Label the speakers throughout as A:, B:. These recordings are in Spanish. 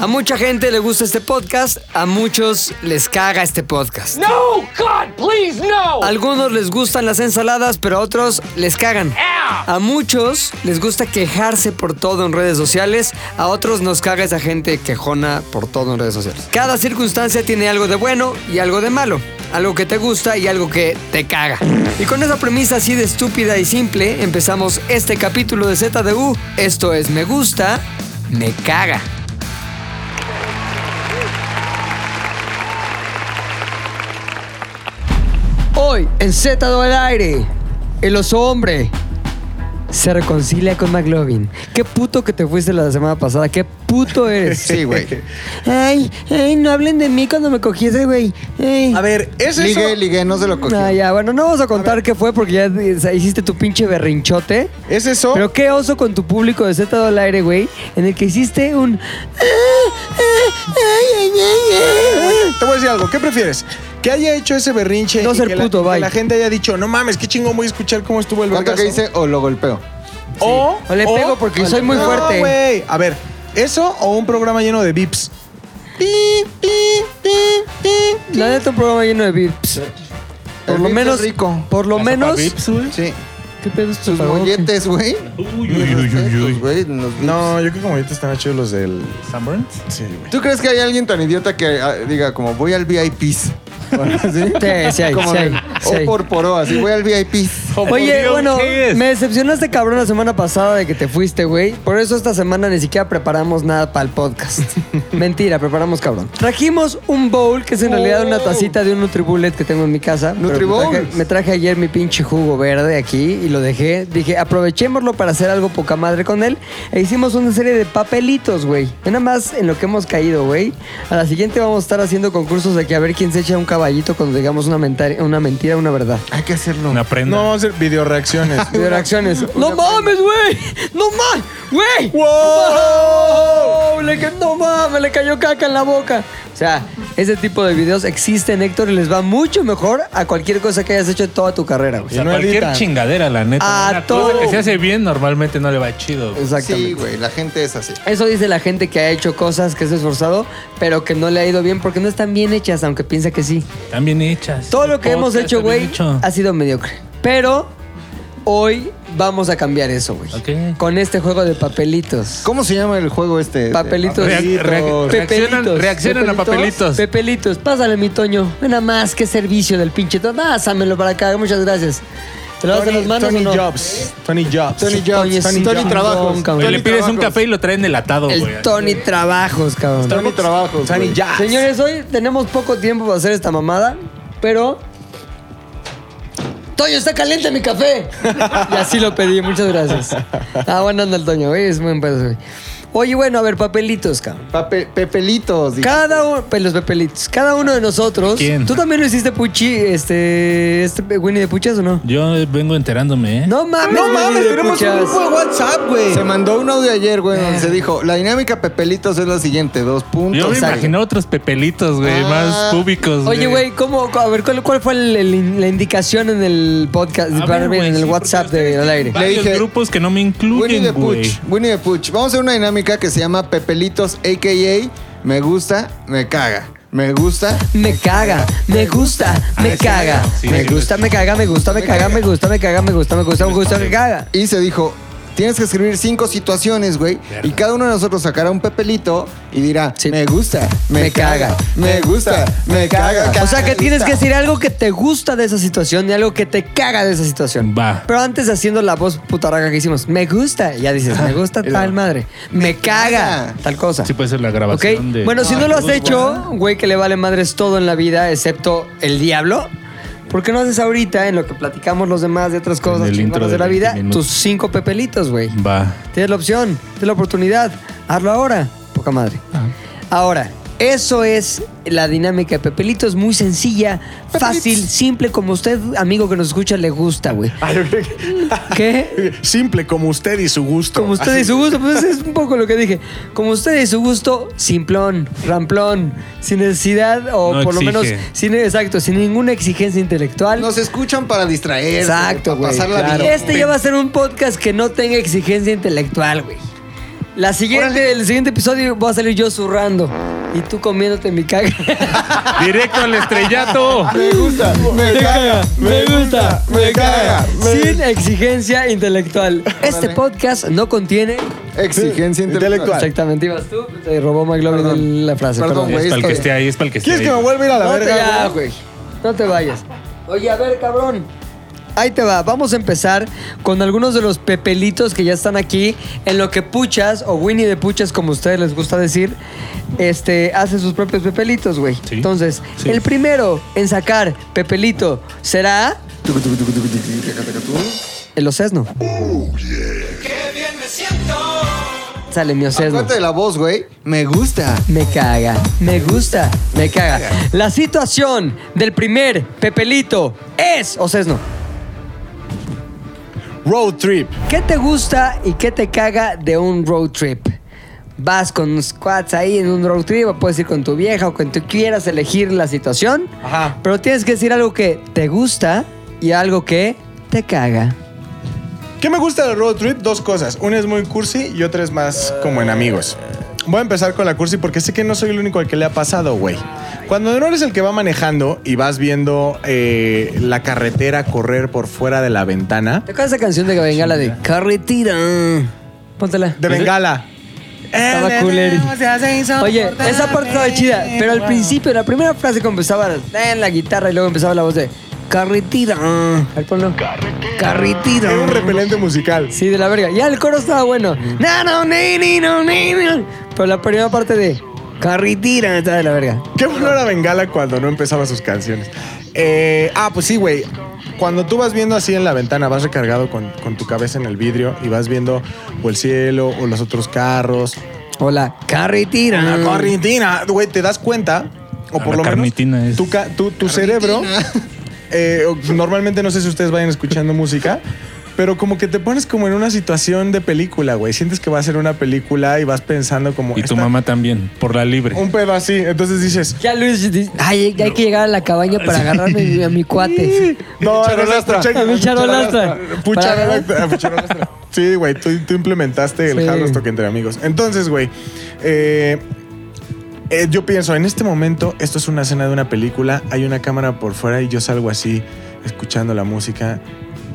A: A mucha gente le gusta este podcast, a muchos les caga este podcast.
B: No, God, please, no.
A: A algunos les gustan las ensaladas, pero a otros les cagan. A muchos les gusta quejarse por todo en redes sociales, a otros nos caga esa gente quejona por todo en redes sociales. Cada circunstancia tiene algo de bueno y algo de malo, algo que te gusta y algo que te caga. Y con esa premisa así de estúpida y simple, empezamos este capítulo de ZDU. Esto es Me gusta, me caga. Hoy en Z2 al aire, el oso hombre se reconcilia con McLovin. Qué puto que te fuiste la semana pasada, qué puto eres.
C: Sí, güey.
A: Ay, ay, no hablen de mí cuando me cogí ese güey. Ay.
D: A ver, ¿es
C: Ligue,
D: eso,
C: ligue, no se lo cogió.
A: Ah, ya, bueno, no vamos a contar qué fue porque ya eh, sa- hiciste tu pinche berrinchote.
D: ¿es eso?
A: Pero qué oso con tu público de Z2 al aire, güey, en el que hiciste un... ah,
D: Te voy a decir algo, ¿qué prefieres? Que haya hecho ese berrinche
A: No
D: y
A: ser
D: que
A: puto,
D: la,
A: bye.
D: que la gente haya dicho, no mames, qué chingón voy a escuchar cómo estuvo el
C: ¿Cuánto
D: vergazo.
C: que dice o lo golpeo?
D: O,
A: O le pego porque
D: o le
A: soy muy
D: pego.
A: fuerte.
D: No, güey. A ver, ¿eso o un programa lleno de vips?
A: La neta, un programa lleno de vips. Por
C: El
A: lo
C: Vips
A: menos...
C: es rico.
A: Por lo menos...
C: Sí.
A: ¿Qué pedo es tu
C: Sus
A: trabajo?
C: molletes, güey. Tus, güey, los Vips.
D: No, yo creo que como ahorita están chidos los del...
E: ¿Sunburns?
D: Sí, güey.
C: ¿Tú crees que hay alguien tan idiota que ah, diga como voy al VIPs? Bueno, ¿sí?
A: Sí, sí hay,
C: Como
A: sí hay,
C: de,
A: sí
C: O
A: hay.
C: por poro, así voy al VIPs.
A: Oye,
E: Dios,
A: bueno,
E: ¿qué es?
A: me decepcionaste cabrón la semana pasada de que te fuiste, güey. Por eso esta semana ni siquiera preparamos nada para el podcast. Mentira, preparamos cabrón. Trajimos un bowl que es en realidad una tacita de un Nutribullet que tengo en mi casa. pero
C: Nutribowl.
A: Me traje, me traje ayer mi pinche jugo verde aquí y lo dejé. Dije, aprovechémoslo para hacer algo poca madre con él. E hicimos una serie de papelitos, güey. Ve Nada más en lo que hemos caído, güey. A la siguiente vamos a estar haciendo concursos de que a ver quién se echa un caballito cuando digamos una, mentari- una mentira, una verdad.
C: Hay que hacerlo.
E: Una prenda.
D: No, vamos a hacer video reacciones.
A: De reacciones. ¡No mames, güey! ¡No mames! ¡Güey! ¡Wow! Le ca- ¡No mames! Le cayó caca en la boca. O sea, ese tipo de videos existen, Héctor, y les va mucho mejor a cualquier cosa que hayas hecho en toda tu carrera,
E: O
A: güey.
E: sea,
D: Y no
E: cualquier
D: editan.
E: chingadera, la neta.
A: A
E: Una cosa
A: todo.
E: que se hace bien normalmente no le va chido. güey.
A: Exactamente.
C: Sí, güey, la gente es así.
A: Eso dice la gente que ha hecho cosas, que se ha esforzado, pero que no le ha ido bien porque no están bien hechas, aunque piensa que sí.
E: Están bien hechas.
A: Todo lo que
E: Podcast,
A: hemos hecho,
E: está bien
A: güey,
E: hecho.
A: ha sido mediocre. Pero hoy vamos a cambiar eso, güey.
E: Ok.
A: Con este juego de papelitos.
C: ¿Cómo se llama el juego
D: Eh,
C: este?
A: Papelitos.
E: Reac- reac- reaccionan
A: Pepelitos.
E: reaccionan a papelitos.
A: Pepelitos. Pásale, mi Toño. Nada más, qué servicio del pinche Toño. Pásamelo para acá. Muchas gracias. ¿Te lo das en las manos
D: Tony
A: o no?
D: Jobs. Tony Jobs.
A: Tony Jobs.
D: Tony
A: Tony
D: Jobs.
A: Trabajos.
E: Güey,
A: Tony
E: le pides un
C: Trabajos.
E: café y lo traen delatado, güey.
A: El Tony Trabajos, cabrón.
C: Tony Trabajos.
D: Tony
C: güey.
D: Jobs.
A: Señores, hoy tenemos poco tiempo para hacer esta mamada, pero... Toño, está caliente mi café. y así lo pedí, muchas gracias. Ah, bueno, anda el Toño, güey. Es muy pedo, güey. Oye, bueno, a ver, papelitos, cabrón.
C: Pape- pepelitos. dije.
A: Cada uno, pues, los pepelitos, cada uno de nosotros.
E: ¿Quién?
A: ¿Tú también lo hiciste Puchi, este, este Winnie de Puchas o no?
E: Yo vengo enterándome, ¿eh?
A: No mames,
D: No
A: Winnie
D: mames,
A: de
D: tenemos un
A: Puchas.
D: grupo de WhatsApp, güey.
C: Se mandó un audio ayer, güey, donde
A: Eh.
C: se dijo, la dinámica Pepelitos es la siguiente, dos puntos.
E: Yo me
C: Exacto.
E: imaginé otros pepelitos, güey,
C: Ah.
E: más públicos.
A: Oye, güey, ¿cómo, a ver, ¿cuál, cuál fue el- el- la indicación en el podcast,
E: A ver,
A: para-
E: güey,
A: en
E: sí,
A: el
E: porque
A: WhatsApp
E: ustedes
A: de al aire?
C: Le
E: Varios
C: dije-
E: grupos que no me
C: Winnie the
E: incluyen, güey.
C: Pooch, Winnie the Pooch. Vamos a hacer una dinámica que se llama Pepelitos, a.k.a. Me gusta, me caga. Me gusta.
A: Me caga, me gusta, me caga.
E: sí,
A: Me
E: sí,
A: gusta, me caga, me gusta, me caga, me gusta, me caga, me gusta, me gusta, me gusta, me caga.
C: Y se dijo, tienes que escribir cinco situaciones, güey. Y cada uno de nosotros sacará un Pepelito y dirá,
A: Sí.
C: me gusta, me,
A: Me caga.
C: caga, me gusta, me caga.
A: O sea que tienes que
C: gusta".
A: decir algo que te gusta de esa situación y algo que te caga de esa situación.
E: Va.
A: Pero antes haciendo la voz putarraga que hicimos, me gusta, ya dices, me gusta tal madre, me caga
C: caga.
A: tal cosa.
E: Sí puede ser la
A: ¿Ok?
E: grabación de...
A: Bueno, si
C: Ay,
A: no lo has
C: qué
A: hecho,
C: buena.
A: güey, que le vale madres todo en la vida, excepto el diablo. ¿Por qué no haces ahorita, en lo que platicamos los demás de otras cosas
E: el intro
A: chingonas de
E: de
A: la vida,
E: 20 minutos.
A: tus cinco pepelitos, güey?
E: Va.
A: Tienes la opción, tienes la oportunidad. Hazlo ahora, poca madre.
E: Ah.
A: Ahora, eso es la dinámica de Pepelito. Es muy sencilla, fácil, simple, como usted, amigo que nos escucha, le gusta, güey. ¿Qué?
D: Simple, como usted y su gusto.
A: Como usted y su gusto, pues es un poco lo que dije. Como usted y su gusto, simplón, ramplón, sin necesidad o
E: No
A: por lo menos
E: exige.
A: sin exacto, sin ninguna exigencia intelectual.
C: Nos escuchan para distraer.
A: Exacto,
C: para
A: güey.
C: pasarla
A: claro.
C: bien.
A: Este ya va a ser un podcast que no tenga exigencia intelectual, güey. La siguiente, el siguiente episodio voy a salir yo zurrando. Y tú comiéndote mi caga.
E: Directo al estrellato.
C: Me gusta, me caga, me gusta, me caga.
A: Sin exigencia intelectual. Este podcast no contiene.
C: Exigencia intelectual.
A: Exactamente, ibas tú. Te robó McLovin el- la frase.
C: Perdón,
A: Perdón,
E: Es
C: güey.
E: para el que esté ahí, es para el que esté
D: ¿Quieres
E: ahí.
D: que me vuelva a ir a la
A: No te,
D: verga?
A: ya,
D: güey?
A: güey. No te vayas. Oye, a ver, cabrón. Ahí te va. Vamos a empezar con algunos de los pepelitos que ya están aquí. En lo que Puchas, o Winnie de Puchas, como ustedes les gusta decir, este, hace sus propios pepelitos, güey.
E: Sí.
A: Entonces,
E: Sí.
A: el primero en sacar pepelito será el Ocesno. Sale mi Ocesno.
C: Acuérdate de la voz, güey. Me gusta.
A: Me caga, me gusta, me caga. La situación del primer Pepelito es, o sea, es no.
D: Road trip.
A: ¿Qué te gusta y qué te caga de un road trip? Vas con unos squats ahí en un road trip, o puedes ir con tu vieja o con tu quieras elegir la situación.
D: Ajá.
A: Pero tienes que decir algo que te gusta y algo que te caga.
D: ¿Qué me gusta del road trip? Dos cosas. Una es muy cursi y otra es más como en amigos. Voy a empezar con la cursi porque sé que no soy el único al que le ha pasado, güey. Cuando no eres el que va manejando y vas viendo eh, la carretera correr por fuera de la ventana.
A: ¿Te acuerdas de esa canción de Bengala de Carretera? Póntela.
D: De Bengala.
A: Estaba culero. Oye, esa parte estaba chida, pero al principio, la primera frase que empezaba era "Ten la guitarra y luego empezaba la voz de carretera. A ver, ponlo. Carretera.
D: Era Eh, un repelente musical.
A: Sí, de la verga. Ya el coro estaba bueno. No, no, ni, ni, no, ni, ni. Pero la primera parte de carretera estaba de la verga.
D: Qué bueno era Bengala cuando no empezaba sus canciones. Eh, ah, pues sí, güey. Cuando tú vas viendo así en la ventana, vas recargado con, con tu cabeza en el vidrio y vas viendo o el cielo o los otros carros.
A: Hola, carretera.
D: La carnitina, güey, te das cuenta, o
E: Ah,
D: por
E: la
D: lo menos
E: carnitina es-
D: tu, ca- tu- tu cerebro, eh, o- normalmente no sé si ustedes vayan escuchando música, pero como que te pones como en una situación de película, güey. Sientes que va a ser una película y vas pensando como...
E: Y tu
D: "Esta-
E: mamá también, por la libre.
D: Un pedo así, entonces dices...
A: Ya Luis dice, ay, hay que llegar a la cabaña para agarrarme a mi- a mi cuate.
D: No,
C: Charolastra.
D: no, no,
A: A mi charolastra.
D: Pucharolastra. Pucharolastra. Sí, güey, tú, tú implementaste el
A: Sí.
D: hard stock entre amigos. Entonces, güey, eh, eh, yo pienso, en este momento, esto es una escena de una película, hay una cámara por fuera y yo salgo así, escuchando la música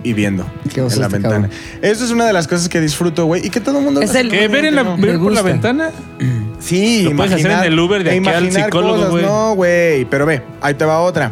D: y viendo
A: Qué oso
D: en la
A: este
D: ventana. Eso es una de las cosas que disfruto, güey, y que todo el mundo...
A: Es el-
E: ¿Qué? ¿Ver, en la,
A: Me
E: ver por
A: gusta.
E: la ventana?
D: Sí,
E: Lo puedes hacer en el Uber de
D: e
E: aquí al
D: imaginar
E: psicólogo,
D: cosas.
E: güey.
D: No, güey, pero ve, ahí te va otra.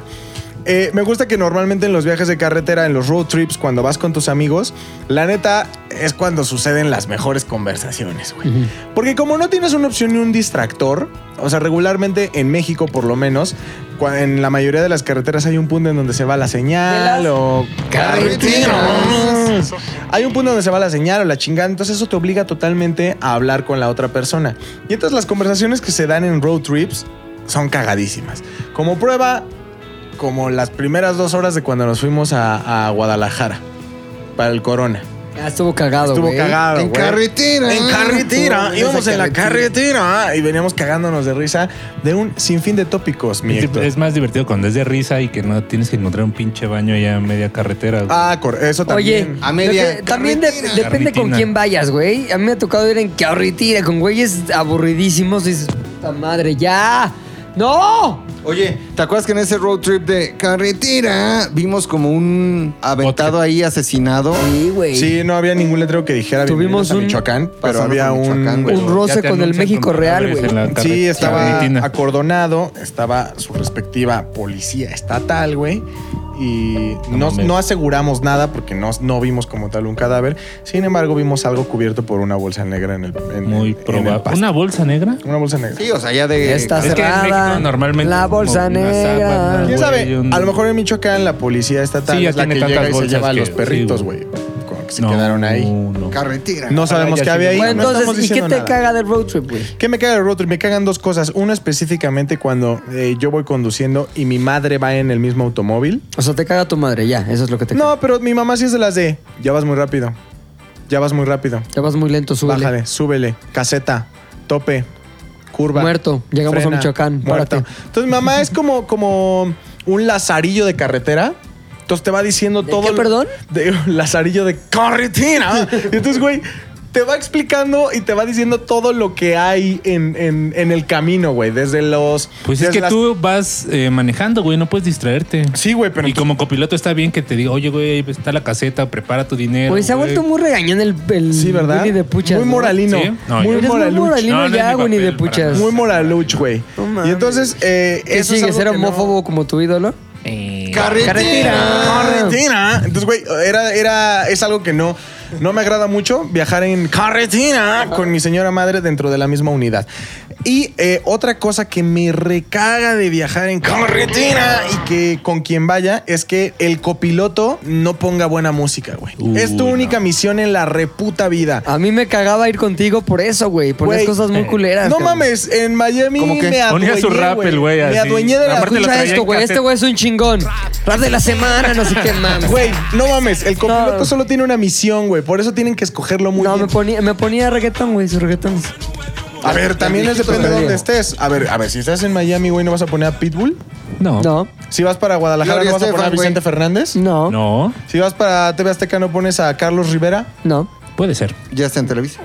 D: Eh, me gusta que normalmente en los viajes de carretera, en los road trips, cuando vas con tus amigos, la neta es cuando suceden las mejores conversaciones, güey. Porque como no tienes una opción ni un distractor, o sea, regularmente en México por lo menos, cua- en la mayoría de las carreteras hay un punto en donde se va la señal
A: De las
D: o...
C: carreteras.
D: Hay un punto donde se va la señal o la chingada, entonces eso te obliga totalmente a hablar con la otra persona. Y entonces las conversaciones que se dan en road trips son cagadísimas. Como prueba, como las primeras dos horas de cuando nos fuimos a, a Guadalajara para el Corona.
A: Ya estuvo cagado,
D: Estuvo
A: güey.
D: cagado.
C: En
D: güey.
C: carretera.
D: En
A: Estuvo
D: carretera.
A: en
D: Íbamos
A: esa
D: en la carretera y veníamos cagándonos de risa de un sinfín de tópicos, mi
E: Es,
D: Héctor.
E: es más divertido cuando es de risa y que no tienes que encontrar un pinche baño allá a media carretera. güey.
D: Ah, cor- eso
A: Oye,
D: también.
C: A media
A: lo que- también de-
C: carretera.
A: depende con
E: Carnitina.
A: quién vayas, güey. A mí me ha tocado ir en carretera con güeyes aburridísimos y dices, puta madre, ya. ¡No!
C: Oye, ¿te acuerdas que en ese road trip de carretera vimos como un aventado ahí asesinado?
A: Sí, güey.
D: Sí, no había ningún letrero que dijera
A: Tuvimos
D: "Bienvenidos a
A: un-
D: Michoacán, pero
C: Pasando
D: había
C: por Michoacán,
D: un,
C: güey.
A: un roce
E: Ya te
A: con el
E: anuncian
A: México
E: con
A: real,
E: cadáveres
A: güey.
E: en la carre-
D: Sí, estaba
E: carnitina.
D: acordonado, estaba su respectiva policía estatal, güey. Y no,
E: mames.
D: no aseguramos nada porque no, no vimos como tal un cadáver. Sin embargo, vimos algo cubierto por una bolsa negra en el. en-
E: Muy
D: en el
E: probable.
D: pasto.
E: ¿Una bolsa negra?
D: Una bolsa negra.
C: Sí, o sea, ya de.
A: Está
E: es que en
A: cerrada.
E: México normalmente
A: la
E: es como
A: bolsa
E: una sábana,
A: negra.
D: ¿Quién
E: güey,
D: sabe?
E: un-
D: A lo mejor en Michoacán la policía estatal
E: Sí, ya
D: es la que
E: tiene
D: llega
E: tantas
D: y se
E: bolsas
D: lleva a
E: que-
D: los perritos,
E: sí,
D: güey.
E: güey.
D: como que se
E: No,
D: quedaron ahí.
E: no.
C: Carretera.
D: No sabemos
E: ya
D: qué
E: sí
D: había ahí.
E: vi.
A: Bueno,
D: no
A: entonces,
D: estamos
A: ¿y qué
D: diciendo
A: te
D: nada.
A: caga del road trip, güey?
D: ¿Qué me caga el road trip? Me cagan dos cosas. Una específicamente cuando eh, yo voy conduciendo y mi madre va en el mismo automóvil.
A: O sea, te caga tu madre, ya. Eso es lo que te caga.
D: No, pero mi mamá sí es de las de. Ya vas muy rápido. Ya vas muy rápido.
A: Te vas muy lento, súbele.
D: Bájale, súbele. Caseta, tope, curva.
A: Muerto. Llegamos
D: frena,
A: a Michoacán.
D: Muerto.
A: Párate.
D: Entonces, mi mamá es como, como un lazarillo de carretera. Entonces te va diciendo
A: ¿De
D: todo.
A: qué,
D: lo-
A: perdón?
D: De un lazarillo de carretera. Y entonces, güey. te va explicando y te va diciendo todo lo que hay en, en- en el camino, güey. Desde los.
E: Pues es
D: desde
E: que
D: las-
E: tú vas eh, manejando, güey, no puedes distraerte.
D: Sí, güey, pero
E: Y como copiloto está bien que te diga, oye, güey, está la caseta, prepara tu dinero.
A: Güey, Pues se ha
E: güey".
A: vuelto muy regañón el, el
D: Sí, ¿verdad?
A: Winnie de Puchas.
D: Muy
A: ¿no?
D: moralino.
E: Sí. No,
D: muy
E: yo-
A: Eres muy
D: moralucho.
A: moralucho.
E: No, no es
A: ya,
E: mi papel,
A: Winnie de
E: para
A: Puchas.
E: nada.
D: Muy moraluch, güey.
A: No mames.
D: y entonces, eh,
A: ¿Qué
D: eso es
A: sigue?
D: algo
A: ¿Ser
D: que no-
A: homófobo como tu ídolo?
E: Eh,
C: Carretera.
D: Carretina. Entonces, güey, era, era, es algo que no, no me agrada mucho viajar en carretina con mi señora madre dentro de la misma unidad. Y eh, otra cosa que me recaga de viajar en carretina y que con quien vaya es que el copiloto no ponga buena música, güey.
E: Uy,
D: es tu
E: no. Ah,
D: única misión en la reputa vida.
A: A mí me cagaba ir contigo por eso, güey. Por las
D: Güey, eh,
A: cosas muy culeras.
D: No
A: cabrón.
D: mames, en Miami
C: ¿Cómo que?
D: me adueñé,
E: Ponía su rap, el güey,
D: Me
E: así.
D: adueñé de la
E: Aparte lo
A: Escucha
E: traía
A: esto,
E: en
A: güey.
E: cassette.
A: Este güey es un chingón. Rap de la semana, no sé qué mames.
D: Güey, no mames, el copiloto
A: No.
D: solo tiene una misión, güey. Por eso tienen que escogerlo muy
A: no,
D: bien.
A: me ponía, me ponía reggaetón, güey, sus reggaetones.
D: A ver, también es depende de dónde estés. A ver, a ver, si estás en Miami, güey, ¿no vas a poner a Pitbull?
E: no. No.
A: No,
D: Si vas para Guadalajara,
C: Gloria
D: ¿no vas a poner a
C: Estefan,
D: Vicente
C: güey.
D: Fernández?
A: no, no.
D: Si vas para TV Azteca, ¿no pones a Carlos Rivera?
E: Puede ser.
C: Ya está en Televisa.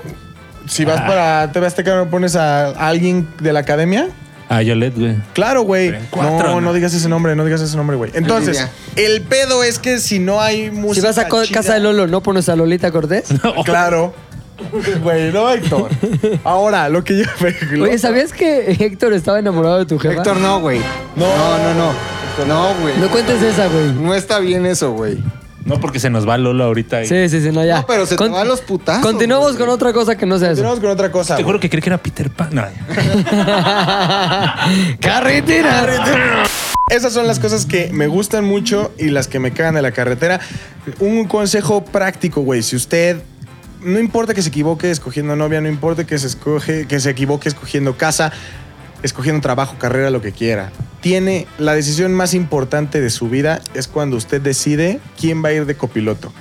D: Si vas para TV Azteca, ¿no pones a alguien de la academia?
E: Ah, Yolette, güey.
D: Claro, güey.
E: Pero en cuatro,
D: No,
E: ¿no?
D: no digas ese nombre, no digas ese nombre, güey. Entonces, el pedo es que si no hay música.
A: Si vas a co-
D: chida-
A: casa de Lolo, ¿no pones a Lolita Cortés?
D: Claro. Güey, no, Héctor. Ahora, lo que yo.
A: Oye, ¿sabías que Héctor estaba enamorado de tu jefa?
C: Héctor, no, güey.
D: No.
C: No, no, no. No, güey.
A: No cuentes esa, güey.
C: No está bien eso, güey.
E: No, porque se nos va Lolo ahorita. y-
A: Sí, sí, sí, no, ya.
C: No, pero se te
A: Con-
C: van los putazos.
A: Continuamos
C: güey.
A: con otra cosa que no sea eso.
D: Continuamos con otra cosa.
E: Te
D: güey.
E: juro que creí que era Peter Pan. No, ya.
A: ¡Carretera!
D: Esas son las cosas que me gustan mucho y las que me cagan de la carretera. Un consejo práctico, güey. Si usted. No importa que se equivoque escogiendo novia, no importa que se, escoge, que se equivoque escogiendo casa, escogiendo trabajo, carrera, lo que quiera. Tiene la decisión más importante de su vida es cuando usted decide quién va a ir de copiloto.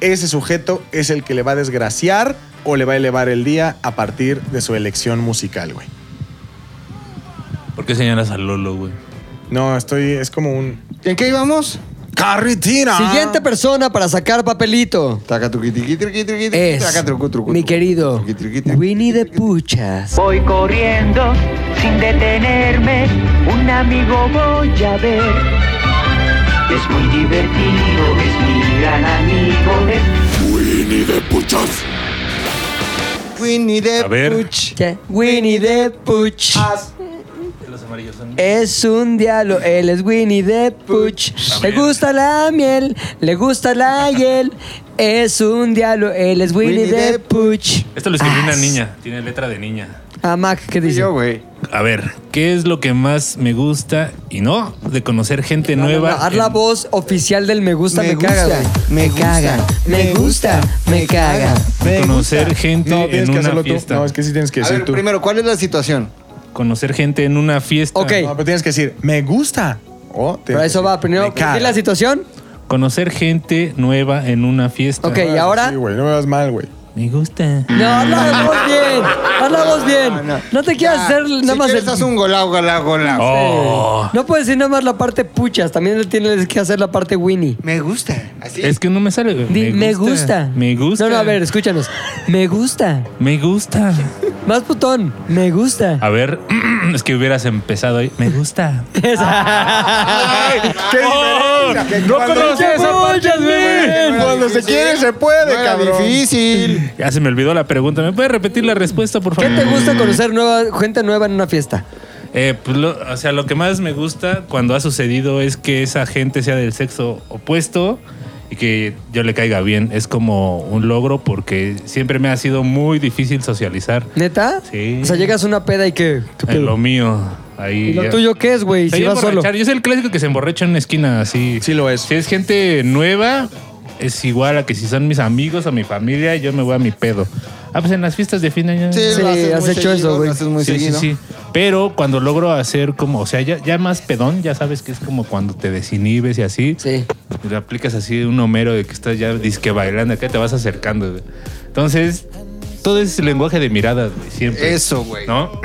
D: Ese sujeto es el que le va a desgraciar o le va a elevar el día a partir de su elección musical, güey.
E: ¿Por qué señalas a Lolo, güey?
D: No, estoy. Es como un.
C: ¿En qué íbamos?
D: ¡Carretera!
A: Siguiente persona para sacar papelito
C: Tacatuquitiquitriquitriquitriqui,
A: es
C: tacatrucutrucu.
A: mi querido
C: Triquitriquitriqui.
A: Winnie de Puchas.
F: Voy corriendo sin detenerme, un amigo voy a ver. Es muy divertido, es mi gran amigo, es
C: Winnie the
E: A ver.
C: Pooch.
A: ¿Qué? Winnie the Puch.
E: Los amarillos son.
A: Es un diablo, él es Winnie the Puch. Le gusta la miel, le gusta la hiel. Es un diablo, él es Winnie,
C: Winnie
A: the
C: the
A: Puch.
E: Esto lo escribió
A: Ah,
E: una
A: sí.
E: niña. Tiene letra de niña.
A: A Ah, Mac, ¿qué
C: Y
A: dice?
C: yo, güey.
E: A ver, ¿qué es lo que más me gusta y no de conocer gente
A: No, no,
E: nueva?
A: no, haz la
E: en-
A: voz oficial del me gusta, me, caga, güey.
C: me gusta,
A: caga, me gusta, me caga.
E: de conocer gente
D: No, tienes
E: en
D: que
E: una
D: hacerlo
E: fiesta.
D: tú. No, es que sí tienes que
C: A
D: decir
C: ver,
D: tú.
C: primero, ¿cuál es la situación?
E: Conocer gente en una fiesta.
A: Ok.
D: No, pero tienes que decir, me gusta. O tienes
A: Pero
D: que
A: eso
D: decir,
A: va, primero,
D: me caga.
A: ¿qué es la situación?
E: Conocer gente nueva en una fiesta.
A: Ok, y ahora.
D: Ah, Sí, güey, no me vas mal, güey.
E: Me gusta.
A: No, hablamos bien, hablamos
C: No,
A: bien.
C: no.
A: No te quieras
C: Ya,
A: hacer nada
C: si
A: más
C: quieres,
A: el-
C: haz un golao, golao, golao.
E: Oh.
A: No puedes decir nada más la parte puchas, también tienes que hacer la parte Winnie.
C: Me gusta. Así.
E: Es que no me sale.
A: Di, me gusta.
E: Me gusta.
A: No, no, a ver, escúchanos. Me gusta.
E: Me gusta.
A: Más putón. Me gusta.
E: A ver, es que hubieras empezado ahí. Me gusta.
D: ¡Qué
E: Oh,
D: diferencia!
E: no
D: Cuando-
E: conocí esa
A: Muchas
E: Pues,
D: Güey, Cuando se quiere, se puede,
C: No era
D: cabrón.
C: difícil.
E: Ya se me olvidó la pregunta. ¿Me puedes repetir la respuesta, por
A: ¿Qué
E: favor?
A: te gusta conocer nueva, gente nueva en una fiesta?
E: Eh, pues lo- o sea, lo que más me gusta cuando ha sucedido es que esa gente sea del sexo opuesto y que yo le caiga bien. Es como un logro porque siempre me ha sido muy difícil socializar.
A: ¿Neta?
E: Sí.
A: O sea, llegas a una peda y que.
E: En lo mío. Ahí
A: ¿Y lo
E: ya.
A: tuyo qué es, güey?
E: O sea,
A: Si
E: ya
A: vas solo.
E: emborrachar. Yo soy el clásico que se emborracha en una esquina así.
D: Sí lo es.
E: Si es gente nueva, es igual a que si son mis amigos o mi familia, yo me voy a mi pedo. Ah, pues en las fiestas de fin de año.
A: Sí,
C: lo haces
A: has
C: muy
A: hecho
C: seguido,
A: eso, güey.
C: lo haces muy
E: sí, sí,
C: seguido.
E: sí. Pero cuando logro hacer como, o sea, ya, ya más pedón, ya sabes que es como cuando te desinhibes y así.
A: Sí.
E: Y Le aplicas así un homero de que estás ya disque bailando, acá te vas acercando. güey. Entonces, todo es lenguaje de miradas, güey, siempre.
C: Eso, güey.
E: ¿No?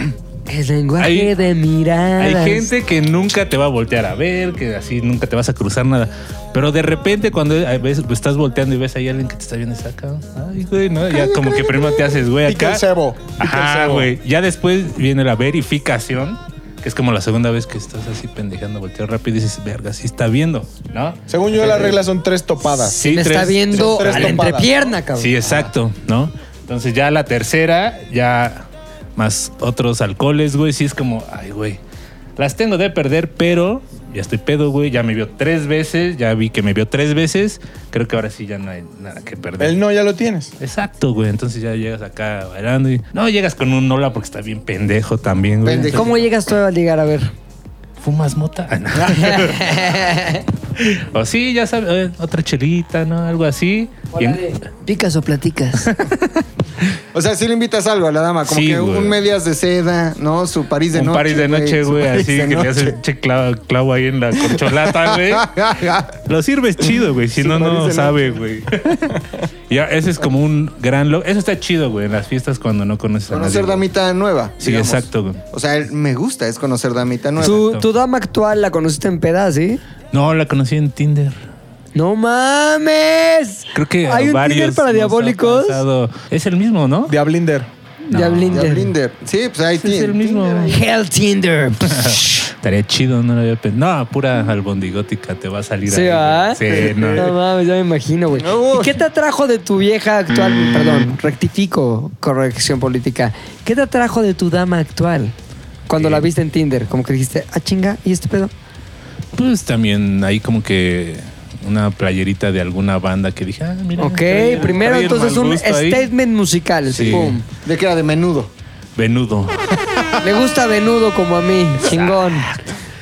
A: El lenguaje
E: Hay-
A: de miradas.
E: Hay gente que nunca te va a voltear a ver, que así nunca te vas a cruzar nada. Pero de repente cuando a veces estás volteando y ves ahí a alguien que te está viendo saca, ay güey, no, ya como que primero te haces güey
D: Pica
E: acá.
D: el cebo. pica el
E: Ajá,
D: cebo.
E: güey. Ya después viene la verificación, que es como la segunda vez que estás así pendejando, volteas rápido y dices, "Verga, sí está viendo", ¿no?
D: Según yo, las reglas son tres topadas.
A: Sí,
E: Sí,
A: me
E: tres-
A: está viendo
D: tres
A: a la
D: topadas.
A: entrepierna, cabrón.
E: Sí, exacto, ¿no? Entonces ya la tercera, ya más otros alcoholes, güey, sí es como, ay, güey, las tengo de perder, pero ya estoy pedo, güey, ya me vio tres veces, ya vi que me vio tres veces, creo que ahora sí ya no hay nada que perder.
D: El no ya lo tienes.
E: Exacto, güey, entonces ya llegas acá bailando y... No, llegas con un hola porque está bien pendejo también, güey.
C: Pendejo.
A: ¿Cómo llegas tú a ligar? A ver.
E: Entonces, ¿Fumas mota? Ah, no. o sí, ya sabes, eh, otra chelita, ¿no? Algo así. Y en-
A: ¿Picas o platicas?
C: O sea, sí le invitas algo a la dama, como
E: Sí,
C: que
E: güey.
C: un medias de seda, ¿no? Su París de
E: un
C: noche.
E: París de noche,
C: su
E: güey,
C: París
E: así
C: de
E: que le ¿eh?
C: noche.
E: haces che clavo, clavo ahí en la corcholata, güey. Lo sirves chido, güey, si
C: Su
E: no,
C: París de
E: no
C: noche.
E: sabe, güey. ya, ese es como un gran logro. Eso está chido, güey, en las fiestas cuando no conoces a nadie.
C: Conocer
E: güey.
C: damita nueva.
E: Sí,
C: digamos.
E: exacto, güey.
C: O sea, el me gusta es conocer damita nueva.
A: tu, tu dama actual la conociste en pedas, ¿sí?
E: No, la conocí en Tinder.
A: ¡No mames!
E: Creo que a
A: Hay un
E: varios
A: Tinder para
E: nos ha
A: diabólicos.
E: pasado. Es el mismo, ¿no?
D: Diablinder.
A: Diablinder.
C: Ya Blinder. Sí, pues ahí
E: es
C: tiene.
E: el mismo.
A: Hell Tinder.
E: Estaría chido, no lo había pensado. No, pura albondigótica te va a salir
A: Sí, ah?
E: ahí, güey.
A: ¿verdad?
E: Sí,
A: No
E: no.
A: mames, ya me imagino, güey.
C: No.
A: ¿Y qué te atrajo de tu vieja actual?
E: Mm.
A: Perdón, rectifico, corrección política. ¿Qué te atrajo de tu dama actual? Cuando la viste en Tinder, como que dijiste, ah, chinga, ¿y este pedo?
E: Pues también hay como que una playerita de alguna banda que dije, ah, mira.
A: ok,
E: trae el-
A: primero
E: trae el
A: entonces
E: mal
A: un
E: gusto ahí.
A: statement musical.
E: Sí.
A: Pum.
C: De que era de menudo.
E: Venudo.
A: Le gusta venudo como a mí, chingón.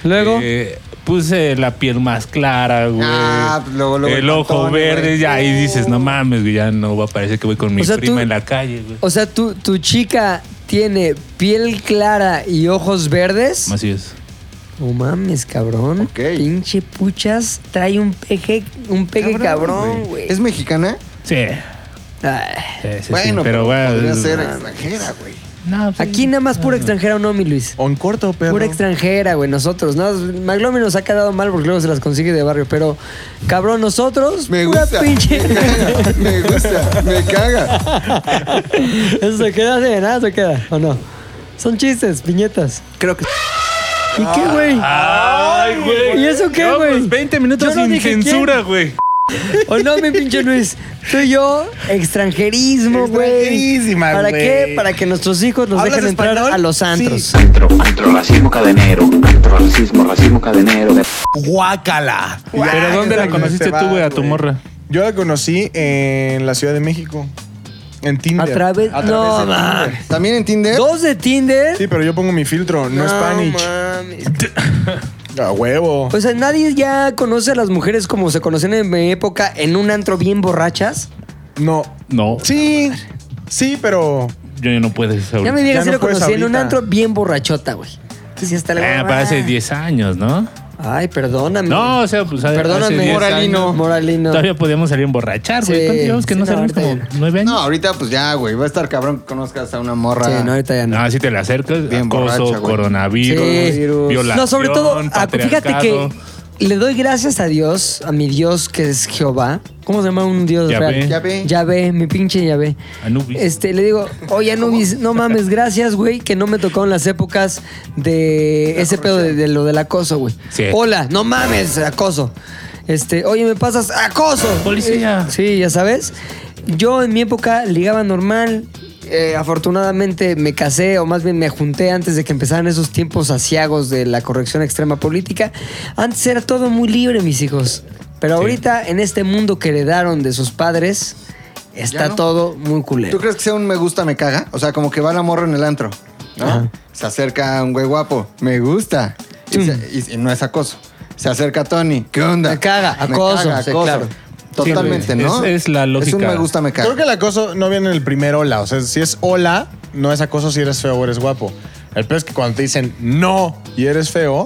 A: Luego,
E: Eh, puse la piel más clara, güey.
C: Ah, pues luego, luego
E: el
C: el
E: ojo
C: pantone,
E: verde,
C: güey.
E: ya ahí dices, no mames, güey, ya no va a parecer que voy con mi
A: O sea,
E: prima
A: tú-
E: en la calle, güey.
A: o sea, tu, tu chica tiene piel clara y ojos verdes.
E: Así es.
A: No mames, cabrón.
C: Ok.
A: Pinche puchas trae un peje, un peje cabrón, güey. Ah,
C: ¿Es mexicana?
E: Sí.
A: Ay,
E: sí, sí, sí,
C: bueno,
E: pero
C: pero
E: bueno.
C: podría
E: es- pues,
C: ser extranjera, güey.
E: no, sí.
A: pues, Aquí nada más pura extranjera o no, mi Luis.
D: O en corto, pero.
A: Pura extranjera, güey, nosotros. No, Maglomi nos ha quedado mal porque luego se las consigue de barrio, pero cabrón, nosotros.
C: Me
A: pura
C: gusta.
A: pinche.
C: Me caga, me gusta, me caga.
A: Eso se queda así, nada se queda, ¿o no? Son chistes, piñetas. Creo que. ¿Y qué, güey?
E: Ay, güey.
A: ¿Y eso qué,
E: No,
A: güey?
E: pues 20 minutos
A: Yo no
E: sin
A: dije
E: censura, güey.
A: ¿O Oh, no, mi pinche Luis? Tú y yo, extranjerismo, güey.
D: Extranjerísima,
A: ¿Para
D: güey.
A: qué? Para que nuestros hijos nos
D: ¿Hablas
A: dejen entrar
D: español?
A: a los antros.
D: Sí.
G: Antro, antro, racismo cadenero, antro, racismo, racismo cadenero. De...
D: Guácala.
E: ¿Pero dónde la conociste tú, güey, a tu morra?
D: Yo la conocí en la Ciudad de México. En
A: A
D: Tinder.
A: través.
C: A través
A: No,
C: de
A: mames.
C: Tinder. ¿También en Tinder?
A: Dos de Tinder.
D: ¿eh? Sí, pero yo pongo mi filtro, no, Spanish.
A: mames.
D: A huevo.
A: O sea, nadie ya conoce a las mujeres como se conocían en mi época en un antro bien borrachas.
D: No.
E: No.
D: Sí. Sí, pero.
E: Yo ya no puedes
A: Ya me digas
D: Ya
A: si
D: no
A: lo
D: puedes
A: conocí en un
D: ahorita.
A: antro bien borrachota, güey. Sí, hasta la
E: Ah, para hace 10 años, ¿no?
A: Ay, perdóname.
E: No, o sea, pues hace- hace
A: Perdóname,
E: 10
A: Moralino.
E: años
A: Moralino.
E: Todavía podíamos salir a emborrachar, güey.
A: Sí,
E: ¿Cuánto llevamos que
A: sí,
E: no
A: no,
E: salimos?
A: ahorita
E: Como
A: ya
E: nueve años.
C: No, ahorita pues ya, güey. Va a estar cabrón que conozcas a una morra.
A: Sí, no, ahorita ya no.
E: No, si Ah, te la acercas,
C: Bien
E: acoso,
C: borracha, güey.
E: coronavirus,
A: Sí.
E: violación,
A: No, sobre todo, a- fíjate
E: patriarcado.
A: que le doy gracias a Dios, a mi Dios que es Jehová. ¿Cómo se llama un Dios
E: Yahvé.
A: real?
C: Yahvé.
A: Yahvé, mi pinche Yahvé.
E: Anubis.
A: Este, le digo, oye Anubis, no mames, gracias, güey, que no me tocó en las épocas de ese pedo de, de lo del acoso, güey.
E: Sí.
A: Hola, no mames, acoso. Este, oye, me pasas acoso.
E: Policía.
A: Eh, Sí, ya sabes. Yo en mi época ligaba normal. Eh, afortunadamente me casé, o más bien me junté antes de que empezaran esos tiempos asiagos de la corrección extrema política. Antes era todo muy libre, mis hijos. Pero ahorita, en este mundo que heredaron de sus padres, está
C: Ya no.
A: todo muy
C: ¿Tú
A: culero.
C: crees que sea un me gusta, me caga? O sea, como que va la morra en el antro, ¿no?
A: Ajá. Mm.
C: Se acerca a un güey guapo, me gusta. Y, se- y- y no es acoso. Se acerca a Tony, ¿qué onda?
A: Me caga, acoso, sí, claro.
C: Totalmente,
E: Sí, güey.
C: ¿no?
E: Es- es la
C: Es un
E: lógica.
C: me gusta, me caga.
D: Creo que el acoso no viene en el primer hola. O sea, si es hola, no es acoso si eres feo o eres guapo. El peor es que cuando te dicen no y eres feo,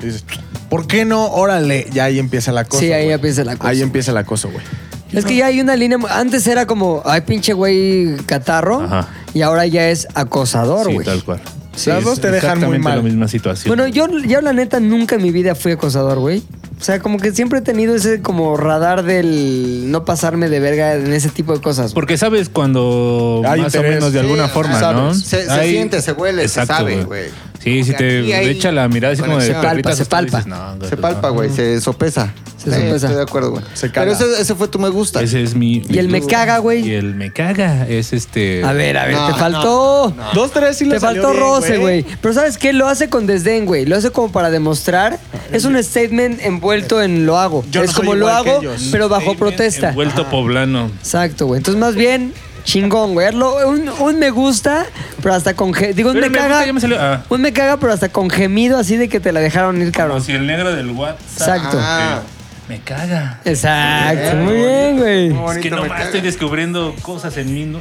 D: dices, ¿por qué no? Órale. Ya ahí empieza el acoso.
A: Sí, ahí
D: güey.
A: empieza el acoso.
D: Ahí empieza el acoso, güey.
A: Es que ya hay una línea. Antes era como, ay, pinche güey catarro.
E: Ajá.
A: Y ahora ya es acosador,
E: Sí,
A: güey.
E: tal cual.
A: Sí,
D: Las dos
E: es
D: te dejan muy
E: exactamente
D: mal.
E: la misma situación.
A: Bueno, yo, yo la neta nunca en mi vida fui acosador, güey. O sea, como que siempre he tenido ese como radar del no pasarme de verga en ese tipo de cosas. güey.
E: Porque sabes cuando
D: Hay
E: más
D: interés.
E: o menos de
D: Sí,
E: alguna
C: ah,
E: forma,
C: sabes.
E: ¿no?
C: Se- se siente, se huele, se sabe, güey.
E: Sí,
C: Como
E: si
C: que aquí
E: te
C: hay
E: echa la mirada así como de
C: conexión.
A: Palpa,
E: perritas,
A: se
E: tú dices,
A: palpa.
E: "No, güey,
C: Se
E: no".
C: palpa, güey, se sopesa.
A: Se
C: Sí,
A: sopesa.
C: Estoy de acuerdo, güey.
D: Se cala.
C: Pero ese, ese fue tu me gusta.
E: Ese es mi.
A: Y el me caga,
E: Y
A: güey.
E: el me caga es este.
A: A ver, a ver,
C: No,
A: te
C: no,
A: faltó.
D: Dos, tres y le
A: Te
D: salió
A: faltó
D: bien,
A: roce, güey. Pero ¿sabes qué? Lo hace con desdén, güey. Lo hace como para demostrar. Es un statement envuelto en lo hago.
D: Yo no
A: es
D: soy
A: como lo
D: igual que
A: hago,
D: ellos.
A: pero bajo
E: Statement
A: protesta.
E: Envuelto poblano.
A: Exacto, güey. Entonces, más bien, chingón, güey. Hazlo- Un, un me gusta, pero hasta con... ge- Digo, un
E: Pero
A: me,
E: me gusta,
A: caga...
E: ya me salió. Ah.
A: Un me caga, pero hasta con gemido así de que te la dejaron ir,
E: Como
A: cabrón.
E: si el negro del WhatsApp.
A: Exacto.
C: Ah. Eh,
E: Me caga.
A: Exacto. Muy bien, güey.
E: Es que
C: Bonito, me
E: nomás
C: caga.
E: estoy descubriendo cosas en mí. ¿no?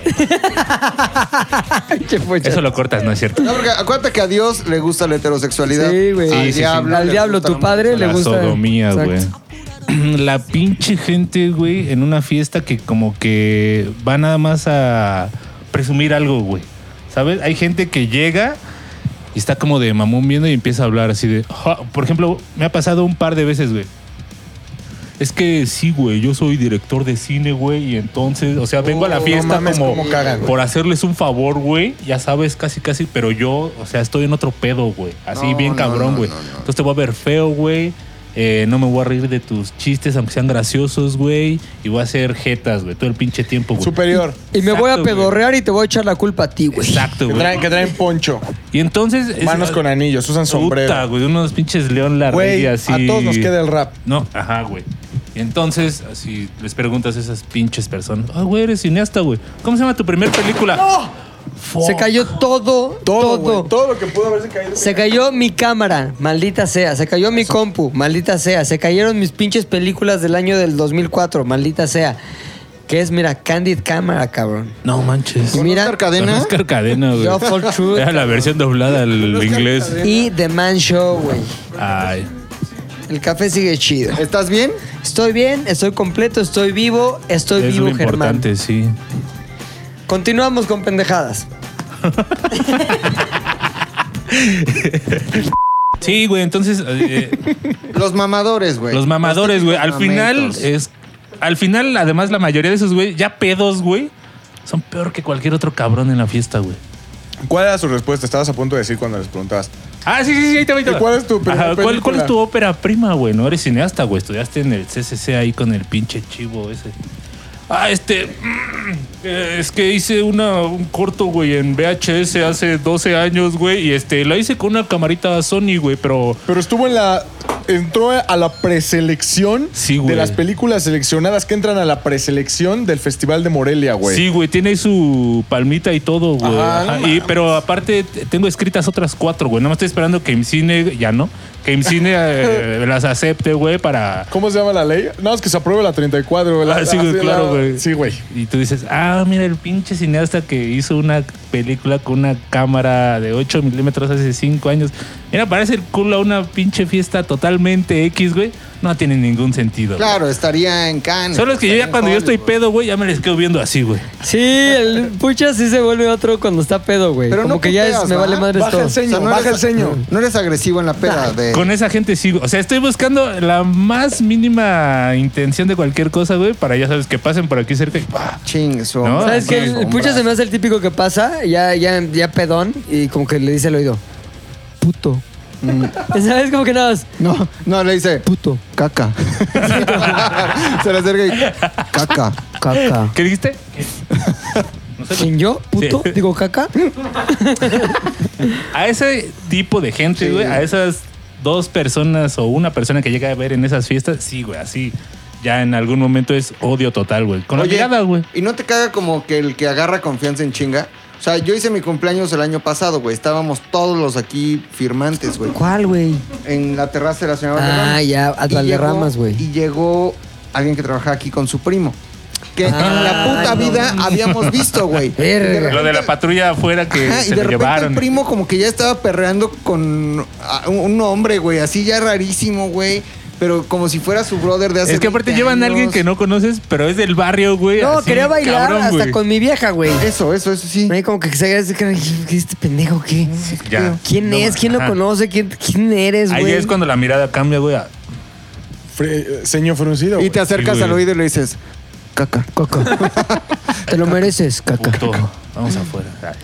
A: Che, pucha.
E: Eso lo cortas, ¿no es cierto?
C: No, porque acuérdate que a Dios le gusta la heterosexualidad.
A: Sí, güey.
C: Al
E: Sí, sí, sí.
C: diablo.
A: Al
C: le
A: diablo,
C: gusta
A: tu
C: la
A: padre le
E: la
A: gusta.
E: sodomía,
A: Exacto.
E: güey. La pinche gente, güey, en una fiesta que como que va nada más a presumir algo, güey. ¿Sabes? Hay gente que llega y está como de mamón viendo y empieza a hablar así de... "Ja". Por ejemplo, me ha pasado un par de veces, güey. Es que sí, güey, yo soy director de cine, güey, y entonces, o sea, vengo a la
D: Uh, no
E: fiesta
D: mames,
E: como
D: cómo cagan, güey.
E: por hacerles un favor, güey, ya sabes, casi, casi, pero yo, o sea, estoy en otro pedo, güey, así
C: No,
E: bien
C: no,
E: cabrón,
C: no,
E: güey.
C: no, no.
E: Entonces te voy a ver feo, güey, eh, no me voy a reír de tus chistes, aunque sean graciosos, güey, y voy a hacer jetas, güey, todo el pinche tiempo, güey.
D: Superior.
A: Y me voy a
E: Exacto, güey.
A: pedorrear y te voy a echar la culpa a ti, güey.
E: Exacto,
D: Que
E: güey.
D: traen, que traen poncho.
E: Y entonces...
D: Manos con anillos, usan
E: Puta,
D: sombrero.
E: güey, unos pinches León
D: Güey,
E: Larregui
D: a
E: así...
D: todos nos queda el rap.
E: No, ajá, güey. Y entonces, si les preguntas a esas pinches personas, ah, güey, eres cineasta, güey. ¿Cómo se llama tu primer película? Fuck.
A: Se cayó todo,
D: Todo,
A: todo.
D: güey, todo lo que pudo haberse caído.
A: Se cayó mi cámara, maldita sea. Se cayó mi compu, maldita sea. Se cayeron mis pinches películas del año del 2004, maldita sea. Que es, mira, Candid Cámara, cabrón.
E: No manches.
A: Y
C: Con
A: mira,
C: Oscar Cadena.
E: Con Oscar Cadena, güey.
A: The Awful Truth.
E: Era la versión doblada al inglés.
A: y The Man Show, güey.
E: Ay.
A: El café sigue chido.
C: ¿Estás bien?
A: Estoy bien, estoy completo, estoy vivo, estoy
E: es
A: vivo,
E: lo
A: Germán.
E: importante, sí.
A: Continuamos con pendejadas.
E: Sí, güey, entonces eh,
C: Los mamadores, güey.
E: los mamadores, güey, al final
C: Mamamentos.
E: es al final además la mayoría de esos güey ya pedos, güey, son peor que cualquier otro cabrón en la fiesta, güey.
D: ¿Cuál era su respuesta? Estabas a punto de decir cuando les preguntabas.
E: Ah, sí, sí, sí, ahí te va, ahí te
D: ¿Y
E: va.
D: cuál es tu primer
E: Ajá, ¿cuál, cuál
D: película?
E: es tu ópera prima, güey? No eres cineasta, güey. Estudiaste en el CCC ahí con el pinche chivo ese. Ah, este. mm, eh, Es que hice una, un corto, güey, en VHS hace 12 años, güey. Y este, la hice con una camarita Sony, güey, pero.
D: Pero estuvo en la. Entró a la preselección
E: Sí, güey.
D: de las películas seleccionadas que entran a la preselección del Festival de Morelia, güey.
E: Sí, güey, tiene su palmita y todo, güey.
D: Ajá, no
E: Ajá, y- pero aparte t- tengo escritas otras cuatro, güey. No me estoy esperando que IMCINE, ya no, que IMCINE eh, las acepte, güey, para...
D: ¿Cómo se llama la ley? No, es que se apruebe la 34, güey. La-
E: Ah, sí, güey,
D: la-
E: claro, güey.
D: Sí, güey.
E: Y tú dices, ah, mira el pinche cineasta que hizo una película con una cámara de 8 milímetros hace 5 años. Mira, parece el culo a una pinche fiesta totalmente X, güey. No tiene ningún sentido. güey.
C: Claro, estaría en Cannes.
E: Solo es que yo ya cuando yo estoy pedo, güey, ya me les quedo viendo así, güey.
A: Sí, el pucha sí se vuelve otro cuando está pedo, güey.
C: Pero
A: Como
C: no ¿ah?
A: que ya
C: puteas,
A: es, me
C: ¿va?
A: vale madre
D: Baja
A: todo.
D: el ceño,
C: O sea, no
D: baja
C: eres-
D: el ceño.
C: No eres agresivo en la peda de...
E: Con esa gente sí, güey. O sea, estoy buscando la más mínima intención de cualquier cosa, güey, para ya sabes que pasen por aquí cerca y ¡pah!
C: Ching, su-
E: No,
A: ¿Sabes qué? El pucha se me hace el típico que pasa, ya, ya, ya pedón, y como que le dice al oído, puto. Mm. ¿Sabes? Como que nada más,
C: No, no, le dice...
A: puto,
C: Caca. Se le acerca y... Caca. Ah.
A: caca.
E: ¿Qué dijiste? No sé, güey.
A: ¿Quién yo? ¿Puto?
E: Sí.
A: Digo, caca.
E: A ese tipo de gente, güey, a esas dos personas o una persona que llega a ver en esas fiestas, sí, güey, así. Ya en algún momento es odio total, güey. Con
C: Oye,
E: la mirada, güey.
C: ¿Y no te caga como que el que agarra confianza en chinga? O sea, yo hice mi cumpleaños el año pasado, güey. Estábamos todos los aquí firmantes, güey.
A: ¿Cuál, güey?
C: En la terraza de la señora
A: Ah,
C: Valderramas.
A: ya, a
C: Y llegó-
A: Valderramas, güey.
C: Y llegó alguien que trabajaba aquí con su primo. Que en la
A: Ah,
C: puta
A: no.
C: vida habíamos visto, güey. Y de
A: Verga.
C: repente-
E: Lo de la patrulla afuera que
C: Ajá,
E: se
C: y de
E: lo
C: repente
E: llevaron.
C: el primo como que ya estaba perreando con ah, un un hombre, güey, así ya rarísimo, güey. pero como si fuera su brother de hace
E: Es que aparte
C: 20
E: llevan a alguien
C: años.
E: que no conoces, pero es del barrio, güey.
A: No,
E: así,
A: quería bailar
E: cabrón,
A: hasta
E: güey.
A: con mi vieja, güey.
C: Eso, eso, eso sí.
A: Me como que se agradece que ¿qué es este pendejo qué?
E: Ya.
A: ¿Quién
E: No,
A: es? ¿Quién lo
E: ajá.
A: conoce? ¿Quién, quién eres, güey?
E: Ahí es cuando la mirada cambia, güey. a-
D: Fre- eh, ceño fruncido.
C: Y
D: güey.
C: te acercas
E: Sí,
C: al
E: güey.
C: oído y le dices, caca.
A: Coco. Te lo mereces, caca.
E: Puto, vamos afuera. Ay.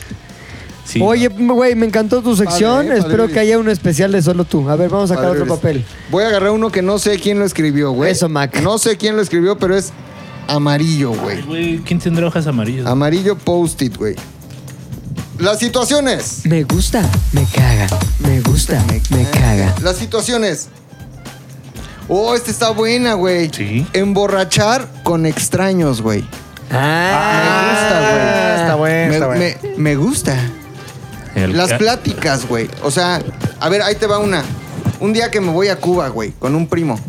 E: Sí.
A: Oye, güey, me encantó tu sección.
C: Padre, ¿eh?
A: Espero
C: Padre.
A: que haya un especial de solo tú. A ver, vamos a sacar
C: Padre
A: otro
C: eres.
A: papel.
C: Voy a agarrar uno que no sé quién lo escribió, güey.
A: Eso, Mac.
C: No sé quién lo escribió, pero es amarillo, güey.
E: Güey, ¿quién tendrá hojas amarillas?
C: Amarillo post-it, güey. Las situaciones.
A: Me gusta, me caga. Me gusta, me caga.
C: Eh, Las situaciones. Oh, esta está buena, güey.
E: Sí.
C: Emborrachar con extraños, güey. Me gusta,
A: Ah,
C: güey.
D: Está bueno,
C: Me,
D: está bueno.
C: me- me gusta.
E: El-
C: Las
E: ah,
C: pláticas, güey. O sea, a ver, ahí te va una. Un día que me voy a Cuba, güey, con un primo.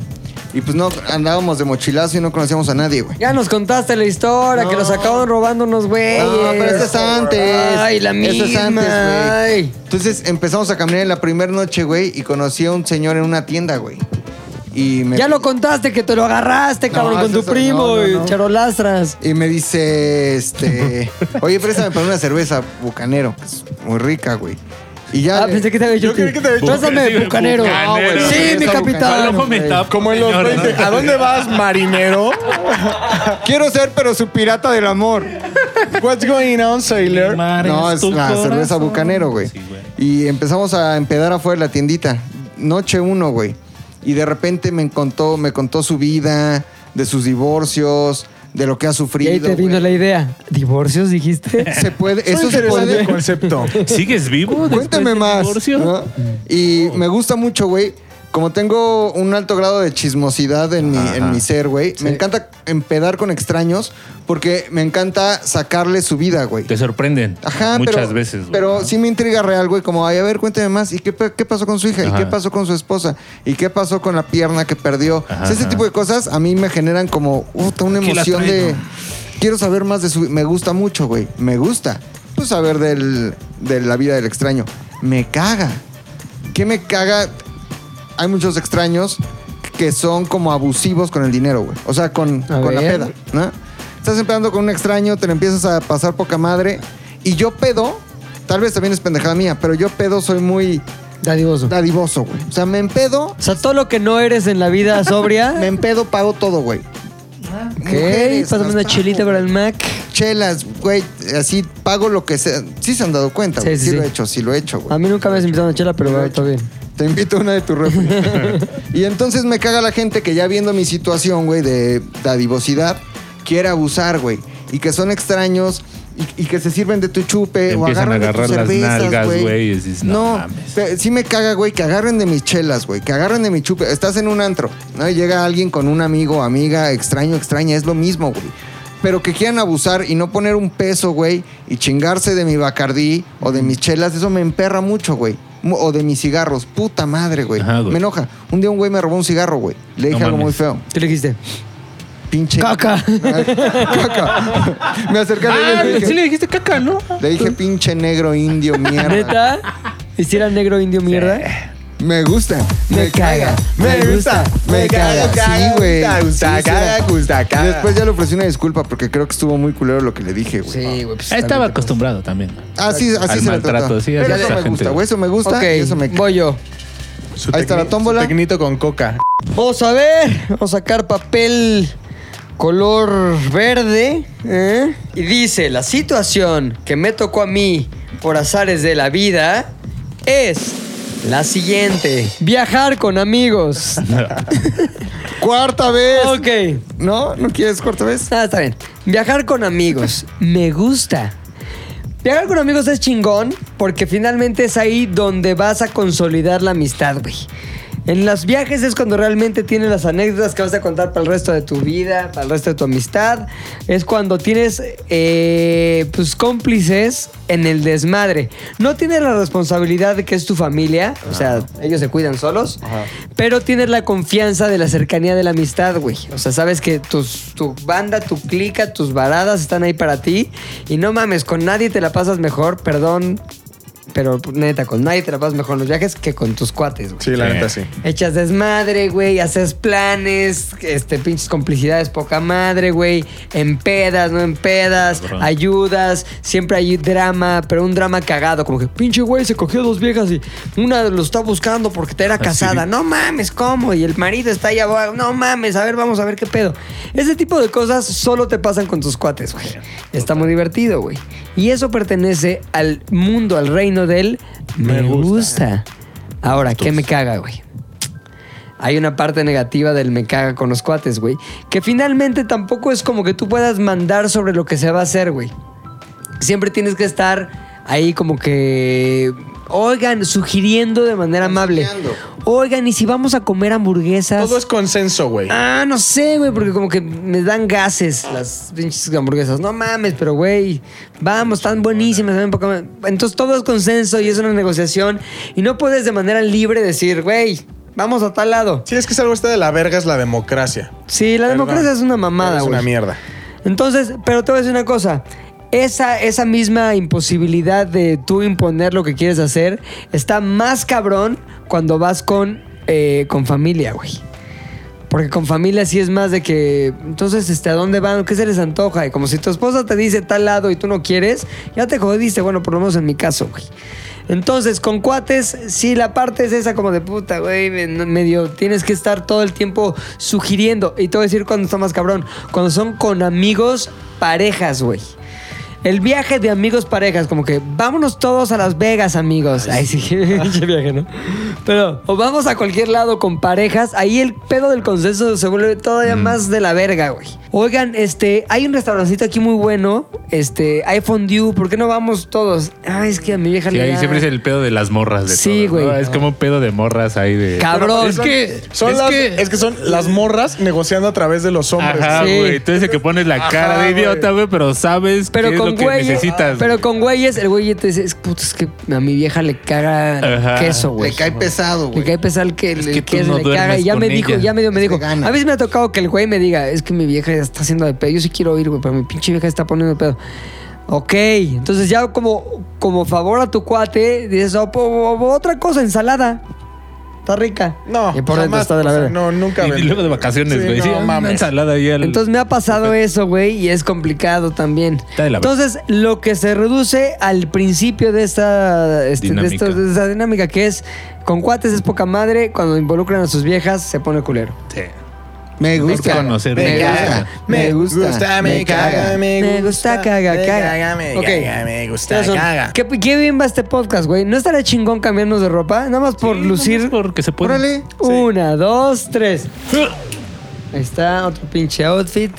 C: Y pues no, andábamos de mochilazo y no conocíamos a nadie, güey.
A: ya nos contaste la historia, que nos acaban robando unos güeyes.
C: No, pero este es antes.
A: Ay, la misma.
C: Este es antes, güey.
A: Ay.
C: Entonces empezamos a caminar en la primera noche, güey, y conocí a un señor en una tienda, güey. Y me,
A: Ya lo contaste, que te lo agarraste,
C: No,
A: cabrón, con tu
C: eso-
A: primo.
C: no, no,
A: y
C: no.
A: Charolastras.
C: y me dice, este, oye, préstame para una cerveza bucanero, que es muy rica, güey. Y ya.
A: Ah,
C: le-
A: pensé que te había dicho.
D: Yo creí
A: tú.
D: que te había dicho-
A: Pásame,
E: Sí,
A: bucanero.
E: bucanero.
A: Ah, güey, Sí, mi
C: Esa
A: capitán.
E: Palomo me
C: güey.
E: tapa,
D: Como en los
E: señor,
D: 20.
E: ¿no?
D: ¿A dónde vas, marinero?
C: Quiero ser, pero su pirata del amor.
D: What's going on, sailor?
E: Mar
C: No, es
E: tu
C: la
E: corazón.
C: cerveza bucanero, güey.
E: Sí, güey.
C: y empezamos a empedar afuera de la tiendita. Noche uno, güey. Y de repente me contó, me contó su vida, de sus divorcios, de lo que ha
A: Y
C: sufrido.
A: ahí te vino
C: güey.
A: la idea. ¿Divorcios dijiste?
C: Se puede,
D: Eso
C: eso se
D: interesante
C: puede.
D: concepto.
E: ¿Sigues vivo? después
C: Cuéntame
E: del
C: más. Ah.
E: divorcio?
C: ¿no? Y me gusta mucho, güey. Como tengo un alto grado de chismosidad en, mi, en mi ser, güey, me encanta empedar con extraños porque me encanta sacarle su vida, güey.
E: Te sorprenden.
C: Ajá,
E: muchas
C: pero,
E: veces. güey,
C: pero
E: ¿no?
C: sí me intriga real, güey. Como, ay, a ver, cuénteme más. ¿Y qué, pe- qué pasó con su hija? ¿Y
E: Ajá.
C: qué pasó con su esposa? ¿Y qué pasó con la pierna que perdió?
E: Ajá,
C: O sea, ese
E: ajá.
C: tipo de cosas a mí me generan como puta, una
E: Aquí la
C: emoción
E: traigo.
C: de. Quiero saber más de su. Me gusta mucho, güey. Me gusta. Pues saber del, de la vida del extraño. Me caga. ¿Qué me caga? Hay muchos extraños que son como abusivos con el dinero, güey. O sea, con,
A: A
C: con la
A: ver.
C: peda, ¿no? Estás empezando con un extraño, te lo empiezas a pasar poca madre. Y yo pedo, tal vez también es pendejada mía, pero yo pedo soy muy
A: Dadivoso.
C: dadivoso, güey. O sea, me empedo,
A: O sea, todo lo que no eres en la vida sobria.
C: me empedo, pago todo, güey.
A: ok,
C: Mujeres,
A: pásame
C: las
A: una
C: pago,
A: chilita para el Mac.
C: Chelas, güey, así pago lo que sea. Sí se han dado cuenta,
A: Sí,
C: güey.
A: sí,
C: Sí, lo
A: sí.
C: he hecho, sí lo he hecho,
A: A
C: güey.
A: mí nunca me has invitado a una chela, pero bueno, está bien.
C: Te invito a una de tu refri. y entonces me caga la gente que ya viendo mi situación, güey, de dadivosidad, quiere abusar, güey. Y que son extraños y, y que se sirven de tu chupe
E: Te
C: o
E: empiezan a
C: agarran de tus
E: agarrar las
C: cervezas,
E: nalgas,
C: güey.
E: güey, y dices, "No mames".
C: pe- Eh, sí me caga, güey, que agarren de mis chelas, güey, que agarren de mi chupe. Estás en un antro, ¿no? Y llega alguien con un amigo, amiga, extraño, extraña, es lo mismo, güey. Pero que quieran abusar y no poner un peso, güey, y chingarse de mi bacardí o de mis chelas, eso me emperra mucho, güey. Mu- O de mis cigarros, puta madre, güey.
E: Ajá, güey.
C: Me enoja. Un día un güey me robó un cigarro, güey. Le
E: No
C: dije algo
E: mames.
C: muy feo.
A: ¿Qué le dijiste?
C: Pinche.
A: Caca. Ah,
C: Caca. me acerqué a él y le dije,
E: Ah, dijiste caca, ¿no?
C: le dije, pinche negro indio mierda.
A: ¿Neta? ¿Y si era negro indio mierda?
C: Me gusta,
A: Me caga,
C: me gusta, me caga. Sí, güey.
D: gusta, gusta,
C: Sí, sí.
D: caga, gusta, caga.
C: Y Después ya le ofrecí una disculpa porque creo que estuvo muy culero lo que le dije, güey.
A: güey. pues,
E: Estaba
A: también te-
E: acostumbrado también.
C: Así, Ah, así
E: Ah, Al
C: se le
E: maltrato,
C: trató.
E: sí, así
C: Pero
E: es
C: eso
E: la
C: me
E: gente,
C: gusta,
E: güey.
C: güey. Eso me gusta y eso me
A: Ok, voy yo.
D: Su
C: Ahí está la
D: tecni-
C: tómbola.
D: su Tecnito con coca.
A: Vamos a ver, vamos a sacar papel color verde. ¿eh? Y dice, la situación que me tocó a mí por azares de la vida es la siguiente. Viajar con amigos.
C: Cuarta vez.
A: ok.
C: ¿No? ¿No quieres cuarta vez?
A: Ah, está bien. Viajar con amigos. Me gusta. Viajar con amigos es chingón porque finalmente es ahí donde vas a consolidar la amistad, güey. En los viajes es cuando realmente tienes las anécdotas que vas a contar para el resto de tu vida, para el resto de tu amistad. Es cuando tienes eh, pues cómplices en el desmadre. No tienes la responsabilidad de que es tu familia, o sea, ellos se cuidan solos, pero tienes la confianza de la cercanía de la amistad, güey. O sea, sabes que tus, tu banda, tu clica, tus varadas están ahí para ti y no mames, con nadie te la pasas mejor, perdón. pero neta, con nadie te la pasas mejor en los viajes que con tus cuates, güey.
D: Sí, la
E: Sí.
D: neta sí.
A: Echas desmadre, güey, haces planes, este, pinches complicidades poca madre, güey, empedas, no empedas,
E: Cabrón.
A: ayudas, siempre hay drama, pero un drama cagado, como que pinche güey se cogió dos viejas y una lo está buscando porque te era casada, no mames, ¿cómo? Y el marido está allá, abajo, no mames, a ver, vamos a ver qué pedo. Ese tipo de cosas solo te pasan con tus cuates, güey. Está muy divertido, güey. Y eso pertenece al mundo, al reino del me,
D: Me
A: gusta.
D: gusta.
A: Ahora, ¿qué me caga, güey? Hay una parte negativa del me caga con los cuates, güey. Que finalmente tampoco es como que tú puedas mandar sobre lo que se va a hacer, güey. Siempre tienes que estar ahí como que... Oigan, sugiriendo de manera amable.
C: Consejando.
A: Oigan, ¿y si vamos a comer hamburguesas?
D: Todo es consenso, güey.
A: Ah, no sé, güey, porque como que me dan gases las pinches hamburguesas. No mames, pero güey, vamos, están buenísimas. saben poca madre. Entonces todo es consenso y es una negociación. Y no puedes de manera libre decir, güey, vamos a tal lado.
D: Si es que es algo está de la verga, es la democracia.
A: Sí, la
D: Perdón.
A: democracia es una mamada,
D: Es
A: güey.
D: una mierda.
A: Entonces, pero te voy a decir una cosa. Esa, esa misma imposibilidad de tú imponer lo que quieres hacer está más cabrón cuando vas con, eh, con familia, güey. Porque con familia sí es más de que, entonces, este, ¿a dónde van? ¿Qué se les antoja? Y como si tu esposa te dice tal lado y tú no quieres, ya te jodiste, bueno, por lo menos en mi caso, güey. Entonces, con cuates, sí, la parte es esa como de puta, güey, me- no- medio, tienes que estar todo el tiempo sugiriendo. Y te voy a decir cuando está más cabrón, cuando son con amigos, parejas, güey. El viaje de amigos parejas, como que vámonos todos a Las Vegas, amigos. Ay, sí, pinche viaje, ¿no? Pero, o vamos a cualquier lado con parejas, ahí el pedo del consenso se vuelve todavía más de la verga, güey. Oigan, este, hay un restaurancito aquí muy bueno, este, hay fondue, ¿por qué no vamos todos? Ay, es que a mi vieja
E: Sí,
A: le
E: ahí
A: da-
E: siempre es el pedo de las morras. De
A: Sí,
E: todo, ¿no?
A: güey.
E: Es como un pedo de morras ahí de.
A: Cabrón,
D: Pero
E: que-
D: Son
E: es
D: las-
E: que-
D: es que son las morras negociando a través de los hombres.
E: Ajá,
A: Sí.
E: güey. Tú eres el que pones la
D: Ajá,
E: cara de
D: güey.
E: idiota, güey, pero sabes
A: Pero
E: qué es
A: con
E: lo que
A: güeyes,
E: necesitas.
A: pero con güeyes, el güey te dice, "Es- puta, es que a mi vieja le caga
E: Ajá.
A: queso, güey.
C: Le cae pesado,
A: Le
C: güey.
A: cae pesar que el
E: que tú
A: queso
E: no
A: le caga.
E: duermes
A: Y ya
E: con
A: me dijo,
E: ella.
A: ya medio me
C: Es
A: dijo.
C: vegana.
A: A veces me ha tocado que el güey me diga, es que mi vieja ya está haciendo de pedo. Yo sí quiero ir, güey, pero mi pinche vieja está poniendo de pedo. Ok, entonces ya como, como favor a tu cuate, dices, "Oh, po- po- po- otra cosa, ensalada. Está rica.
D: No,
A: y por dentro
D: jamás,
A: está de la
D: o sea,
A: verga.
D: No, nunca.
E: Y- y,
D: ven-
E: luego de vacaciones,
D: Sí,
E: güey. Sí,
D: no,
E: una
D: mames.
E: ensalada ahí al.
A: Entonces me ha pasado eso, güey, y es complicado también.
E: Está de la verga.
A: Entonces, lo que se reduce al principio de esta, este, de,
E: Dinámica.
A: esto- de esta dinámica, que es con cuates es poca madre, cuando involucran a sus viejas se pone culero.
E: Sí.
C: Me
E: Por
C: gusta.
E: conocer,
C: me,
E: me
C: gusta,
E: gusta.
C: me gusta. me caga.
A: Me gusta, caga,
D: me
A: caga.
D: me
A: Ok.
D: caga, me gusta,
A: Nelson,
D: caga.
A: ¿qué, qué bien va este podcast, güey. ¿No estará chingón cambiarnos de ropa? Nada más por
E: Sí,
A: lucir.
E: nomás Porque se puede.
C: Pues, Órale.
A: Una, dos, tres. Ahí está, otro pinche outfit.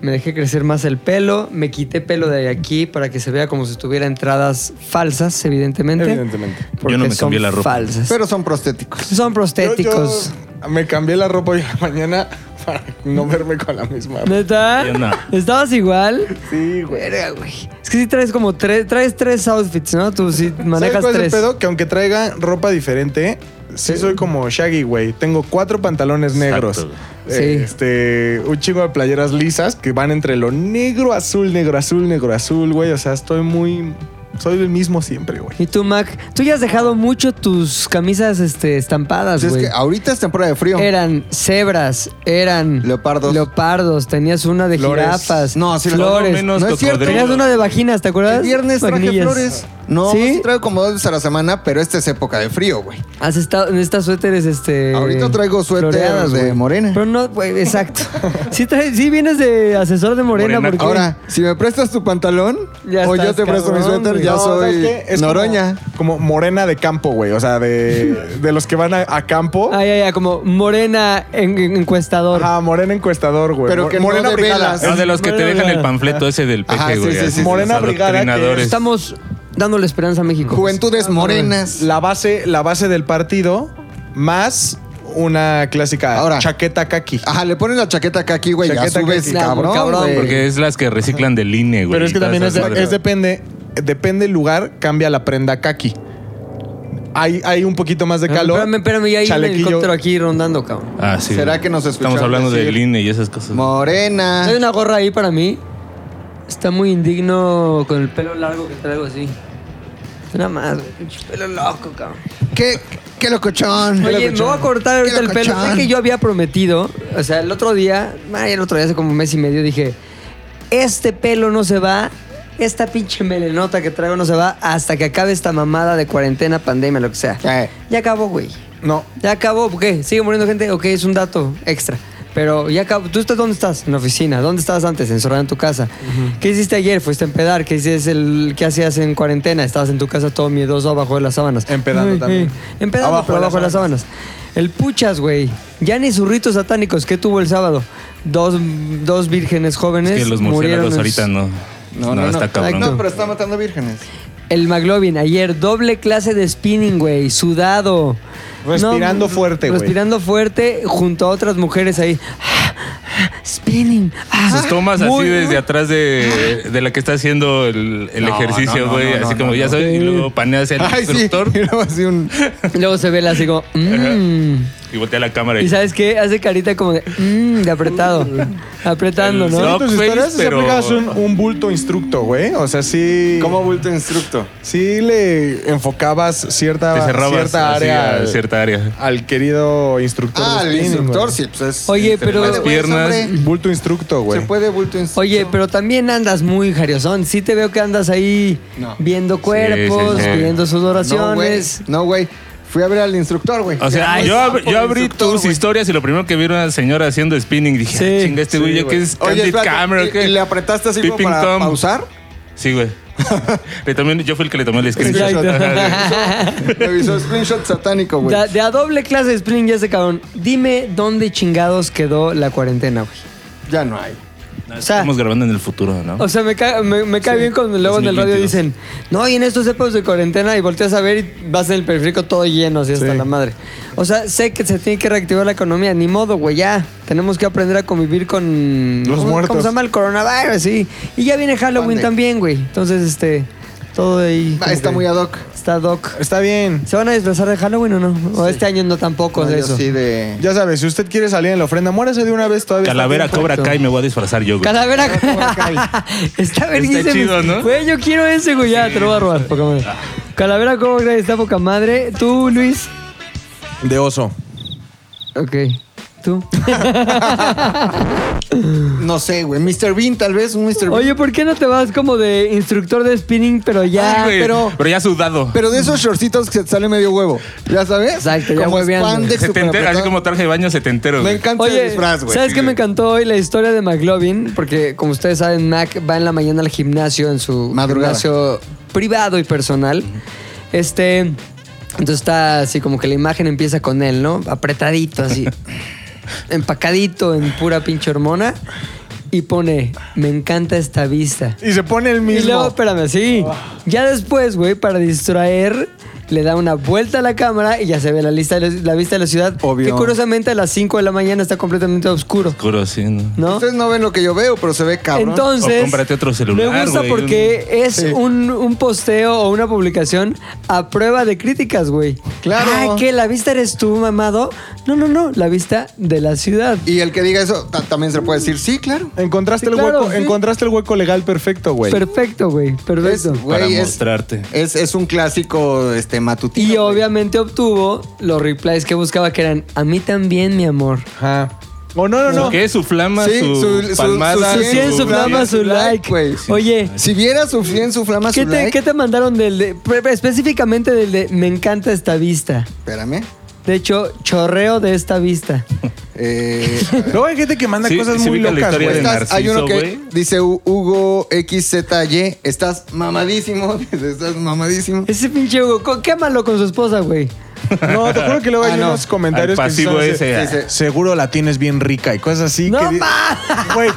A: Me dejé crecer más el pelo. Me quité pelo de aquí para que se vea como si tuviera entradas falsas, evidentemente.
D: Evidentemente.
A: Porque
E: Yo no me
A: son
E: cambié la ropa.
A: falsas.
C: Pero son prostéticos.
A: son
D: Yo- yo
A: prostéticos.
D: me cambié la ropa hoy en la mañana para no verme con la misma. ropa.
A: ¿Neta?
E: Yo no.
A: ¿Estabas igual?
D: Sí, güey.
A: Verga, güey. Es que sí traes como tres, traes tres outfits, ¿no? Tú sí
D: ¿Sabes
A: manejas
D: cuál es el
A: tres.
D: pedo? Que aunque traiga ropa diferente, sí soy como Shaggy, güey. Tengo cuatro pantalones negros.
E: Exacto.
D: Eh,
A: Sí.
D: Este, un chingo de playeras lisas que van entre lo negro, azul, negro, azul, negro, azul, güey. O sea, estoy muy. Soy el mismo siempre, güey.
A: Y tú, Mac, tú ya has dejado mucho tus camisas este,
E: Pues,
A: estampadas,
C: Entonces,
A: güey.
C: es que ahorita es temporada de frío.
A: Eran cebras, eran
C: Leopardos.
A: leopardos, tenías una de
D: Flores.
A: jirafas,
C: No, sí,
A: flores.
E: Todo menos
C: No es cierto.
E: cocodrilo.
A: Tenías una de vaginas, ¿te acuerdas?
C: El viernes traje
A: Vainillas.
C: flores. No,
A: ¿Sí?
C: ¿Sí? traigo como dos veces a la semana, pero esta es época de frío, güey.
A: Has estado en estas suéteres, este.
C: Ahorita traigo suéter
A: floreadas,
C: de
A: güey.
C: morena.
A: Pero no, güey, exacto. sí, traes- sí vienes de asesor de morena,
E: Morena.
A: porque.
C: Ahora, si me prestas tu pantalón
A: Ya
C: o
A: estás,
C: yo te presto mi
A: cabrón,
C: suéter,
A: güey.
C: ya
D: No, ¿sabes
C: soy
D: qué? Es como-
C: Noroña.
D: Como, morena de campo, güey. O sea, de, de los que van a, a campo.
A: Ay, ay, ay, como morena en- en- encuestador.
D: Ajá, morena encuestador, güey.
C: Pero
D: Mor-
C: que no
D: morena
C: de
D: brigada.
C: velas.
E: No, de los que te
A: Bueno,
E: dejan
A: bueno.
E: el panfleto ese del
C: Ajá,
E: peje,
C: sí,
E: güey.
C: sí, sí,
E: así,
C: sí.
E: los
D: Morena Brigada, que
E: adoctrinadores.
A: Estamos dándole esperanza a México.
C: Juventudes morenas.
D: La base, la base del partido más una clásica
C: Ahora.
D: chaqueta kaki.
C: Ajá, le ponen la chaqueta acá aquí, güey, ya
D: Chaqueta
C: subes,
D: caqui.
A: No,
C: cabrón,
A: cabrón,
C: güey.
E: Porque es las que reciclan del INE, güey.
D: Pero es que
E: y todas
D: también es,
E: esas
D: de-
E: madres.
D: es depende, depende el lugar, cambia la prenda kaki. Hay, hay un poquito más de
A: Ah,
D: calor.
A: Espérame, espérame, ya hay un
D: Chalequillo.
A: helicóptero aquí rondando, cabrón.
E: Ah, sí.
C: ¿Será
E: güey.
C: que nos
E: Estamos
C: escucharon
E: hablando
C: decir-
E: del INE y esas cosas.
C: Morena.
A: Hay una gorra ahí para mí. Está muy indigno con el pelo largo que traigo así. Nada más, güey, pinche pelo loco, cabrón.
C: ¿Qué, qué locochón?
A: Oye, me voy a cortar ahorita el pelo. Sé que yo había prometido, o sea, el otro día, ay, el otro día hace como un mes y medio dije, este pelo no se va, esta pinche melenota que traigo no se va hasta que acabe esta mamada de cuarentena, pandemia, lo que sea.
C: Eh.
A: Ya acabó, güey.
C: No.
A: Ya acabó, ¿por qué? ¿Sigue muriendo gente? Ok, es un dato extra. Pero ya acabó. ¿Tú estás dónde estás? En la oficina. ¿Dónde estabas antes? Encerrada en tu casa. ¿Qué hiciste ayer? Fuiste a empedar. ¿Qué, hiciste el, ¿Qué hacías en cuarentena? Estabas en tu casa todo miedoso abajo de las sábanas.
D: Empedando también.
A: Empedando,
D: Abajo
A: pero
D: de las
A: abajo de las sábanas. El puchas, güey. Ya ni sus ritos satánicos. ¿Qué tuvo el sábado? Dos, dos vírgenes jóvenes.
E: que los
A: murieron.
E: murciélagos
A: en-
E: ahorita no. No, está cabrón.
C: No, pero está matando vírgenes.
A: El McLovin, ayer, doble clase de spinning, güey, sudado.
D: Respirando fuerte, güey.
A: Respirando fuerte junto a otras mujeres ahí. Spinning.
E: Sus tomas
A: Muy-
E: así desde atrás de, de la que está haciendo el, el ejercicio, güey. así como ya sabes, y luego panea hacia el
C: Ay, sí.
E: instructor
C: Y luego así un...
A: Y Luego se ve la así como. mm.
E: y voltea la cámara.
A: Y
E: Y,
A: sabes qué? Hace carita como de. mm, de apretado. apretando,
E: El
A: ¿no?
E: soft.
D: tus
E: Face,
D: historias sí
E: pero-
D: aplicabas un, un bulto instructo, güey. O sea, sí.
C: ¿Cómo bulto instructo?
D: Sí le enfocabas cierta,
E: te cerrabas
D: cierta
E: así
D: área.
E: a
D: al-
E: cierta área.
D: Al querido instructor.
C: Ah,
D: de
C: el
D: spinning,
C: instructor,
D: güey.
C: sí, pues es...
A: Oye,
E: entre
A: pero.
E: las
C: güey, es
E: piernas.
C: hombre.
D: Bulto instructo, güey.
C: Se puede bulto instructo.
A: Oye, pero también andas muy jariosón. Sí te veo que andas ahí
C: No.
A: viendo cuerpos,
E: Sí, sí, sí.
A: viendo
C: No, güey.
A: sudoraciones.
C: No, güey. Fui a ver al instructor, güey.
E: O sea,
A: Ay,
E: yo, ab- yo
C: el
E: abrí
C: instructor,
E: tus
C: güey.
E: historias y lo primero que vi era una señora haciendo spinning. Dije,
A: Sí,
E: "Ah, chinga, este güey, ya que es
C: Oye,
E: candid
C: espérate,
E: camera.
C: ¿y-
E: ¿qué?
C: ¿y le apretaste así como
E: Peeping
C: para
E: Tom.
C: pausar?
E: Sí, güey. Le tomé- yo fui el que le tomé el screenshot.
A: Exacto.
E: Ajá,
C: Revisó screenshot satánico, güey.
A: De, de a doble clase de spring ya ese cabrón. Dime dónde chingados quedó la cuarentena, güey.
C: Ya no hay.
E: güey.
A: O sea-
E: Estamos grabando en el futuro,
C: Ah.
E: ¿no?
A: O sea, me, ca- me, me cae bien cuando luego en el radio
E: 2022.
A: dicen, no, y en estos épocas de cuarentena y volteas a ver y vas en el periférico todo lleno, así hasta
D: Sí.
A: la madre. O sea, sé que se tiene que reactivar la economía, ni modo, güey, ya. Tenemos que aprender a convivir con...
D: Los
A: ¿cómo- ¿Cómo
D: muertos.
A: se llama el coronavirus? Sí. Y ya viene Halloween
C: Pandemic.
A: también, güey. Entonces, este, todo ahí...
C: Ah, está
A: como
C: muy
A: que
C: ad hoc.
A: Está doc.
D: Está bien.
A: ¿Se van a disfrazar de Halloween o no? O este año no tampoco
C: No,
A: de
C: yo
A: eso.
C: sí de...
D: Ya sabes, si usted quiere salir en la ofrenda, muérase de una vez todavía. está
E: Calavera
D: tiempo.
E: Cobra Kai me voy a disfrazar yo, güey.
A: Calavera. está verguísima.
E: chido, ¿no?
A: Güey, yo quiero ese, güey. Ya, te lo voy a robar. poca madre. Calavera Cobra Kai está poca madre. Tú, Luis.
D: De oso.
A: Ok. Tú.
C: No sé, güey. Mr. Bean, tal vez. Un Mr. Bean.
A: Oye, ¿por qué no te vas como de instructor de spinning, pero
E: Sí,
A: ya.
E: Ah, güey,
A: Ah, pero.
E: pero ya sudado.
C: Pero de esos shortcitos que te sale medio huevo. ¿Ya sabes?
A: Exacto, ya
C: Como
A: hueveando.
C: spandex
E: Setentero, así
C: superapretado.
E: como traje de baño setentero.
C: Me
E: güey.
C: encanta el
A: Oye,
C: disfraz, güey.
A: ¿sabes qué me encantó hoy? La historia de McLovin, porque como ustedes saben, Mac va en la mañana al gimnasio, en su
C: Madrugada.
A: gimnasio privado y personal. Este, entonces está así como que la imagen empieza con él, ¿no? Apretadito, así, empacadito en pura pinche hormona. Y pone, me encanta esta vista.
D: Y se pone el
A: Y luego,
D: mismo.
A: espérame, sí. Ya después, güey, para distraer, le da una vuelta a la cámara y ya se ve la, lista de la- la vista de la ciudad.
C: Obvio.
A: Que curiosamente a las 5 de la mañana está completamente oscuro,
E: Oscuro, sí, ¿no?
A: ¿no?
C: Ustedes no ven lo que yo veo, pero se ve cabrón.
A: Entonces,
E: O cómprate otro celular,
A: me gusta
E: güey,
A: porque es
C: Sí.
A: un, un posteo o una publicación a prueba de críticas, güey.
C: Claro.
A: Ah, que la vista eres tú, mamado. No, no, no, la vista de la ciudad.
C: Y el que diga eso ta- también se puede decir, sí, claro.
D: Encontraste
A: Sí,
D: el
A: claro,
D: hueco,
A: sí.
D: encontraste el hueco legal perfecto, güey.
A: Perfecto, güey, perfecto.
C: Es-
E: Para
C: Güey, es-
E: mostrarte.
C: Es, es un clásico este, matutino.
A: Y
C: güey.
A: obviamente obtuvo los replies que buscaba, que eran a mí también, mi amor.
D: Ajá. O no, no, no.
E: ¿Qué? Su flama,
C: Sí,
E: su,
C: su- su-
E: palmada.
C: su
A: Su 100, su flama, su like.
C: güey.
A: Oye,
C: Si viera su en su flama,
A: ¿qué
C: su
A: te,
C: like-
A: qué te mandaron del de, pre- específicamente del de me encanta esta vista?
C: Espérame.
A: De hecho, chorreo de esta vista.
C: Eh, pues
D: Luego hay gente que manda
E: Sí,
D: cosas
E: sí
D: muy
E: ubica la
D: locas,
E: historia
D: güey.
E: de-
C: estás- hay
E: Narciso,
C: uno que
E: güey.
C: dice Hu- Hugo XZY, estás mamadísimo, estás mamadísimo.
A: Ese pinche Hugo, co- quémalo con su esposa, güey.
D: No, te juro que luego
C: Ah,
D: hay
C: no.
D: unos comentarios
E: Al
D: que sí
E: pasivo
D: son-
E: ese,
D: sí,
E: ah.
D: sí. Seguro la tienes bien rica y cosas así.
A: ¡No
D: que di-
A: ma!
D: Güey,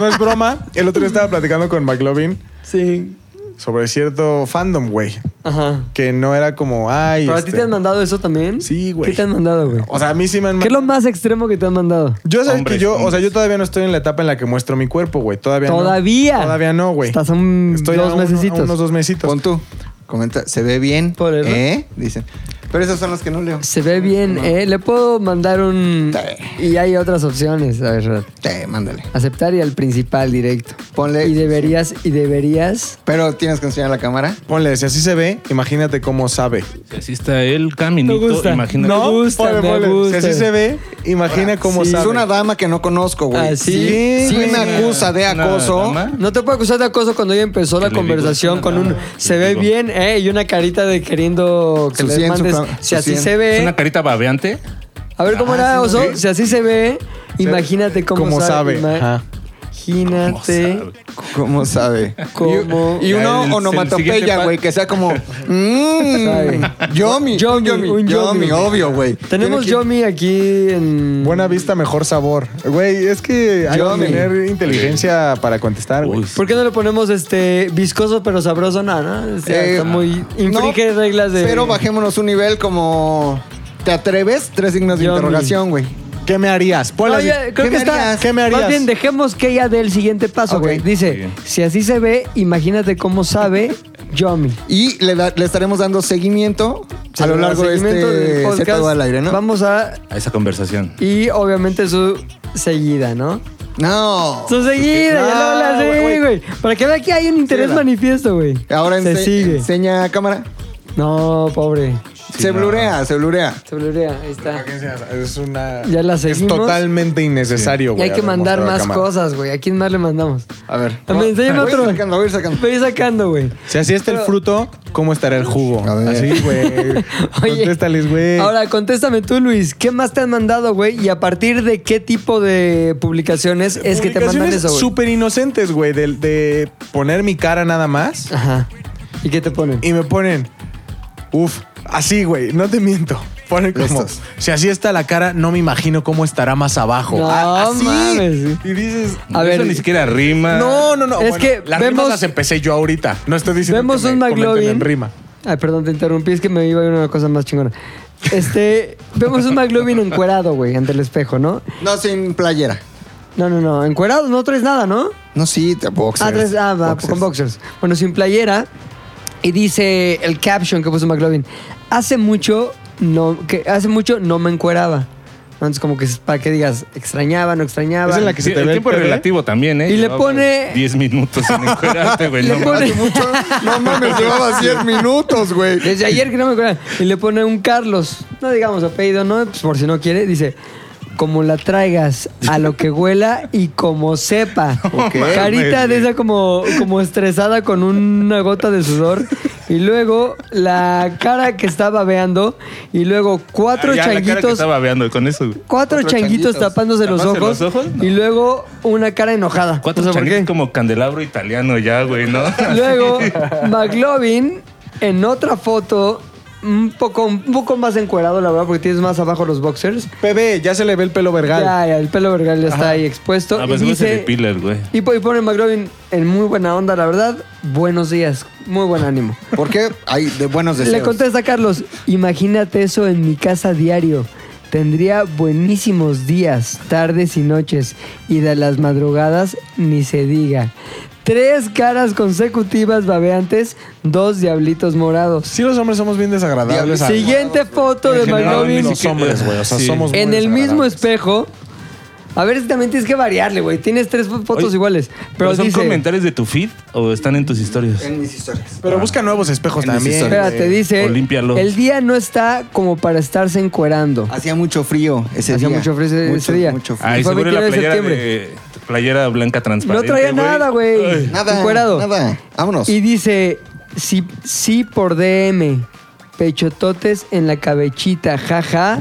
D: no es broma. El otro día estaba platicando con McLovin
A: Sí.
D: sobre cierto fandom, güey.
A: Ajá.
D: Que no era como, ay.
A: ¿Pero a ti
D: este-
A: te han mandado eso también?
D: Sí, güey.
A: ¿Qué te han mandado, güey?
D: O sea, a mí sí me han
A: ¿Qué es lo más extremo que te han mandado?
D: Yo sabes
E: Hombres,
D: que yo, o sea,
E: hombres.
D: yo todavía no estoy en la etapa en la que muestro mi cuerpo, güey. Todavía,
A: Todavía.
D: no. Todavía no, güey.
A: Estás a un-
D: Estoy a
A: dos
D: uno- a
A: mesecitos.
D: unos dos mesecitos.
C: Pon tú. Comenta, se ve bien.
A: Por eso.
C: ¿Eh? Dicen. Pero esas son las que no leo.
A: Se ve bien, ¿eh? Le puedo mandar un...
C: Sí.
A: Y hay otras opciones, a ver.
C: Te, mándale.
A: Aceptar y al principal directo.
C: Ponle-
A: Y deberías, y deberías...
C: Pero tienes que enseñar la cámara.
D: Ponle, si así se ve, imagínate cómo sabe.
E: Si así está el caminito,
D: Me gusta.
E: imagínate.
D: No,
A: gusta,
D: ponle,
A: me
D: ponle.
A: gusta.
D: Si así se ve, imagina cómo
C: Ah, Sí.
D: sabe.
C: Es una dama que no conozco, güey.
A: Así.
C: Sí,
A: Ah, Sí,
C: sí me
A: güey.
C: acusa de
E: Una
C: acoso.
E: dama.
A: No te puedo acusar de acoso cuando ella empezó la
E: le digo,
A: conversación
E: es
A: con
E: una
A: un...
E: dama.
A: Se
E: Le
A: ve
E: digo.
A: bien, ¿eh? Y una carita de queriendo que
C: Su
A: le
C: cien, su
A: mandes...
C: cam-
A: Si
C: su
A: así
C: cien.
A: se
E: Es una
A: ve...
E: carita babeante.
A: A ver, ¿cómo era,
E: Ah, sí,
A: Oso?
E: ¿no?
A: Si así se ve, imagínate cómo,
D: cómo sabe. Ajá.
A: Imagínate...
E: ¿Cómo sabe?
C: ¿Cómo sabe?
A: Cómo-
C: Y, y una
E: El- el siguiente
C: onomatopeya,
E: pa-
C: güey, que sea como. Mmm. Yomi.
A: Yomi, un yomi.
C: Yomi, obvio, güey.
A: Tenemos
C: Tiene
A: Yomi aquí en...
D: Buena vista, mejor sabor. Güey, es que hay
C: Yo,
D: que
C: mi-
D: tener inteligencia para contestar, güey.
E: Uy, sí.
A: ¿Por qué no le ponemos este viscoso pero sabroso? No, no. O
C: que-
A: sea,
C: Eh,
A: está muy.
C: no,
A: Infringe reglas de.
C: Pero bajémonos un nivel como. ¿Te atreves? Tres signos de
A: Yomi.
C: interrogación, güey.
D: ¿Qué me harías? Ponle
A: No,
D: así,
A: ya, creo
D: ¿Qué
A: que
D: me
A: está.
D: harías? ¿Qué me harías?
A: Más bien, dejemos que ella dé el siguiente paso,
C: Ok.
A: güey. Dice:
E: Bien.
A: si así se ve, imagínate cómo sabe Yomi.
C: Y le, da- le estaremos dando seguimiento a lo largo de
A: Seguimiento del
C: este
A: podcast,
C: Z al aire, ¿no?
A: Vamos a.
E: A esa conversación.
A: Y obviamente su seguida, ¿no?
C: No.
A: Su seguida, ya
C: No,
A: lo la
C: Ah, güey,
A: sé, güey. Para que vea que hay un interés
C: Síguela.
A: manifiesto, güey.
C: Ahora
A: se
C: ense-
A: sigue.
C: enseña a cámara.
A: No, pobre.
C: se
E: no.
C: blurea, se blurea.
A: Se blurea, ahí está.
D: Es una.
A: Ya la
D: es
A: seguimos.
D: totalmente innecesario,
A: Y
D: güey.
A: hay que mandar
D: demostrar a
A: más
D: cámara.
A: cosas, güey. ¿A quién más le mandamos?
C: A ver.
A: A ver, enséñame
C: Voy a ir
A: otro.
C: sacando, voy a ir sacando.
A: Estoy sacando, güey.
D: Si así está el fruto, ¿cómo estará el jugo?
C: A ver.
D: Así, güey.
A: Oye,
D: Contéstales, güey.
A: Ahora, contéstame tú, Luis. ¿Qué más te han mandado, güey? ¿Y a partir de qué tipo de publicaciones es que te mandan
D: Publicaciones
A: eso, güey?
D: Súper inocentes, güey, de, de poner mi cara nada más.
A: Ajá. ¿Y qué te ponen?
D: Y me ponen, uf, así, güey, no te miento. Ponen como,
C: Listos.
D: si así está la cara, no me imagino cómo estará más abajo.
A: No
D: Ah, así.
A: mames.
D: Y dices,
A: A
E: Eso
A: ver.
E: ni siquiera rima.
D: no, no, no.
A: Es que
D: las
A: vemos-
D: rimas las empecé yo ahorita. No estoy diciendo
A: Vemos
D: que
A: un
D: me comenten
A: McLovin.
D: en rima.
A: Ay, perdón, te interrumpí. Es que me iba a ir una cosa más chingona. Este, vemos un McLovin encuerado, güey, ante el espejo, ¿no?
C: No, sin playera.
A: No, no, no. Encuerado, no traes nada, ¿no?
C: No, sí, te boxers.
A: Ah, tres- ah, va,
C: Boxers.
A: con boxers. Bueno, sin playera. Y dice el caption que puso McLovin. Hace mucho no, que hace mucho no me encueraba. Entonces, como que es para que digas, extrañaba, no extrañaba.
D: Es en la que se
E: Sí,
D: te
E: el
D: ve el
E: tiempo
D: pene.
E: relativo también, ¿eh?
A: Y le
E: Llevaba
A: pone-
E: 10 minutos sin encuerarte, güey.
A: Le
E: no
A: pone-
E: mames.
C: Hace mucho. No mames, llevabas 10 minutos, güey.
A: Desde ayer que no me encueraba. Y le pone un Carlos. No digamos apellido, ¿no? Pues por si no quiere. Dice, como la traigas, a lo que huela y como sepa.
E: mames,
A: Carita de
E: güey.
A: esa como, como estresada con una gota de sudor. Y luego la cara que está babeando. Y luego cuatro
E: Ah, ya, la cara que
A: changuitos.
E: está babeando con eso, güey.
A: Cuatro
C: Cuatro
A: changuitos
C: changuitos.
A: tapándose los
E: ¿Tapándose
A: ojos,
E: los ojos? No.
A: y luego una cara enojada.
E: Cuatro
A: No sé por
E: changuitos
A: qué.
E: como candelabro italiano ya, güey, ¿no?
A: Luego, McLovin, en otra foto, un poco, un poco más encuerado, la verdad, porque tienes más abajo los boxers.
D: Bebé, ya se le ve el pelo vergal.
A: Ya, ya, el pelo vergal ya está ahí expuesto.
E: Ah,
A: y
E: pues güey, se
A: dice-
E: depila el güey.
A: y po- y pone McLovin en muy buena onda, la verdad. Buenos días, muy buen ánimo.
C: ¿Por qué? Hay de buenos deseos.
A: Le contesta Carlos, imagínate eso en mi casa diario. Tendría buenísimos días, tardes y noches, y de las madrugadas ni se diga. Tres caras consecutivas babeantes, dos diablitos morados.
D: Sí, los hombres somos bien desagradables. a-
A: Siguiente foto de
D: en general,
A: McLovin
D: los hombres, güey. O sea,
E: Sí.
D: somos muy
A: en el mismo
D: desagradables.
A: espejo. A ver, si también tienes que variarle, güey. Tienes tres fo- fotos
E: Oye,
A: iguales. Pero,
E: ¿Pero son
A: dice,
E: comentarios de tu feed o están en tus historias?
C: En mis historias.
D: Pero busca nuevos espejos
C: En mis
D: también.
C: historias.
A: espérate, dice,
E: O límpialos.
A: el día no está como para estarse encuerando.
C: Hacía mucho frío ese
A: Hacía
C: día.
A: mucho frío ese- ese día.
C: Mucho frío.
E: Ay,
A: Fue
E: Ah, seguro la
A: 29 de
E: playera
A: septiembre.
E: de playera blanca
A: No
E: transparente.
A: traía nada, güey.
E: Ay.
C: Nada,
A: Encuerado.
C: nada. Vámonos.
A: Y dice, sí, sí por DM, pechototes en la cabechita, jaja,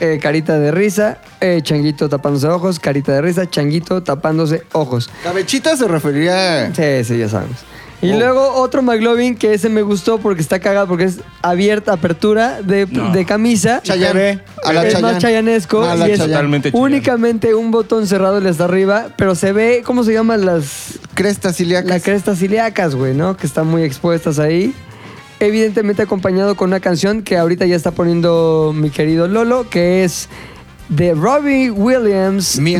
A: Eh, carita de risa, eh, changuito tapándose ojos, carita de risa, changuito tapándose ojos.
C: Cabechita se referiría...
A: Sí, sí, ya sabemos. Y luego otro McLovin que ese me gustó porque está cagado, porque es abierta, apertura de,
E: No.
A: de camisa.
C: Chayanne. A la
A: es
C: Chayanne.
A: más chayanesco
C: A la
A: y es
C: Chayanne.
E: Totalmente chillán.
A: únicamente un botón cerrado el de hasta arriba, pero se ve, ¿cómo se llaman las,
C: Cresta ciliaca.
A: las crestas ilíacas, güey, ¿no? Que están muy expuestas ahí. Evidentemente acompañado con una canción que ahorita ya está poniendo mi querido Lolo, que es de Robbie Williams, Me,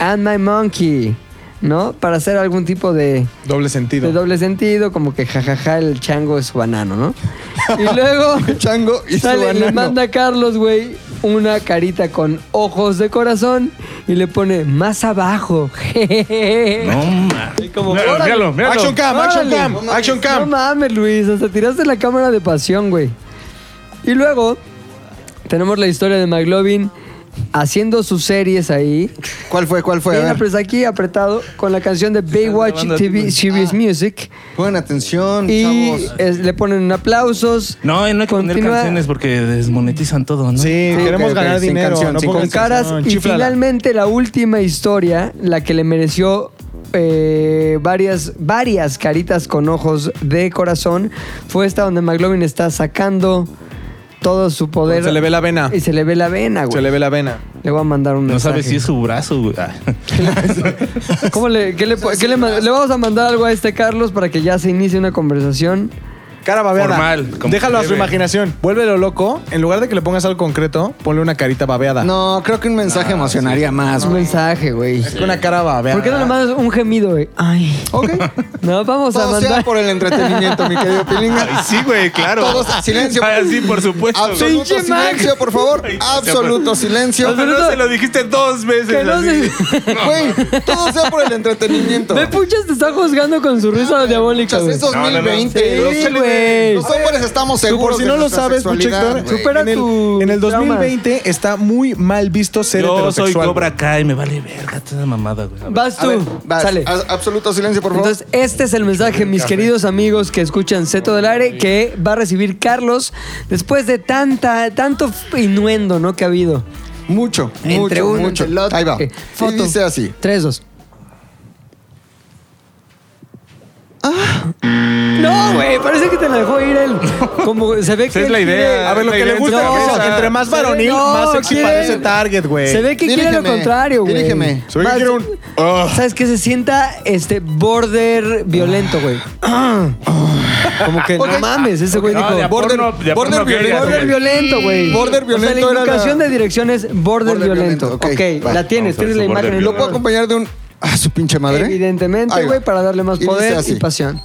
A: and, my Monkey. ¿no? Para hacer algún tipo de,
D: Doble
A: de
D: sentido.
A: doble sentido, como que jajaja el chango es su banano, ¿no? Y luego
C: Chango y su
A: sale, le
C: banano.
A: manda a Carlos, güey, una carita con ojos de corazón y le pone más abajo.
E: No, ma. Míralo,
A: órale.
E: míralo, míralo.
D: Action cam, action
A: Órale.
D: cam, action
A: No
D: cam.
A: mames, Luis, hasta tiraste la cámara de pasión, güey. Y luego tenemos la historia de McLovin haciendo sus series ahí.
C: ¿Cuál fue? ¿Cuál fue?
A: Bien
C: A ver.
A: apres- aquí apretado con la canción de Baywatch TV Series
E: Ah.
A: Music.
C: Pongan atención,
A: Y
C: chavos.
A: es- le ponen aplausos.
E: No, y no hay que poner
A: Continúa
E: canciones porque desmonetizan todo, ¿no?
D: Sí, queremos
C: ok, ok,
D: ganar
C: sin
D: dinero.
C: canción,
D: no
C: sin
D: pongan
A: con caras.
D: canción,
A: y
D: chíflala.
A: finalmente la última historia, la que le mereció eh, varias, varias caritas con ojos de corazón, fue esta donde McLovin está sacando todo su poder.
D: Se le ve la vena.
A: Y se le ve la vena, güey.
D: Se le ve la vena.
A: Le voy a mandar un
E: No
A: mensaje.
E: sabes si es su brazo, güey. Ah.
A: ¿Cómo le, qué le, qué le mand- le vamos a mandar algo a este Carlos para que ya se inicie una conversación?
D: Cara babeada.
E: Formal, como
D: Déjalo a
E: se
D: su
E: debe.
D: imaginación. Vuélvelo loco. En lugar de que le pongas algo concreto, ponle una carita babeada.
C: No, creo que un mensaje emocionaría más,
A: Un
C: güey.
A: mensaje, güey.
D: Es que una cara babeada.
A: ¿Por qué no le mandas un gemido, güey? Ay.
C: Ok.
A: No, vamos a
C: Todo sea
A: mandar.
C: por el entretenimiento, mi querido Pilinga.
E: Ay, sí,
A: Ah,
E: güey, claro.
C: Todos a silencio.
E: Ah, sí, por supuesto.
C: Absoluto
A: Pinche Mac.
C: silencio, por favor. Absoluto silencio.
E: O sea, no se lo dijiste dos veces.
A: Que no
E: así.
A: se-
C: Güey, todo sea por el entretenimiento.
A: Me puchas, te está juzgando con su risa diabólica.
C: Muchas,
A: güey.
C: es 2020.
A: No, no, no. Sí, güey.
C: Los hombres estamos seguros.
D: Por si
C: de
D: no lo
C: nuestra
D: sabes, mucho
C: sexualidad,
D: Héctor,
C: güey.
A: Supera
D: en el,
A: tu
D: en el
A: trauma.
D: 2020 está muy mal visto ser
E: Yo soy
D: heterosexual.
E: Cobra Kai, me vale verga toda mamada, güey.
A: Vas
C: A ver,
A: tú.
C: vas.
A: Sale.
C: Haz Absoluto silencio, por favor.
A: Entonces, este es el mensaje, mis queridos amigos que escuchan Seto del Aire, que va a recibir Carlos después de tanta, tanto f- innuendo, ¿no? Que ha habido.
C: mucho, mucho,
A: entre uno,
C: mucho.
A: entre el otro. eh,
C: Ahí va.
A: que-
C: Y dice así.
A: Tres, dos. Ah. No, güey, parece que te la dejó ir él. Como se ve que.
E: es
A: él
E: la
A: quiere-
E: idea,
D: A ver, lo
E: La
D: que le
E: idea
D: gusta
E: es
D: es
E: esa.
D: entre más
A: se ve-
D: varonil,
A: no,
D: más sexy
A: quiere-
D: parece Target, güey.
A: Se ve que quiere lo
C: Dirígeme,
A: contrario, güey.
C: dirígeme.
D: Se ve que
A: Vas-
D: quiere un-
E: ah.
A: ¿Sabes qué? Se sienta este border violento, güey.
D: Ah.
A: Como que no
C: Ok.
A: mames, ese güey
E: No, de
A: dijo.
E: a
A: Border,
E: porno- de a
C: border
E: porno que
C: violento,
E: eres,
A: border
E: güey.
A: violento, güey.
C: Border
A: O sea,
C: violento
A: la
C: era
A: indicación
C: la-
A: de dirección es border,
C: Border
A: violento.
C: violento,
A: Ok,
C: ok, va.
A: la tienes,
E: Vamos a ver
A: tienes la
E: su border
A: imagen.
E: violento.
C: Lo puedo acompañar de un. Ah, su pinche madre.
A: Evidentemente,
C: Ahí va.
A: güey, para darle más
C: Y dice
A: poder y
C: así.
A: pasión.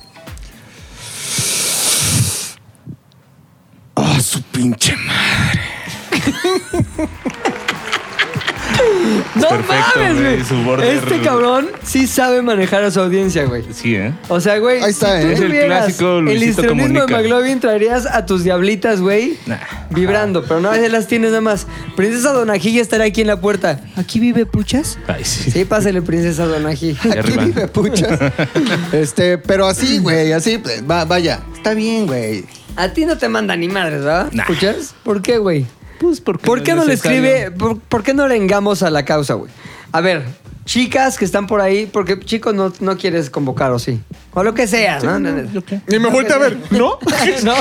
C: Ah, su pinche madre.
A: No
E: perfecto,
A: mames,
E: güey,
A: güey.
E: su border-
A: Este cabrón sí sabe manejar a su audiencia, güey.
E: Sí, ¿eh?
A: O sea, güey,
C: Ahí está,
A: si tú
C: ¿eh? Es
E: el
A: tuvieras
E: clásico
A: el
E: Luisito
A: histrionismo de
E: Comunica.
A: McLovin, traerías a tus diablitas, güey,
E: Nah.
A: vibrando. Pero no, ahí las tienes nada más. Princesa Donajilla estará aquí en la puerta. ¿Aquí vive Puchas?
E: Ay, sí.
A: Sí, pásale, Princesa Donají.
E: Aquí arriba.
C: vive puchas. Este, pero así, güey, así, va- vaya. Está bien, güey.
A: A ti no te manda ni madres, ¿verdad?
E: Nah.
A: ¿Puchas? ¿Por qué, güey?
E: Pues porque
A: ¿Por
E: no
A: qué
E: es
A: no le
E: necesario.
A: escribe? Por, por qué no le engamos a la causa, güey? A ver, chicas que están por ahí, porque chicos no, no quieres convocar o sí. O lo que sea, ¿no?
D: Ni me vuelta a ver, ¿no?
A: No,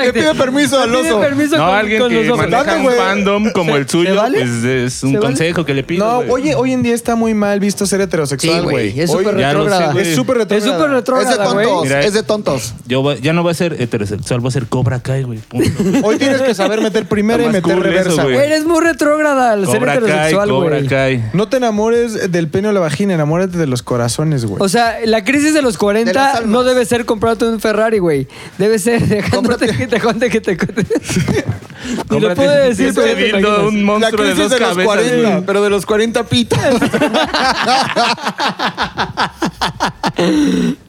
C: Le pide permiso al
A: Le pide
C: oso.
A: permiso
E: No,
A: con-
E: alguien
A: con los
E: que
A: ojos.
E: maneja
D: Date,
E: un
D: güey.
E: fandom como
A: ¿Se-
E: el suyo,
A: se vale?
E: pues es un
A: ¿Se vale?
E: consejo que le pido.
D: No,
E: güey.
D: oye, hoy en día está muy mal visto ser heterosexual,
A: Sí, güey,
D: güey.
A: es
D: Hoy-
A: súper
E: ya lo sé,
A: retrógrada.
E: güey.
D: Ah, Es súper
A: Es
D: retrógrada.
A: súper
C: Es de
A: retrógrada, güey.
C: tontos,
E: Mira,
C: es de tontos.
E: Yo voy- ya no voy a ser heterosexual, voy a ser Cobra Kai, güey. punto.
D: Hoy tienes que saber meter primera y
E: Está más
D: meter
E: cool eso,
D: reversa,
E: güey.
D: güey.
A: Güey, Eres muy retrógrada al ser
E: Cobra Kai,
A: heterosexual,
E: Cobra
A: güey.
E: Kai.
D: No te enamores del pene o la vagina, enamórate de los corazones, güey.
A: O sea, la crisis de los 40
C: De las almas.
A: no debe ser comprarte un Ferrari, güey. Debe ser dejándote que te conte que te conte. Ni lo
E: Cómprate-
A: pude decir,
E: Siempre
A: pero ya te
E: dildo,
A: imaginas.
E: un monstruo de dos cabezas, güey.
C: pero de los 40 pitas.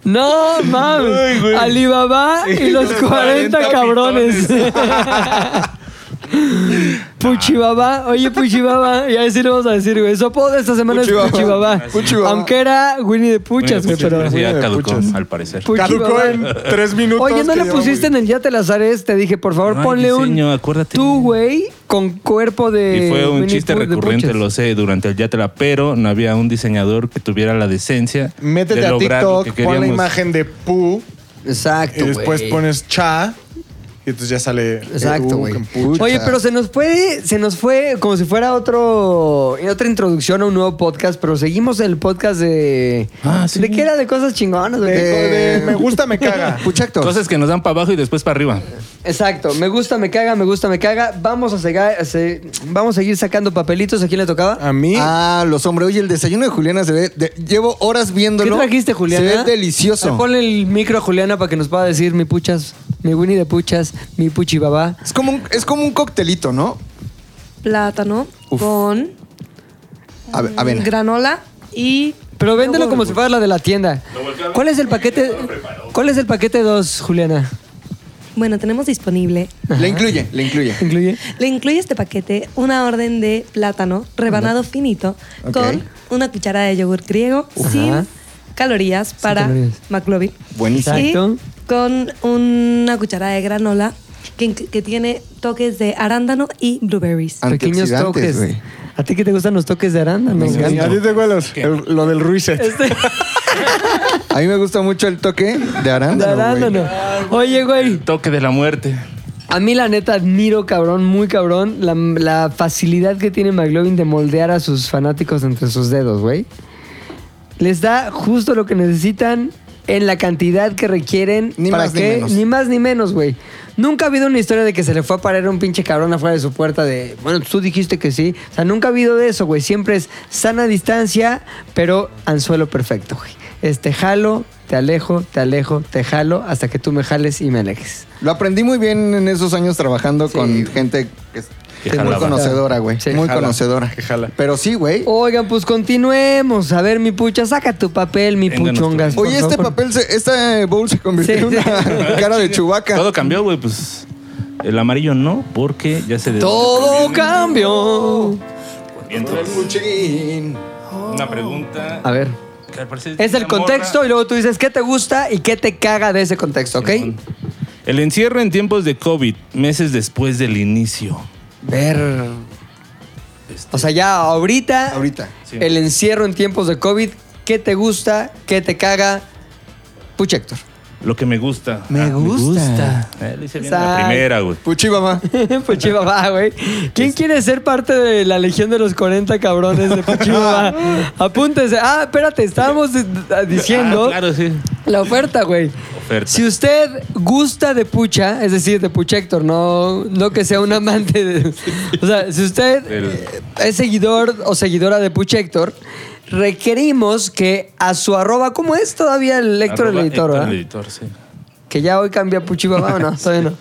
A: No
E: Ay,
A: mames.
E: güey.
A: Alibaba y los 40,
E: 40
A: cabrones. Puchibaba, oye Puchibaba, ya sí lo vamos a decir, güey. Sopo de esta semana es
C: Puchibaba.
A: Puchibaba.
C: Puchibaba.
A: Aunque era Winnie de Puchas, güey, Pues,
E: Bueno,
A: pero.
E: pues, sí, ya
D: Bueno,
E: caducó,
D: puchas.
E: al parecer.
D: Caducó
A: Puchibaba.
D: en tres minutos.
A: Oye, ¿no
D: que
A: le
D: llevamos.
A: pusiste en el Yate Lazares? Te dije, por favor,
E: No hay
A: ponle
E: diseño,
A: un
E: acuérdate.
A: tú, güey, con cuerpo de
E: Y fue un
A: Winnie
E: chiste
A: Pu- de
E: recurrente,
A: Puchas.
E: lo sé, durante el Yatra, pero no había un diseñador que tuviera la decencia
D: Métete
E: de
D: a
E: lograr lo
D: TikTok,
E: que
D: pon la
E: queríamos.
D: imagen de Pu
A: Exacto,
D: y después
A: güey.
D: pones Cha Y entonces ya sale.
A: Exacto,
D: uh,
A: güey.
D: campucha.
A: Oye, pero se nos puede, se nos fue como si fuera otro, otra introducción a un nuevo podcast, pero seguimos el podcast de.
E: Ah, sí.
A: ¿De qué era? De cosas chingonas, güey.
D: De-
C: Eh,
D: de me gusta, me caga.
C: Puchactos.
E: Cosas que nos dan para abajo y después para arriba.
A: Exacto. Me gusta, me caga, me gusta, me caga. Vamos a, sega- a se- vamos a seguir sacando papelitos. ¿A quién le tocaba?
D: A mí.
C: Ah, los hombres. Oye, el desayuno de Juliana se ve. de- llevo horas
A: ¿Qué
C: viéndolo.
A: trajiste, Juliana?
C: Se ve delicioso.
A: Ay, Ponle el micro a Juliana para que nos pueda decir mi puchas, mi Winnie de puchas, mi puchi babá.
C: Es como un, es como un coctelito, ¿no?
H: Plátano con
C: A, ver, avena.
H: granola y.
A: Pero véndelo como si fuera la de la tienda. ¿Cuál es el paquete? ¿Cuál es el paquete 2, Juliana?
H: Bueno, tenemos disponible.
C: Le incluye, le incluye.
A: ¿Incluye?
H: Le incluye este paquete una orden de plátano rebanado finito
C: Ok.
H: con una cucharada de yogur griego
A: Ajá.
H: sin calorías para
A: calorías.
H: McLovin.
C: Buenísimo.
H: Y
A: Exacto.
H: con una cucharada de granola que, que tiene toques de arándano y blueberries.
C: Ah.
A: Pequeños
C: Antioxidantes,
A: toques.
C: güey.
A: ¿A ti que te gustan los toques de arándano? Me
D: ¿Y a ti te cuelas? Lo del Ruiset.
C: A mí me gusta mucho el toque de
A: De
C: arándano. güey.
A: arándano. Oye, güey.
E: Toque de la muerte.
A: A mí, la neta, admiro, cabrón, muy cabrón, la, la facilidad que tiene McLovin de moldear a sus fanáticos entre sus dedos, güey. Les da justo lo que necesitan en la cantidad que requieren.
C: Ni
A: ¿Para
C: más ni
A: qué?
C: menos.
A: Ni más ni menos, güey. Nunca ha habido una historia de que se le fue a parar un pinche cabrón afuera de su puerta de, bueno, tú dijiste que sí. O sea, nunca ha habido de eso, güey. Siempre es sana distancia, pero anzuelo perfecto, güey. Es te jalo, te alejo, te alejo, te jalo, hasta que tú me jales y me alejes.
C: Lo aprendí muy bien en esos años trabajando
A: Sí.
C: con gente que es
E: Que
C: muy
E: jalaba.
C: conocedora, güey.
A: Sí.
C: muy
D: Jala,
C: conocedora.
D: que jala.
C: Pero sí, güey.
A: Oigan, pues continuemos. A ver, mi pucha, saca tu papel, mi
E: Vénganos
A: puchongas.
E: tu-
A: por
C: Oye, este
A: favor.
C: papel, se- esta eh, bowl se convirtió
A: Sí.
C: en una cara de chubaca.
E: Ah, Todo cambió, güey, pues. El amarillo no, porque ya se
A: Todo cambió.
E: Entonces, una pregunta.
A: A ver.
E: que al parecer
A: Es el
E: una
A: contexto
E: morra-
A: y luego tú dices qué te gusta y qué te caga de ese contexto, ¿ok?
E: El encierro en tiempos de COVID, meses después del inicio.
A: Ver.
E: Este,
A: O sea, ya ahorita.
C: Ahorita.
E: Sí.
A: El encierro en tiempos de COVID. ¿Qué te gusta? ¿Qué te caga? Pucha, Héctor.
E: lo que me gusta.
A: Me gusta.
E: Eh, lo hice bien
A: Exacto.
E: la primera, güey.
C: Puchi, mamá.
A: Puchi Babá, güey.
E: Este.
A: ¿Quién quiere ser parte de la legión de los 40 cabrones de Puchi Babá? Apúntese. Ah, espérate, estábamos eh, diciendo.
E: Ah, claro, sí.
A: La oferta, güey.
E: Oferta.
A: Si usted gusta de pucha, es decir, de pucha Héctor, no, no que sea un amante. de- o sea, si usted
E: El-
A: eh, es seguidor o seguidora de pucha Héctor, requerimos que a su arroba, ¿cómo es todavía el Héctor
E: Arroba
A: el editor,
E: Héctor
A: verdad?
E: el editor, sí.
A: Que ya hoy cambia Puchi Babá o no, todavía no.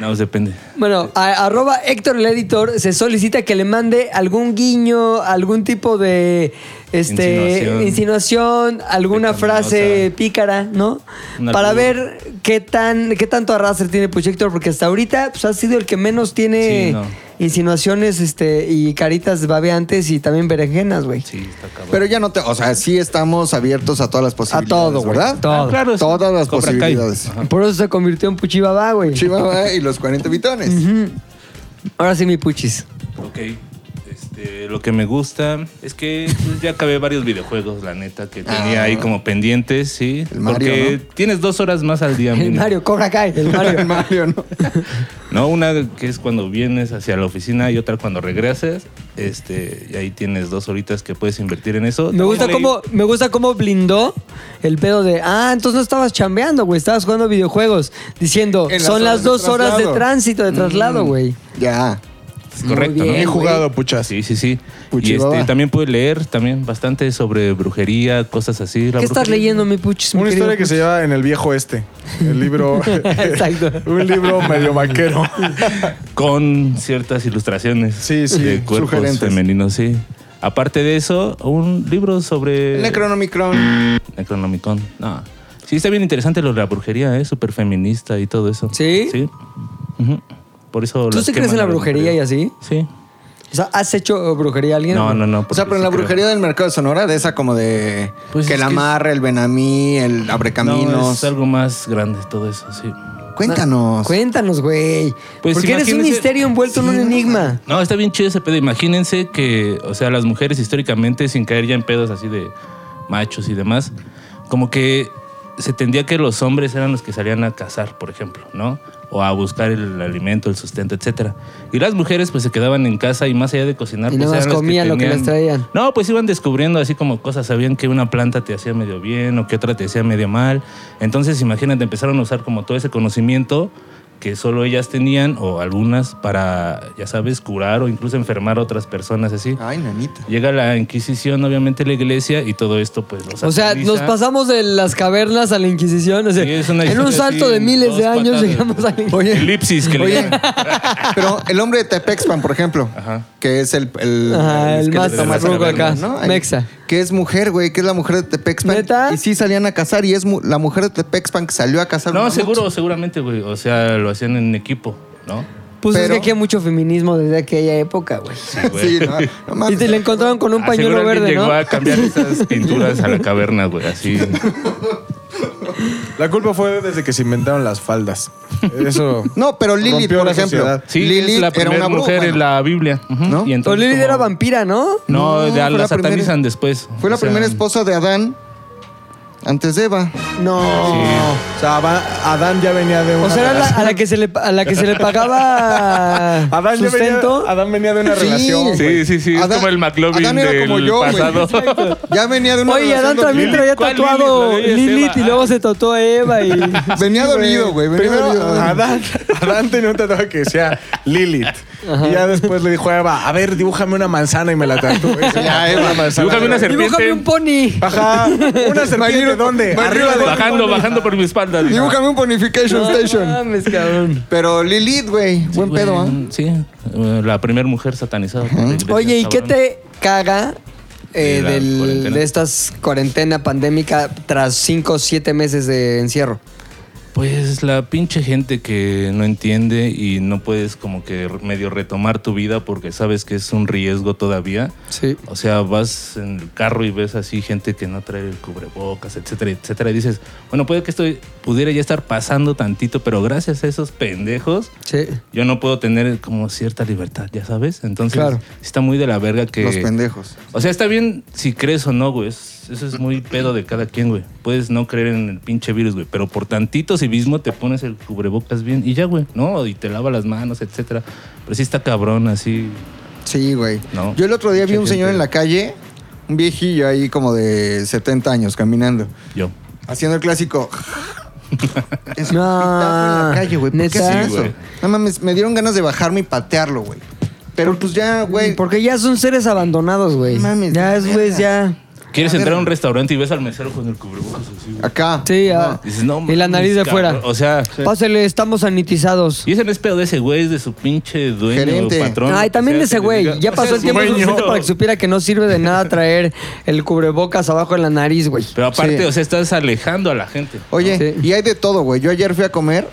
E: No, pues depende.
A: Bueno, a- arroba Héctor el editor se solicita que le mande algún guiño, algún tipo de este, insinuación,
E: Insinuación.
A: alguna
E: Pecaminosa.
A: frase pícara, ¿no?
E: Una
A: Para
E: pícara.
A: ver qué tan qué tanto arrastre tiene Puch Héctor, porque hasta ahorita pues, ha sido el que menos tiene
E: Sí, no.
A: insinuaciones este, y caritas babeantes y también berenjenas, güey.
E: Sí, está cabrón.
C: Pero ya no te. O sea, sí estamos abiertos a todas las posibilidades.
A: todo, güey.
C: ¿verdad?
A: Todo.
E: Ah, claro, sí.
C: Todas las
E: Cobra Kai.
C: posibilidades.
A: Por eso se convirtió en Puchibabá, güey.
C: Puchi, mamá y los 40 bitones.
A: Ahora sí, mi Puchis.
E: Ok. Este, lo que me gusta es que pues, ya acabé varios videojuegos, la neta, que tenía
A: Ah.
E: ahí como pendientes, sí.
C: El Mario,
E: porque tienes dos horas más al día.
A: El
E: mínimo.
A: Mario, corra acá. El Mario.
C: El Mario, ¿no?
E: No, una que es cuando vienes hacia la oficina y otra cuando regresas. Este, y ahí tienes dos horitas que puedes invertir en eso.
A: Me gusta,
E: También leí-
A: cómo, me gusta cómo blindó el pedo de, ah, entonces no estabas chambeando, güey, estabas jugando videojuegos, diciendo,
C: En las
A: son las
C: horas de
A: dos horas de
C: traslado".
A: tránsito, de traslado, güey.
C: Ya.
E: Mm, Es correcto,
A: Muy bien,
E: ¿no?
A: güey.
D: He jugado, puchas.
E: Sí, sí, sí. Y
C: Puchibaba.
E: este, también pude leer también bastante sobre brujería, cosas así. La
A: ¿Qué estás
E: brujería-
A: leyendo, mi puchis? mi
D: Una
A: querido
D: historia que se
A: puchis?
D: lleva en el viejo este. El libro.
A: Exacto.
D: un libro medio vaquero.
E: Con ciertas ilustraciones.
D: Sí, sí,
E: De cuerpos
D: sugerentes.
E: femeninos, sí. Aparte de eso, un libro sobre...
C: El Necronomicron.
E: Necronomicon. No. Sí, está bien interesante lo de la brujería, ¿eh? Súper feminista y todo eso.
A: ¿Sí?
E: Sí. Ujú. Por eso...
A: ¿Tú
E: las
A: sí crees en
E: queman
A: la
E: a las
A: brujería y
E: mujeres.
A: así?
E: Sí.
A: O sea, ¿has hecho brujería a alguien?
E: No, no, no.
C: O
E: porque
C: sea, pero en la
E: sí creo.
C: brujería del mercado de Sonora, de esa como de.
E: Pues
C: que
E: es
C: el
E: que-
C: amarre, el benamí, el
E: No,
C: abrecaminos.
E: es algo más grande todo eso, sí.
C: Cuéntanos.
A: Cuéntanos, güey.
E: Pues
A: Porque eres un
E: imagínese-
A: misterio envuelto en un enigma.
E: No, está bien chido ese pedo. Imagínense que, o sea, las mujeres históricamente, sin caer ya en pedos así de machos y demás, como que se tendía que los hombres eran los que salían a cazar, por ejemplo, ¿no? o a buscar el alimento, el sustento, etcétera. Y las mujeres pues se quedaban en casa y más allá de cocinar,
A: Y
E: pues
A: nada más
E: eran las
A: comían lo que
E: tenían-
A: les traían.
E: No, pues iban descubriendo así como cosas, sabían que una planta te hacía medio bien o que otra te hacía medio mal. Entonces, imagínate, empezaron a usar como todo ese conocimiento que solo ellas tenían o algunas para, ya sabes, curar o incluso enfermar a otras personas así.
A: Ah.
C: Ay, nanita.
E: Llega la Inquisición, obviamente la iglesia y todo esto pues los
A: O sea, nos pasamos de las cavernas a la Inquisición. o sea,
E: Sí, es una
A: en un
E: historia
A: salto
E: así,
A: de miles
E: dos
A: de años
E: patadas.
A: llegamos a la Inquisición.
E: Elipsis que le
C: Oye,
E: llaman.
C: pero el hombre de Tepexpan, por ejemplo,
E: Ajá.
C: que es el, el,
A: Ajá, el
C: que
A: más
C: está
E: ruco
C: arriba,
A: acá,
C: Ahí.
A: mexa.
C: Que es mujer, güey, que es la mujer de Tepexpan.
A: ¿Neta?
C: Y sí salían a cazar y es mu- la mujer de Tepexpan que salió a cazar.
E: No,
C: mamuts.
E: seguro, seguramente, güey. O sea, lo hacían en equipo, ¿no?
A: Pues es
C: Pero-
A: que aquí hay mucho feminismo desde aquella época, güey.
E: güey.
C: Sí, no, no mames.
A: Y te la encontraron con un
E: Ah, seguro
A: pañuelo
E: alguien
A: verde,
E: llegó
A: ¿no?
E: a cambiar esas pinturas a la caverna, güey, así.
D: La culpa fue desde que se inventaron las faldas. Eso.
C: No, pero Lilith,
D: Rompió
C: por
D: la
C: ejemplo.
D: sociedad.
E: Sí,
C: Lilith
E: es la
C: era
E: primera
C: una
E: mujer
C: bruja.
E: en la Biblia. Ujú.
C: ¿No?
E: Y entonces
A: O Lilith
E: como-
A: era vampira, ¿no?
E: No,
C: No,
E: de-
C: fue la
E: la satanizan
C: primera-
E: después.
C: Fue la
E: O sea,
C: primera esposa de Adán antes de Eva.
A: No.
D: O sea, Ava- Adán ya venía de una
A: O sea, era la-
D: relación.
A: a la que se le, a la que se le pagaba
D: Adán, ya venía,
A: sustento.
D: Adán venía de una
C: Sí.
D: relación. güey.
E: Sí, sí, sí.
C: Adán-
E: es como el McLovin
C: Adán era
E: del
C: como yo, güey.
E: pasado.
C: Ya venía de una
A: Oye,
C: relación
A: Adán también traía
C: dolida.
E: ¿Cuál
A: tatuado
E: Lilith? La de ella es
A: Lilith y
E: Eva.
A: luego se tatuó a Eva y...
C: Venía dolido, güey. Venía
D: Primero,
C: dolido.
D: Adán, Adán tenía un tatuaje que decía Lilith. Y ya después le dijo a Eva, a ver, dibújame una manzana y me la tatué. Ya, Eva, manzana.
E: Dibújame una serpiente.
A: Dibújame un pony.
D: Ajá. ¿Una serpiente de dónde? Arriba de...
E: Bajando, bajando por mi espalda. dijo.
C: Dibújame un Ponification
A: No
C: Station.
A: mames, cabrón.
C: Pero Lilith, güey. Buen
E: Güey,
C: pedo, ¿ah?
E: Sí, eh, la primera mujer satanizada. por la iglesia,
A: Oye, ¿y qué
E: cabrón.
A: te caga eh,
E: De la
A: del-
E: cuarentena.
A: de estas cuarentena pandémica tras 5 o 7 meses de encierro?
E: Pues la pinche gente que no entiende y no puedes como que medio retomar tu vida porque sabes que es un riesgo todavía.
A: Sí.
E: O sea, vas en el carro y ves así gente que no trae el cubrebocas, etcétera, etcétera. Y dices, bueno, puede que esto pudiera ya estar pasando tantito, pero gracias a esos pendejos
A: Sí.
E: yo no puedo tener como cierta libertad, ya sabes. Entonces,
A: Claro.
E: está muy de la verga que...
C: Los pendejos.
E: O sea, está bien si crees o no, güey. Es- Eso es muy pedo de cada quien, güey. Puedes no creer en el pinche virus, güey. Pero por tantito civismo te pones el cubrebocas bien y ya, güey. No, y te lava las manos, etcétera. Pero sí está cabrón, así.
C: Sí, güey.
E: No.
C: Yo el otro día vi
E: Mucha
C: un señor
E: gente.
C: en la calle, un viejillo ahí como de 70 años caminando,
E: Yo.
C: haciendo el clásico. es un
A: No.
C: pitazo en la calle, güey. ¿Por
A: Ah,
C: qué
A: ¿Neta?
C: hacen
E: Sí,
C: eso?
E: güey.
C: No mames, me dieron ganas de bajarme y patearlo, güey. Pero pues ya, güey.
A: Porque ya son seres abandonados, güey.
C: No mames,
A: Ya
C: de
A: es, güey,
C: verga.
A: ya.
E: ¿Quieres
C: A ver.
E: entrar a un restaurante y ves al mesero con el cubrebocas así, güey?
C: Acá.
A: Sí, ya.
C: No.
A: y la
E: mames,
A: nariz de
E: cabrón.
A: fuera.
E: O sea,
A: Pásale, estamos sanitizados.
E: y ese no es pedo de ese güey, es de su pinche dueño
C: Gerente.
E: o patrón.
A: Ay,
E: o
A: también
E: sea,
A: de ese
E: que le
A: güey.
E: diga,
A: Ya
E: "O
A: pasó
E: sea,
A: el tiempo
E: dueño".
A: suficiente para que supiera que no sirve de nada traer el cubrebocas abajo en la nariz, güey.
E: Pero aparte,
C: Sí.
E: o sea, estás alejando a la gente.
C: Oye,
A: Sí.
C: y hay de todo, güey. Yo ayer fui a comer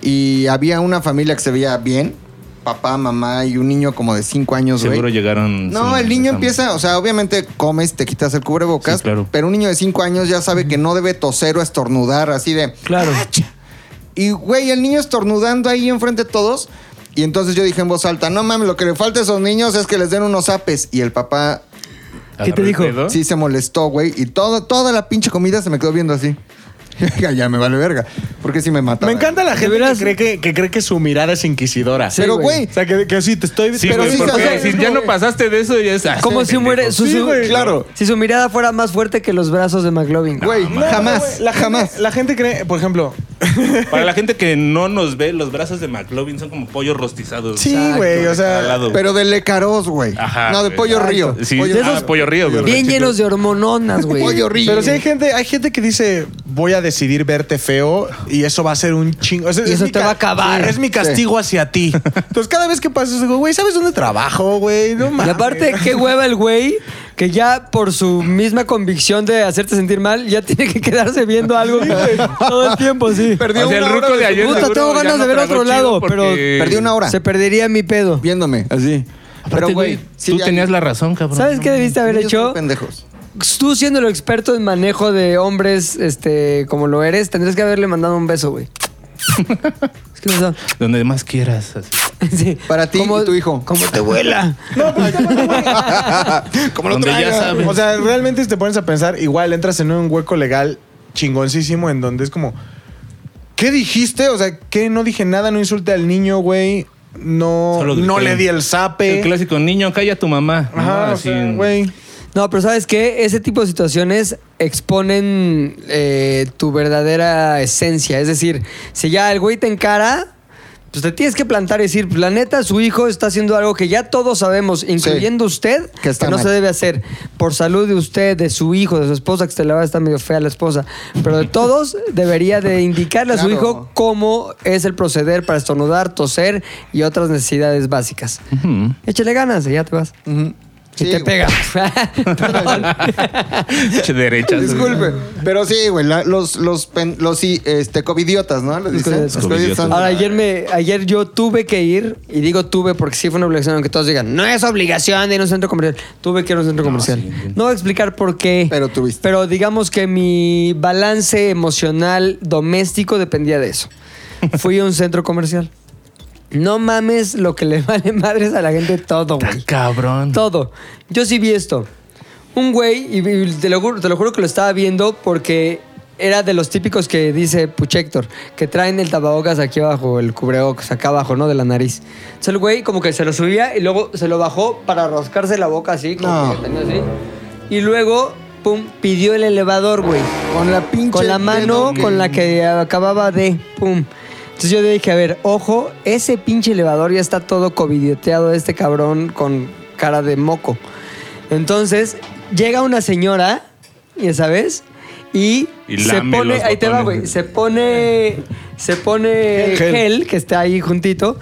C: y había una familia que se veía bien. Papá, mamá y un niño como de 5 años,
E: Seguro
C: güey.
E: llegaron.
C: No,
E: sin-
C: el niño
E: sin-
C: empieza, o sea, obviamente comes, te quitas el cubrebocas,
E: Sí, claro.
C: pero un niño de 5 años ya sabe que no debe toser o estornudar, así de...
A: Claro.
C: Ah, Y, güey, el niño estornudando ahí enfrente de todos. Y entonces yo dije en voz alta, no mames, lo que le falta a esos niños es que les den unos apes. Y el papá
E: agarró
A: ¿Qué te
E: el
A: dijo?
E: pedo.
C: sí se molestó, güey. Y todo, toda la pinche comida se me quedó viendo así. ya me vale verga. Porque si me mata.
D: Me encanta la gente
A: veras-
D: que cree que, que cree que su mirada es inquisidora.
A: Sí,
C: Pero,
A: güey.
C: güey,
D: O sea, que, que sí, te estoy...
E: Sí,
C: Pero
E: güey,
C: sí se
E: porque
C: hace-
E: si ya no pasaste de eso, ya es así.
A: Como si muere su,
D: Sí,
A: su-
D: güey, claro.
A: si su mirada fuera más fuerte que los brazos de McLovin.
C: güey,
D: No,
C: jamás,
D: güey, la gente-
C: jamás.
D: la gente cree, por ejemplo,
E: Para la gente que no nos ve, los brazos de McLovin son como pollos rostizados.
D: Sí, güey, o sea,
E: Jalado.
C: Pero de lecaros, güey.
E: Ajá,
C: No, de
E: güey.
C: pollo
E: Exacto.
C: río.
E: Sí,
C: pollo,
E: de esos- ah, pollo río, güey.
A: Bien
E: Chicos.
A: llenos de hormononas, güey.
C: pollo río.
D: Pero sí hay gente, hay gente que dice, voy a decidir verte feo y eso va a ser un chingo. O sea,
A: Y eso
D: mi
A: te
D: ca-
A: va a acabar.
D: Es mi castigo hacia ti. Entonces, cada vez que pasas, digo, güey, ¿sabes dónde trabajo, güey? No
A: Y
D: mames.
A: aparte, qué hueva el güey que ya por su misma convicción de hacerte sentir mal, ya tiene que quedarse viendo algo todo el tiempo, sí.
E: O sea, el ruco de ayer.
A: Puta,
E: seguro
A: tengo
E: ya
A: ganas
E: no
A: de ver
E: tragó
A: otro
E: chido
A: lado,
E: porque-
A: pero-
C: Perdí una hora
A: Se perdería mi pedo.
C: viéndome así.
E: Aparte,
C: Pero, güey, sí
E: tú
C: hay
E: tenías la razón, cabrón.
A: ¿Sabes qué debiste haber
C: niños muy
A: hecho?
C: Pendejos.
A: Tú siendo el experto en manejo de hombres, este, como lo eres, tendrías que haberle mandado un beso, güey. es que no
E: Donde más quieras. así.
A: Sí.
C: Para ti
A: Como-
C: y tu hijo.
A: Como te vuela.
C: Como lo
E: Donde ya
C: traigas.
E: sabes.
D: O sea, realmente si te pones a pensar, igual entras en un hueco legal chingoncísimo en donde es como, ¿Qué dijiste? O sea, ¿qué? No dije nada, no insulté al niño, güey. No,
E: Solo grité.
D: no le di el
E: El
D: zape.
E: clásico, niño, calla a tu mamá. ¿no?
D: Ajá, o
E: Así
D: sea,
E: en-
D: güey.
A: No, pero ¿sabes qué? Ese tipo de situaciones exponen eh, tu verdadera esencia. Es decir, si ya el güey te encara, pues te tienes que plantar y decir, "Pues, la neta, su hijo está haciendo algo que ya todos sabemos, incluyendo usted,
C: Que está
A: no
C: mal.
A: se debe hacer. Por salud de usted, de su hijo, de su esposa, que se la va a estar medio fea la esposa. Pero de todos, debería de indicarle a su
C: Claro.
A: hijo cómo es el proceder para estornudar, toser y otras necesidades básicas.
E: Ujú.
A: Échale ganas y ya te vas.
C: Sí,
A: y te
C: güey.
A: pega. Perdón.
E: Che, derecha.
C: Disculpe, pero sí, güey, la- los, los, pen- los sí, este, covidiotas, ¿no? Les dicen.
A: Covidiotas.
C: Los covidiotas son-
A: Ahora, ayer, me, ayer yo tuve que ir, y digo tuve porque sí fue una obligación, aunque todos digan, no es obligación de ir a un centro comercial. Tuve que ir a un centro comercial. No voy a explicar por qué.
C: Pero tuviste.
A: Pero digamos que mi balance emocional doméstico dependía de eso. Fui a un centro comercial. No mames lo que le vale madres a la gente todo,
E: Tan
A: güey.
E: cabrón.
A: Todo. Yo sí vi esto. Un güey, y y te lo, juro, te lo juro que lo estaba viendo porque era de los típicos que dice Puchector, que traen el tapabocas aquí abajo, el cubrebocas acá abajo, ¿no? De la nariz. Entonces el güey como que se lo subía y luego se lo bajó para rascarse la boca así, como
C: No.
A: que tenía así. Y luego, pum, pidió el elevador, güey.
C: Con la pinche
A: Con la mano
C: dedo que-
A: con la que acababa de. Pum. Entonces yo dije, a ver, ojo, ese pinche elevador ya está todo covidioteado, este cabrón con cara de moco. Entonces, llega una señora, ya sabes, y,
E: Y
A: se
E: lame
A: pone.
E: los
A: Ahí te va,
E: botones.
A: güey. Se pone. Se pone
D: Gel, gel.
A: gel. que está ahí juntito.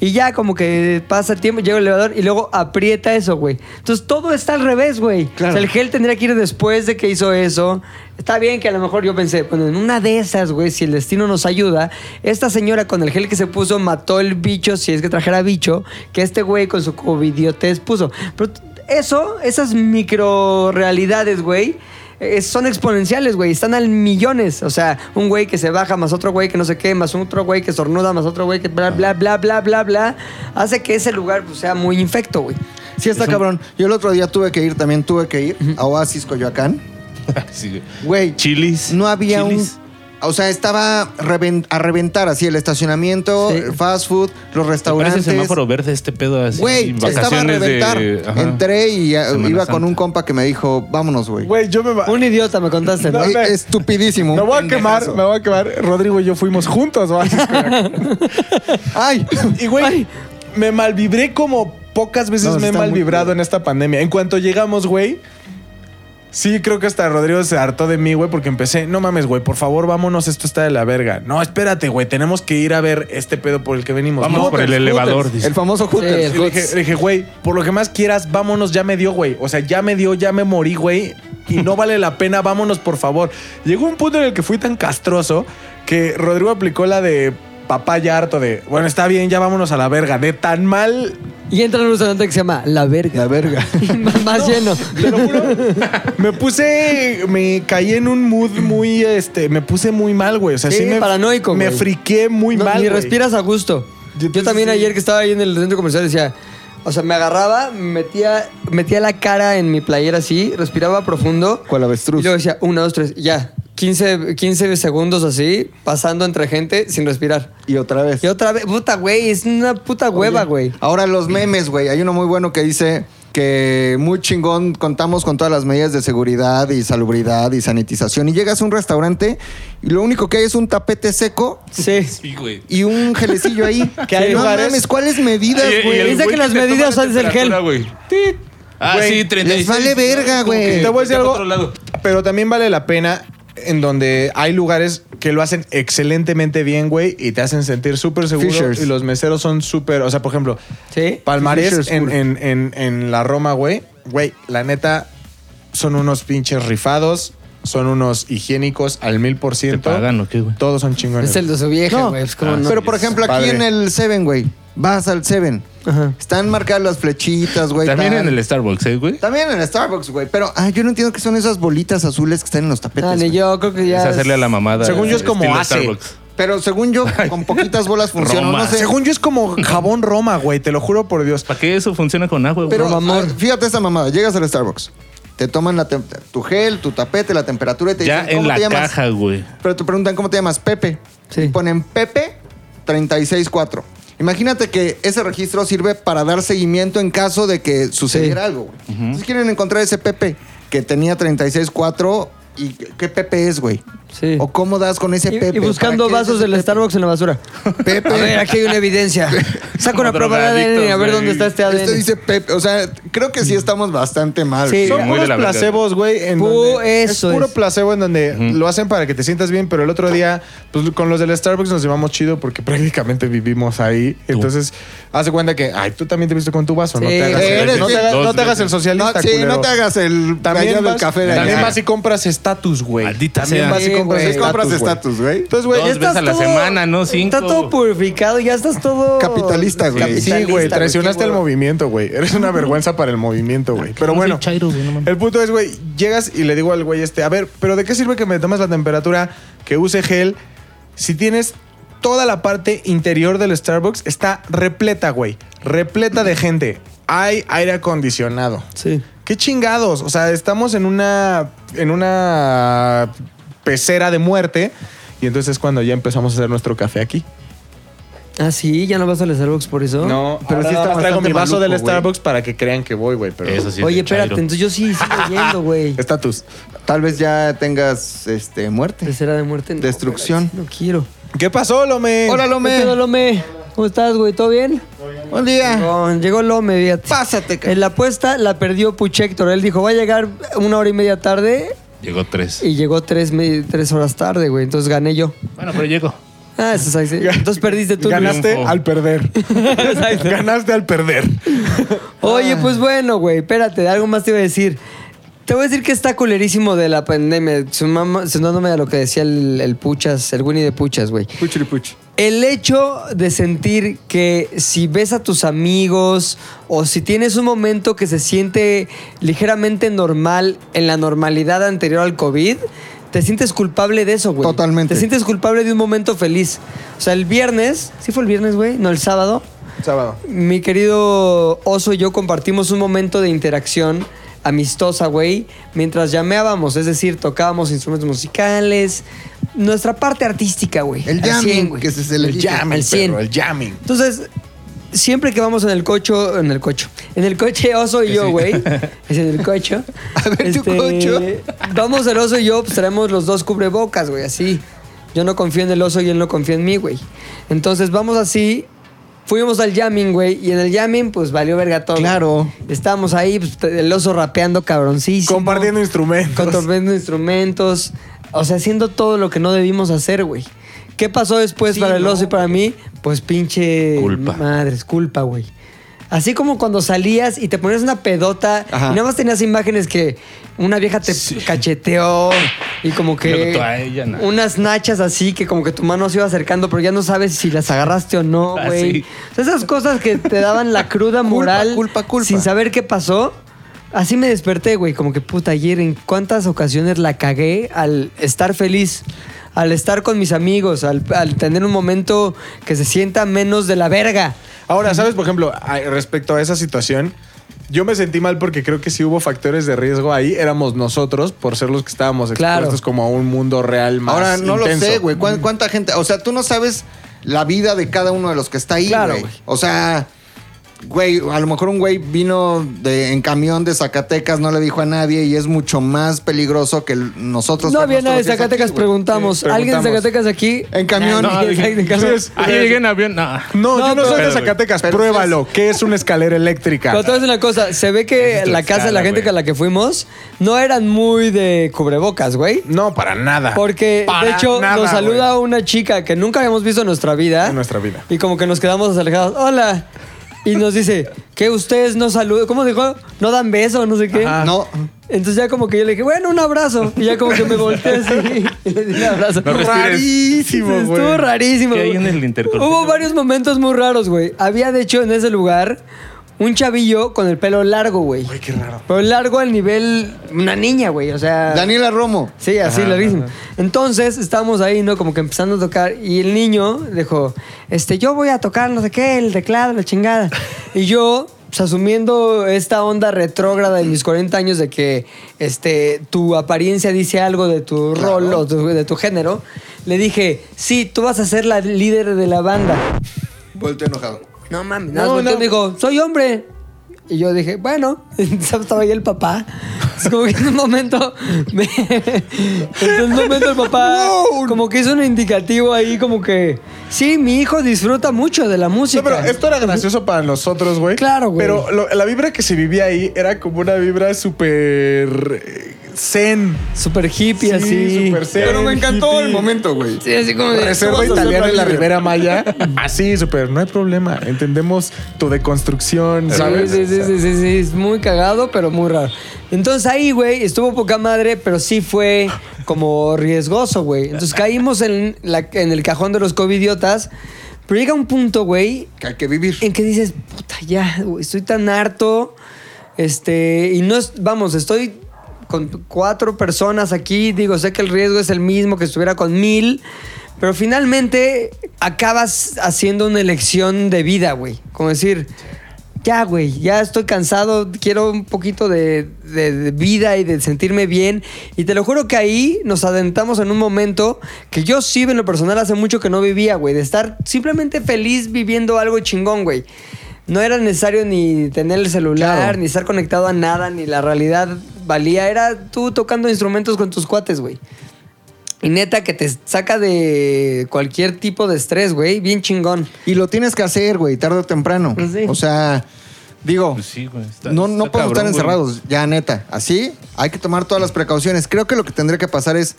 A: Y ya como que pasa el tiempo, llega el elevador y luego aprieta eso, güey. Entonces todo está al revés, güey. O
D: Claro.
A: sea, el gel tendría que ir después de que hizo eso. Está bien que a lo mejor yo pensé, bueno, en una de esas, güey, si el destino nos ayuda, esta señora con el gel que se puso mató el bicho, si es que trajera bicho, que este güey con su covidiotez puso. Pero t- eso, esas micro realidades, güey. eh, Son exponenciales, güey. Están al millones. O sea, un güey que se baja, más otro güey que no sé qué, más otro güey que sornuda, más otro güey que bla, bla, bla, bla, bla, bla. Hace que ese lugar pues, sea muy infecto, güey.
C: Sí, está cabrón. Yo el otro día tuve que ir, también tuve que ir a Oasis Coyoacán.
E: Sí.
C: Güey,
E: Chilis.
C: no había
E: Chilis.
C: un. O sea, estaba reven- a reventar así el estacionamiento,
A: Sí.
C: el fast food, los
E: ¿Te parece
C: restaurantes.
E: semáforo verde este pedo así?
C: Güey, estaba a
E: vacaciones de-
C: reventar.
E: ajá.
C: Entré y eh,
E: Semana
C: iba con
E: Santa.
C: un compa que me dijo, vámonos, güey.
D: Güey, yo me va-
A: Un idiota me contaste, ¿no?
D: No,
C: Eh,
D: me-
C: Estupidísimo.
D: Me
C: un
D: voy a
C: pendejazo.
D: quemar, me voy a quemar. Rodrigo y yo fuimos juntos, ¿va?
C: Ay,
D: Y güey, me malvibré como pocas veces
C: No,
D: me he
C: está muy
D: malvibrado
C: culero.
D: en esta pandemia. En cuanto llegamos, güey, sí creo que hasta Rodrigo se hartó de mí, güey, porque empecé, no mames, güey, por favor, vámonos, esto está de la verga. No, espérate, güey, tenemos que ir a ver este pedo por el que venimos.
E: Vamos
D: No,
E: por el
D: pero-
E: elevador. dice.
C: el famoso
A: Sí,
C: Hooters.
A: el
D: Y le dije, le dije, güey, por lo que más quieras, vámonos, ya me dio, güey. O sea, ya me dio, ya me morí, güey. Y no vale la pena, vámonos, por favor. Llegó un punto en el que fui tan castroso que Rodrigo aplicó la de papá ya harto de, bueno, está bien, ya vámonos a la verga. De tan mal,
A: Y entra en un restaurante que se llama La Verga.
C: La verga.
A: Más lleno.
D: te lo juro. me puse, me caí en un mood muy, este, me puse muy mal, güey. O sea, sí,
A: Sí,
D: me...
A: paranoico,
D: Me
A: güey.
D: friqué muy
A: No,
D: mal,
A: Ni
D: güey.
A: respiras a gusto.
D: Yo
A: Yo,
D: pienso
A: también
D: sí.
A: ayer que estaba ahí en el centro comercial decía, o sea, me agarraba, metía, metía la cara en mi playera así, respiraba profundo.
C: Cual avestruz.
A: Y luego decía, uno, dos, tres, ya. 15, 15 segundos así, pasando entre gente sin respirar.
C: Y otra vez.
A: Y otra vez, puta, güey, es una puta hueva, güey.
C: Ahora los memes, güey. Hay uno muy bueno que dice que muy chingón contamos con todas las medidas de seguridad y salubridad y sanitización. Y llegas a un restaurante y lo único que hay es un tapete seco
A: Sí.
E: Sí, güey.
C: y un gelecillo ahí.
A: Que hay
C: no
A: lugares-
C: mames, ¿cuáles medidas,
E: Y- y
C: güey?
E: el
A: Dice
E: güey
A: que las
E: te toma
A: medidas
E: la
A: son del gel.
E: temperatura, güey. Ah,
D: Güey,
E: sí, 36.
C: les vale verga,
E: Como que
C: güey.
D: Te voy a decir
E: para
D: algo,
E: otro lado.
D: pero también vale la pena en donde hay lugares que lo hacen excelentemente bien, güey, y te hacen sentir súper seguro.
C: Fishers.
D: Y los meseros son súper, o sea, por ejemplo,
A: Sí.
D: Palmarés
C: Fishers
D: en,
C: puro.
D: en- en- en la Roma, güey, güey, la neta, son unos pinches rifados, son unos higiénicos al mil por
E: ¿Te
D: ciento.
E: pagan o qué, güey?
D: Todos son chingones.
A: Es el de su vieja,
C: No.
A: güey. pues, ¿cómo
E: Ah,
A: no?
C: Pero por ejemplo, aquí
D: Padre.
C: en el Seven, güey. Vas al Seven.
A: Ajá.
C: Están marcadas las flechitas, güey.
E: También
C: tal.
E: en el Starbucks, ¿eh, güey?
C: También en el Starbucks, güey. Pero ah, yo no entiendo qué son esas bolitas azules que están en los tapetes.
A: Ah, ni
C: güey.
A: yo creo que ya.
E: Es hacerle a la mamada.
D: Según yo es como
E: estilo
D: hace.
E: Starbucks.
C: Pero según yo, con poquitas bolas funcionan.
E: Roma.
C: No sé.
D: Según yo es como jabón Roma, güey, te lo juro por Dios.
E: ¿Para qué eso funciona con agua, güey?
C: Pero
A: Roma amor.
C: ah, fíjate esta mamada. Llegas al Starbucks. Te toman la tem- tu gel, tu tapete, la temperatura y te
E: ya
C: dicen,
E: en
C: ¿cómo
E: la
C: te llamas?
E: caja, güey.
C: Pero te preguntan, ¿cómo te llamas? Pepe.
A: Sí.
C: y ponen Pepe 364. Imagínate que ese registro sirve para dar seguimiento en caso de que sucediera
A: Sí.
C: algo. güey. Entonces quieren encontrar ese Pepe que tenía 364 y qué Pepe es, güey.
A: Sí.
C: O cómo das con ese
A: Y,
C: Pepe.
A: y buscando
C: ¿Para qué
A: vasos
C: es ese
A: del Starbucks en la basura.
C: Pepe.
A: A ver, aquí hay una evidencia. Saca una
E: Como
A: prueba de ADN a ver
E: drogadictos,
A: dónde
E: güey.
A: está este ADN.
C: Esto dice Pepe. O sea, creo que sí estamos bastante mal.
A: Sí.
D: Son
A: Muy
D: puros
E: de la verga.
D: placebos, güey. en
A: Pu-
D: donde-
A: eso
D: es puro
A: es.
D: placebo en donde lo hacen para que te sientas bien, pero el otro día, pues con los del Starbucks nos llevamos chido porque prácticamente vivimos ahí. Entonces, hace cuenta que, ay, tú también te viste con tu vaso, no
A: Sí,
D: te hagas, el-
C: eres
D: no te
C: bien-
D: hagas-
E: dos
D: no te hagas el
E: veces.
C: No,
D: socialista.
C: sí,
D: culero.
C: no te hagas el
D: También vas,
C: del café de
D: también
C: allá.
D: vas y compras estatus, güey.
E: Maldita
D: También
E: sea.
D: vas y
A: Sí,
D: compras
A: güey.
C: Sí, compras
D: estatus, güey.
C: estatus, güey.
D: Entonces, güey,
E: Dos
D: ya
E: veces
D: estás
E: a la
D: todo-
E: semana, ¿no? Cinco.
A: Está todo purificado, ya estás todo.
C: Capitalista, güey.
D: Sí,
A: Capitalista,
D: güey, traicionaste
A: qué
D: al
A: hueva.
D: movimiento, güey. Eres una vergüenza para el movimiento, güey. Pero bueno, el punto es, güey, llegas y le digo al güey este, a ver, pero ¿de qué sirve que me tomes la temperatura, que use gel, si tienes toda la parte interior del Starbucks está repleta, güey, repleta de gente. Hay aire acondicionado.
A: Sí.
D: Qué chingados. O sea, estamos en una. en una pecera de muerte. Y entonces es cuando ya empezamos a hacer nuestro café aquí.
A: Ah, sí, ya no vas al Starbucks por eso.
D: pero sí está traigo mi vaso del
C: maluco, güey.
D: Starbucks para que crean que voy, güey. Pero
E: Eso sí.
A: Oye,
E: de
A: espérate,
E: chairo.
A: entonces yo sí sigo yendo, güey.
D: Estatus.
C: Tal vez ya tengas este muerte.
A: Tercera de muerte. no,
C: Destrucción.
A: güey, No quiero.
D: ¿Qué pasó, Lome?
C: Hola,
A: ¿Qué
C: Lome.
A: pedo, Lome? ¿Cómo estás, güey? ¿Todo bien?
C: Buen día.
A: Chingón, Llegó Lome, fíjate.
C: Pásate, ca-
A: En la apuesta la perdió Puchector. Él dijo, va a llegar una hora y media tarde
E: Llegó tres.
A: y llegó tres, me- tres horas tarde, güey. Entonces gané yo.
E: Bueno, pero llegó.
A: Ah, eso es ahí, sí. Entonces perdiste tú. Luis.
D: Ganaste
E: Triunfo.
D: al perder.
A: Exacto.
D: Ganaste al perder.
A: Oye, pues bueno, güey, espérate, algo más te iba a decir. Te voy a decir que está culerísimo de la pandemia, sumama- sumándome a lo que decía el, el Puchas, el Winnie de Puchas, güey.
C: Puchiripuch.
A: El hecho de sentir que si ves a tus amigos o si tienes un momento que se siente ligeramente normal en la normalidad anterior al COVID, te sientes culpable de eso, güey.
C: Totalmente.
A: Te sientes culpable de un momento feliz. O sea, el viernes, ¿sí fue el viernes, güey? No, el sábado.
D: Sábado.
A: Mi querido Oso y yo compartimos un momento de interacción amistosa, güey, mientras llameábamos, es decir, tocábamos instrumentos musicales, nuestra parte artística, güey.
C: El
A: al
C: jamming,
A: 100, güey.
C: que se- se le
A: El
C: dice.
A: jamming,
C: El
A: al 100.
D: Pero el jamming.
A: Entonces, siempre que vamos en el coche, en el coche, en el coche Oso y yo, güey, es en el coche.
C: A ver, tu coche.
A: Vamos el Oso y yo, pues traemos los dos cubrebocas, güey, así. Yo no confío en el oso y él no confía en mí, güey. Entonces vamos así, fuimos al jamming, güey, y en el jamming, pues valió verga todo.
C: Claro.
A: Estábamos ahí, pues, el oso rapeando cabroncísimo.
D: Compartiendo instrumentos.
A: Compartiendo instrumentos. O sea, haciendo todo lo que no debimos hacer, güey. ¿Qué pasó después para el oso y para mí? Pues pinche
E: Culpa.
A: madres, culpa, güey. Así como cuando salías y te ponías una pedota
C: Ajá.
A: y nada más tenías imágenes que una vieja te cacheteó y como
E: Luego
A: que
E: tú a ella, no.
A: unas nachas así que como que tu mano se iba acercando pero ya no sabes si las agarraste o no,
E: Ah,
A: güey.
E: sí.
A: O sea, esas cosas que te daban la cruda moral
C: culpa, culpa.
A: sin saber qué pasó. Así me desperté, güey, como que puta, ayer en cuántas ocasiones la cagué al estar feliz, al estar con mis amigos, al, al tener un momento que se sienta menos de la verga.
D: Ahora, ¿sabes? Por ejemplo, a- respecto a esa situación, yo me sentí mal porque creo que si hubo factores de riesgo ahí, éramos nosotros por ser los que estábamos
A: Claro.
D: expuestos como a un mundo real más
C: Ahora no
D: intenso.
C: lo sé, güey. ¿Cuán- ¿Cuánta gente? O sea, tú no sabes la vida de cada uno de los que está ahí,
A: Claro,
C: güey.
A: güey.
C: O sea, güey, a lo mejor un güey vino de, en camión de Zacatecas, no le dijo a nadie y es mucho más peligroso que el- nosotros.
A: No
C: que
A: había
C: nosotros
A: nadie de
C: que es aquí,
A: Zacatecas,
C: güey.
A: preguntamos.
D: Sí, preguntamos.
A: ¿Alguien de Zacatecas aquí?
C: En camión.
A: No,
D: No,
A: exacto, en camión.
D: entonces-
E: Ah, yo llegué en avión. No.
D: No,
A: No,
D: yo no soy
A: pero-
D: de Zacatecas.
C: pero-
D: Pruébalo. ¿Qué es una escalera eléctrica?
A: Pero te voy a decir una cosa, se ve que
E: Esa es
A: la
E: tu
A: casa de la
E: escala,
A: gente
E: güey.
A: con la que fuimos no eran muy de cubrebocas, güey.
D: No, para nada.
A: Porque de
D: Ah, Para
A: hecho
D: nada,
A: nos saluda
D: güey.
A: una chica que nunca habíamos visto en nuestra vida.
D: En nuestra vida.
A: Y como que nos quedamos alejados. Hola. Y nos dice, que ustedes no saludan. ¿Cómo dijo? No dan beso, no sé qué.
D: Ajá.
C: Ah. No.
A: Entonces ya como que yo le dije, bueno, un abrazo. Y ya como que me volteé así. y le di un abrazo.
E: No respires.
D: Rarísimo,
A: Estuvo
D: güey.
A: rarísimo.
E: ¿Qué hay
A: güey.
E: en el intercontinental?
A: Hubo varios momentos muy raros, güey. Había, de hecho, en ese lugar, un chavillo con el pelo largo, güey.
D: Güey, qué raro.
A: Pero largo al nivel una niña, güey. O sea...
C: Daniela Romo.
A: Sí, así, larguísimo. Entonces, estábamos ahí, ¿no? Como que empezando a tocar. Y el niño dijo, este, yo voy a tocar no sé qué, el teclado, la chingada. Y yo, pues, asumiendo esta onda retrógrada de mis 40 años de que este, tu apariencia dice algo de tu rol o tu- de tu género, le dije, sí, tú vas a ser la líder de la banda.
C: Vuelto enojado.
A: No mames, no, digo, soy hombre. Y yo dije, bueno, estaba ahí el papá. Es como que en un momento, me- en un momento el papá como que hizo un indicativo ahí, como que, sí, mi hijo disfruta mucho de la música.
D: No, pero esto era gracioso para nosotros, güey.
A: Claro, güey.
D: Pero lo- la vibra que se vivía ahí era como una vibra súper eh, zen.
A: Super hippie así.
D: Sí, súper zen.
C: Pero me encantó
D: hippie.
C: el momento, güey.
A: Sí, así como de,
D: Reserva
A: ¿cómo vas a
D: italiana
A: ser
D: en la
A: líder?
D: Ribera Maya. Así, súper. No hay problema. Entendemos tu deconstrucción, ¿sabes?
A: Sí, sí, sí, sí, sí, sí, es muy cagado, pero muy raro. Entonces ahí, güey, estuvo poca madre, pero sí fue como riesgoso, güey. Entonces caímos en, la- en el cajón de los covidiotas, pero llega un punto, güey,
C: Que hay que vivir.
A: en que dices, puta, ya, güey, estoy tan harto, este, y no es, vamos, estoy con cuatro personas aquí, digo, sé que el riesgo es el mismo que estuviera con mil, pero finalmente acabas haciendo una elección de vida, güey, como decir, ya, güey, ya estoy cansado, quiero un poquito de, de- de vida y de sentirme bien. Y te lo juro que ahí nos adentramos en un momento que yo sí, en lo personal, hace mucho que no vivía, güey, de estar simplemente feliz viviendo algo chingón, güey. No era necesario ni tener el celular,
D: Claro.
A: ni estar conectado a nada, ni la realidad valía. Era tú tocando instrumentos con tus cuates, güey. Y neta que te saca de cualquier tipo de estrés, güey, bien chingón.
C: Y lo tienes que hacer, güey, tarde o temprano.
A: Pues sí.
C: O sea, digo,
E: Pues sí, güey, está-
C: no,
E: está
C: no podemos
E: cabrón,
C: estar
E: güey.
C: encerrados, ya neta. Así hay que tomar todas las precauciones. Creo que lo que tendría que pasar es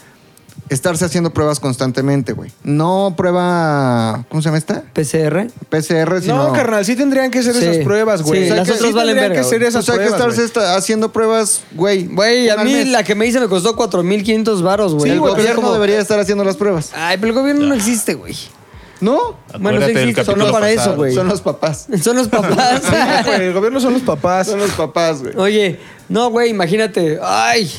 C: estarse haciendo pruebas constantemente, güey. No prueba, ¿cómo se llama esta?
A: PCR.
C: PCR, sino...
D: No, carnal, sí tendrían que ser
A: Sí.
D: esas pruebas, güey.
A: Sí,
D: que
A: las
D: sí
A: otras valen
D: tendrían
A: verga,
D: que ser
A: güey.
D: esas
C: o sea, hay que
D: pruebas,
C: estarse
D: güey.
C: esta- haciendo pruebas, güey.
A: Güey, a
C: una al
A: mí
C: mes.
A: la que me hice me costó 4.500 varos, güey.
C: Sí,
A: El
C: güey,
A: gobierno-
C: pero no debería estar haciendo las pruebas.
A: Ay, pero el gobierno no existe, güey.
C: ¿No?
A: Bueno, sí
E: Acuérdate del
A: existe,
E: capítulo
A: solo para
E: pasado.
A: eso, güey.
C: Son los papás.
A: Son los papás.
D: Sí, güey, el gobierno son los papás.
C: Son los papás, güey.
A: Oye, no, güey, imagínate. Ay,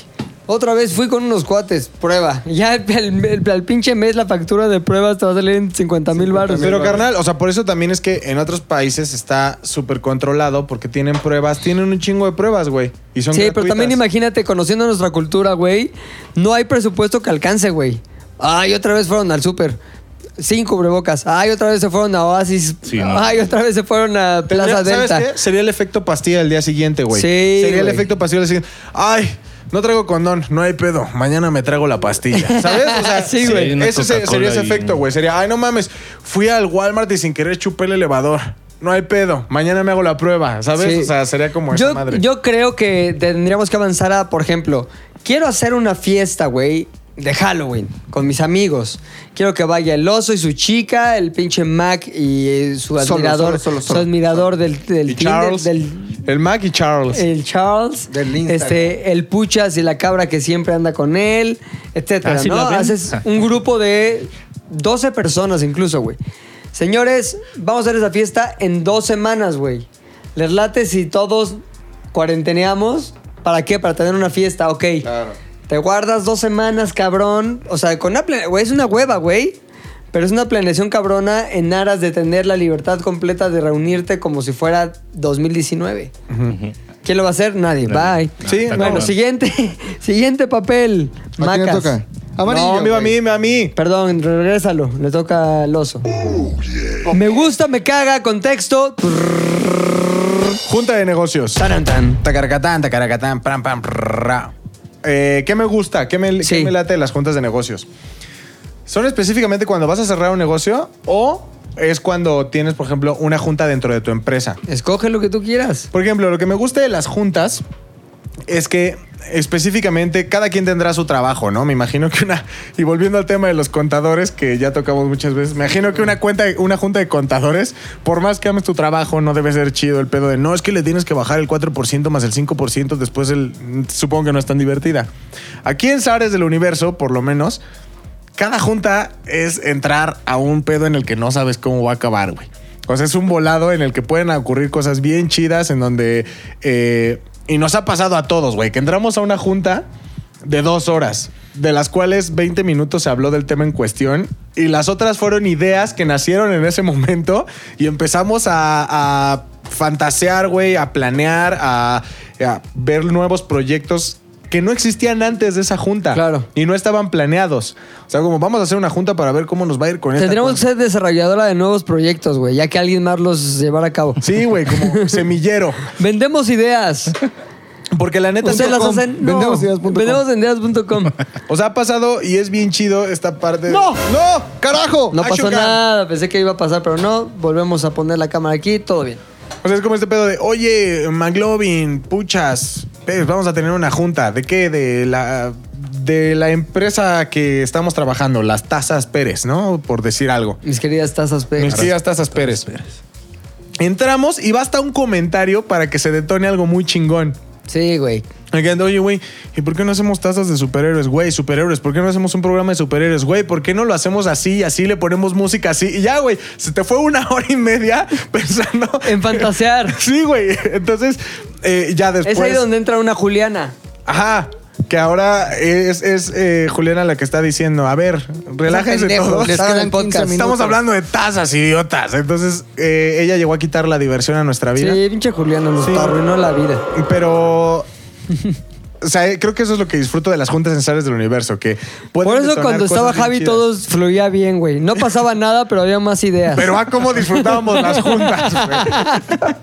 A: otra vez fui con unos cuates. Prueba. Ya el- el- el- al pinche mes la factura de pruebas te va a salir en 50 mil baros.
D: Pero carnal, o sea, por eso también es que en otros países está súper controlado porque tienen pruebas, tienen un chingo de pruebas, güey. Y son
A: Sí, pero
D: gratuitas.
A: también imagínate, conociendo nuestra cultura, güey, no hay presupuesto que alcance, güey. Ay, otra vez fueron al súper. Sin cubrebocas. Ay, otra vez se fueron a Oasis.
E: Sí, no.
A: Ay, otra vez se fueron a Plaza
D: ¿Sabes
A: Delta.
D: qué? Sería el efecto pastilla del día siguiente, güey.
A: Sí,
D: Sería el
A: güey.
D: efecto pastilla del día siguiente. Ay, no traigo condón, no hay pedo. Mañana me trago la pastilla. ¿Sabes? O sea,
A: Sí,
E: güey. Sí, una
D: Ese se- sería
E: Coca-Cola
D: ese
E: y-
D: efecto, güey. Sería, ay, no mames, fui al Walmart y sin querer chupé el elevador. No hay pedo. Mañana me hago la prueba, ¿sabes?
A: Sí.
D: O sea, sería como
A: yo,
D: esa madre.
A: Yo creo que tendríamos que avanzar a, por ejemplo, quiero hacer una fiesta, güey, de Halloween con mis amigos. Quiero que vaya el oso y su chica, el pinche Mac y eh, su
C: Solo,
A: admirador,
C: solo, solo, solo.
A: su admirador del, del
D: y
A: Tinder,
D: Charles.
A: del Eh,
D: el Mac y Charles.
A: el Charles,
C: Del Instagram.
A: este, el Puchas y la cabra que siempre anda con él, etcétera,
E: Ah, ¿sí
A: ¿no?
E: la ven?
A: Haces un grupo de 12 personas incluso, güey. Señores, vamos a hacer esa fiesta en dos semanas, güey. Les late si todos cuarenteneamos. ¿Para qué? Para tener una fiesta, ok.
C: Claro.
A: Te guardas dos semanas, cabrón. O sea, con una plane- güey, es una hueva, güey. Pero es una planeación cabrona en aras de tener la libertad completa de reunirte como si fuera 2019. ¿Quién lo va a hacer? Nadie.
E: Nadie.
A: Bye.
E: No,
D: Sí,
E: está
A: bueno,
E: cabrón.
A: siguiente, siguiente papel.
C: ¿A quién le
A: Macas.
C: toca?
D: no,
C: Amarillo,
D: amigo, a
C: güey.
D: mí, a mí.
A: Perdón, regrésalo. Le toca al oso. Me gusta, me caga, contexto.
D: Junta de negocios.
A: Tarantan.
D: Tacaracatán, tacaracatán, pam, pam, prrra. Eh, ¿Qué me gusta? ¿Qué me,
A: Sí.
D: qué me late de las juntas de negocios? ¿Son específicamente cuando vas a cerrar un negocio o es cuando tienes, por ejemplo, una junta dentro de tu empresa?
A: Escoge lo que tú quieras.
D: Por ejemplo, lo que me gusta de las juntas es que específicamente cada quien tendrá su trabajo, ¿no? Me imagino que una y volviendo al tema de los contadores que ya tocamos muchas veces, me imagino que una cuenta una junta de contadores, por más que ames tu trabajo, no debe ser chido el pedo de no, es que le tienes que bajar el 4% más el 5%, después el supongo que no es tan divertida. Aquí en Zares del Universo, por lo menos, cada junta es entrar a un pedo en el que no sabes cómo va a acabar, güey. O sea, es un volado en el que pueden ocurrir cosas bien chidas, en donde... eh, y nos ha pasado a todos, güey, que entramos a una junta de dos horas, de las cuales 20 minutos se habló del tema en cuestión y las otras fueron ideas que nacieron en ese momento y empezamos a... a fantasear, güey, a planear, a, a ver nuevos proyectos que no existían antes de esa junta.
A: Claro.
D: Y no estaban planeados. O sea, como vamos a hacer una junta para ver cómo nos va a ir con esta
A: Tendríamos que
D: cosa.
A: ser desarrolladora de nuevos proyectos, güey, ya que alguien más los llevara a cabo.
D: Sí, güey, como semillero.
A: Vendemos ideas.
D: Porque la neta...
A: Ustedes las
D: .com,
A: hacen. No.
C: vendemosideas.com.
A: Vendemos en ideas.com.
D: O sea, ha pasado y es bien chido esta parte.
A: ¡No!
D: ¡No! ¡Carajo!
A: No pasó
D: Ashokan.
A: nada, pensé que iba a pasar, pero no. Volvemos a poner la cámara aquí, todo bien.
D: O sea, es como este pedo de, oye, McLovin, puchas, pues, vamos a tener una junta. ¿De qué? De la, de la empresa que estamos trabajando, las Tazas Pérez, ¿no? Por decir algo.
A: Mis queridas tazas Pérez.
D: Mis tías Tazas Pérez. Entramos y basta un comentario para que se detone algo muy chingón.
A: Sí, güey.
D: Acá ando, Oye, güey, ¿y por qué no hacemos tazas de superhéroes, güey? Superhéroes, ¿por qué no hacemos un programa de superhéroes, güey? ¿Por qué no lo hacemos así y así le ponemos música así? Y ya, güey, se te fue una hora y media pensando.
A: En fantasear.
D: Sí, güey. Entonces, eh, ya después.
A: Es ahí donde entra una Juliana.
D: Ajá. Que ahora es, es, eh, Juliana la que está diciendo, a ver, relájense
A: pendejo,
D: todos.
A: les
D: Estaban
A: quedan
D: 15
A: podcast.
D: Estamos hablando de tazas, idiotas. Entonces, eh, ella llegó a quitar la diversión a nuestra vida.
A: Sí, pinche Juliana, nos
D: Sí.
A: arruinó la vida.
D: Pero. O sea, eh, creo que eso es lo que disfruto de las juntas necesarias del universo. Que pueden
A: Por eso
D: detonar
A: cuando
D: cosas
A: estaba
D: bien
A: Javi
D: chidas.
A: todo fluía bien, güey. No pasaba nada, pero había más ideas.
D: Pero a cómo disfrutábamos las juntas, güey.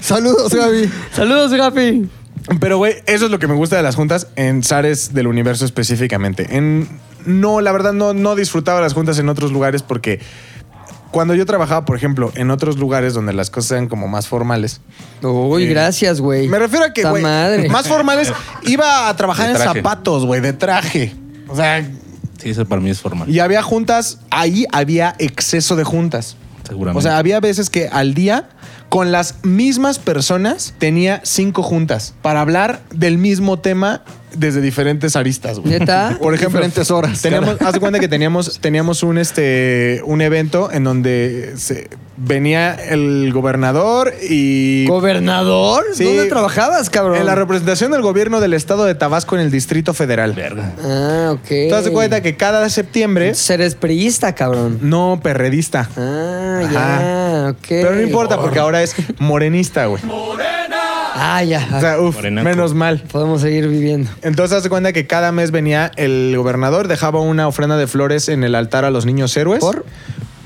C: Saludos, Gaby.
A: Saludos, Gafi.
D: Pero, güey, eso es lo que me gusta de las juntas en Zares del universo específicamente. En, no, la verdad, no, no disfrutaba las juntas en otros lugares porque cuando yo trabajaba, por ejemplo, en otros lugares donde las cosas eran como más formales.
A: Uy, gracias, güey.
D: Me refiero a que,
A: Esta
D: güey,
A: madre.
D: más formales, iba a trabajar
E: De
D: en
E: traje.
D: zapatos, güey, de traje. O sea,
E: Sí, eso para mí es formal.
D: y había juntas, ahí había exceso de juntas.
E: Seguramente.
D: O sea, había veces que al día, con las mismas personas, tenía cinco juntas para hablar del mismo tema desde diferentes aristas, güey.
A: ¿Neta?
D: Por ejemplo,
C: Diferentes horas.
D: Teníamos, haz de cuenta que teníamos, teníamos un, este, un evento en donde se- venía el gobernador y.
A: ¿Gobernador?
D: Sí.
A: ¿Dónde trabajabas, cabrón?
D: en la representación del gobierno del estado de Tabasco en el Distrito Federal.
E: Verga.
A: Ah, ok.
D: Te das cuenta que cada septiembre.
A: Eres priista, cabrón.
D: No, perredista.
A: Ah,
D: Ajá.
A: ya, ok.
D: Pero no importa porque ahora es morenista, güey.
A: Ah, ya.
D: O sea, uf,
E: Morenaco.
D: menos mal.
A: Podemos seguir viviendo.
D: Entonces, haz de cuenta que cada mes venía el gobernador, dejaba una ofrenda de flores en el altar a los niños héroes.
A: ¿Por?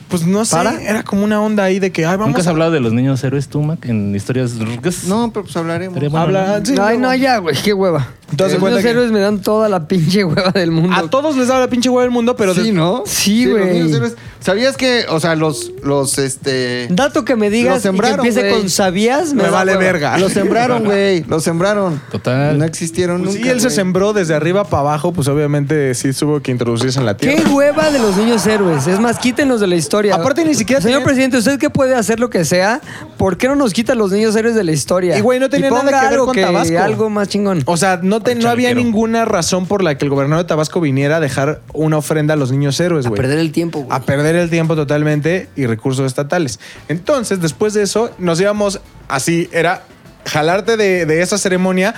D: Pues no sé,
A: ¿Para?
D: era como una onda ahí de que, ay, vamos
E: ¿Nunca has
D: a
E: hablado de los niños héroes tú, Mac, en historias rucas?
C: No, pero pues hablaremos.
E: Estaría bueno,
D: habla-
E: ¿no?
D: Ah, sí,
A: Ay,
D: no.
A: no, ya, güey, qué hueva.
D: Entonces,
A: Los
D: cuenta que-
A: héroes me dan toda la pinche hueva del mundo.
D: A todos les daba la pinche hueva del mundo, pero...
C: Sí,
D: de-
C: ¿no?
A: Sí,
C: los
A: güey.
C: niños héroes. ¿Sabías que, o sea, los, los, este...
A: Dato que me digas y que
C: sembraron,
A: empiece
C: güey.
A: con sabías, me,
D: Me
A: da
D: vale
A: hueva.
D: verga.
C: Los Ah, sembraron, güey. Los sembraron.
E: Total.
C: No existieron
D: Pues
C: nunca,
D: sí, él se
C: güey.
D: sembró desde arriba para abajo, pues obviamente sí tuvo que introducirse en la
A: Qué
D: tierra.
A: hueva de los niños héroes. Es más, quítenlos de la historia.
D: Aparte, ni siquiera
A: Señor
D: tenían-
A: presidente, usted que puede hacer lo que sea, ¿por qué no nos quita los niños héroes de la historia?
D: Y, güey, no tenía
A: ponga
D: nada que ver
A: algo
D: con Tabasco.
A: Algo más chingón.
D: O sea, no, te-
E: Al
D: no había
E: chalequero.
D: ninguna razón por la que el gobernador de Tabasco viniera a dejar una ofrenda a los niños héroes,
A: a
D: güey.
A: perder el tiempo, güey.
D: a perder el tiempo totalmente y recursos estatales. Entonces, después de eso, nos íbamos así, era jalarte de, de esa ceremonia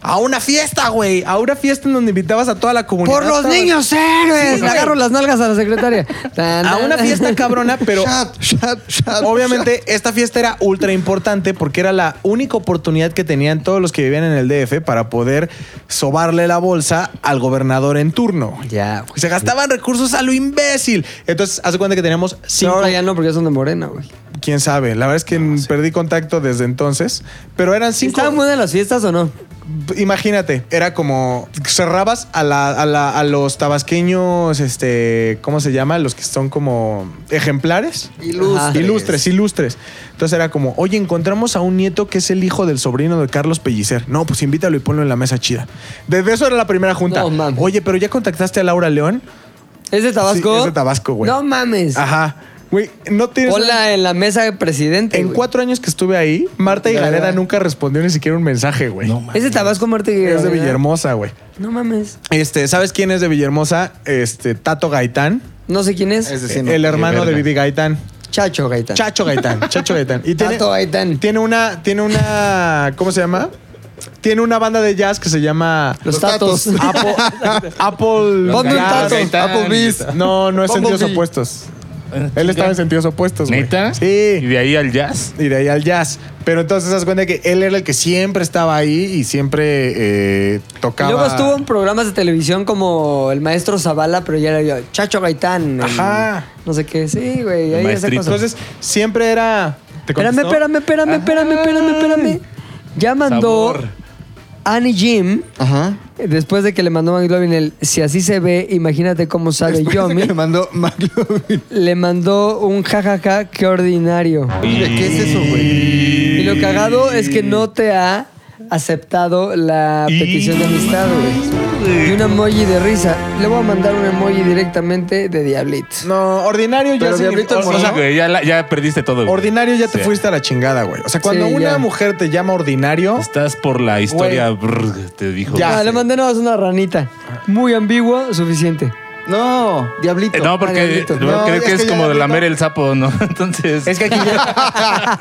D: a una fiesta, güey, a una fiesta en donde invitabas a toda la comunidad.
A: ¡Por los
D: Estabas-
A: niños héroes!
D: Sí,
A: Le
D: güey.
A: agarro las nalgas a la secretaria. Tan,
D: A una
A: tan.
D: fiesta cabrona, pero
C: Shot, shot, shot,
D: obviamente esta fiesta era ultra importante porque era la única oportunidad que tenían todos los que vivían en el DF para poder sobarle la bolsa al gobernador en turno. güey.
A: Ya, pues. güey.
D: Se gastaban recursos a lo imbécil. Entonces, hace cuenta que teníamos
A: Pero
D: cinco
A: ahora ya no, porque ya son de morena, güey.
D: quién sabe. La verdad es que perdí contacto desde entonces, pero eran cinco.
A: ¿Estaban buenas las fiestas o no?
D: Imagínate, era como cerrabas a, la- a la- a los tabasqueños, este, ¿cómo se llama? Los que son como ejemplares.
A: Ajá.
C: Ilustres.
D: Ilustres, ilustres. Entonces era como, oye, encontramos a un nieto que es el hijo del sobrino de Carlos Pellicer. No, pues invítalo y ponlo en la mesa chida. Desde eso era la primera junta.
A: No mames.
D: oye, pero ya contactaste a Laura León.
A: ¿Es de Tabasco?
D: Sí, es de Tabasco, güey.
A: No mames.
D: Ajá. Güey, no tienes.
A: Hola en la mesa de presidente.
D: En
A: güey.
D: cuatro años que estuve ahí, Marta
A: Ya,
D: Higareda
A: ya.
D: nunca respondió ni siquiera un mensaje, güey.
E: No, man.
A: ¿Es de Tabasco, Marta
D: es de
A: Higuera?
D: Villahermosa, güey.
A: No mames.
D: Este, ¿sabes quién es de Villahermosa? Este, Tato Gaitán.
A: Eh, No sé quién es.
C: Es decir, no.
D: El hermano de
E: verga.
D: Vivi Gaitán.
A: Chacho Gaitán.
D: Chacho Gaitán. Chacho Gaitán. Y tiene,
A: Tato Gaitán.
D: tiene una. Tiene una. ¿Cómo se llama? Tiene una banda de jazz que se llama.
A: Los
C: Los
A: tatos.
C: tatos. Ah,
D: Apple. Apple
A: Ponme un
D: Jazz.
A: tato.
E: Gaitán.
C: Applebee's.
D: No, no es sentidos
C: Bumblebee.
D: opuestos. Él estaba en sentidos opuestos, güey.
E: ¿Neta?
D: Sí.
E: ¿Y de ahí al jazz?
D: y de ahí al jazz. Pero entonces te das cuenta que él era el que siempre estaba ahí y siempre eh, tocaba.
A: Y luego estuvo en programas de televisión como el maestro Zavala, pero ya era yo, Chacho Gaitán. el-
D: Ajá.
A: no sé qué, sí, güey. Ahí esa
E: maestrito.
A: cosa.
D: Entonces siempre era. ¿Te
A: Espérame,
D: contestó?
A: espérame, espérame, espérame, espérame, espérame. Ya mandó
E: Sabor.
A: Annie Jim,
C: Ajá.
A: después de que le mandó McLovin el Si así se ve, imagínate cómo sabe
C: Después de
A: Yomi.
C: que le mandó McLovin.
A: Le mandó un jajaja, qué ordinario.
C: ¿Qué es eso, güey?
A: Y lo cagado es que no te ha aceptado la petición de amistad, güey. Y un emoji de risa. Le voy a mandar un emoji directamente de diablitos.
D: No, ordinario ya
C: Pero
D: signif-
C: Diablito
D: o-
C: el
D: o sea,
E: Sí, güey, ya, la- ya perdiste todo. güey.
D: Ordinario ya te
E: Sí.
D: fuiste a la chingada, güey. O sea, cuando
A: Sí,
D: una
A: ya.
D: mujer te llama ordinario,
E: Estás por la historia, brr, te dijo.
D: Ya.
A: Ah,
D: sé.
A: le mandé nada más una ranita. Muy ambigua, suficiente.
C: No, diablito.
E: Eh, no,
A: Ah,
E: porque
A: diablito.
E: no,
D: No,
E: creo
D: es
E: que es
D: que ya
E: como de
D: diablito-
E: lamer el sapo, ¿no? Entonces.
D: es que aquí ya.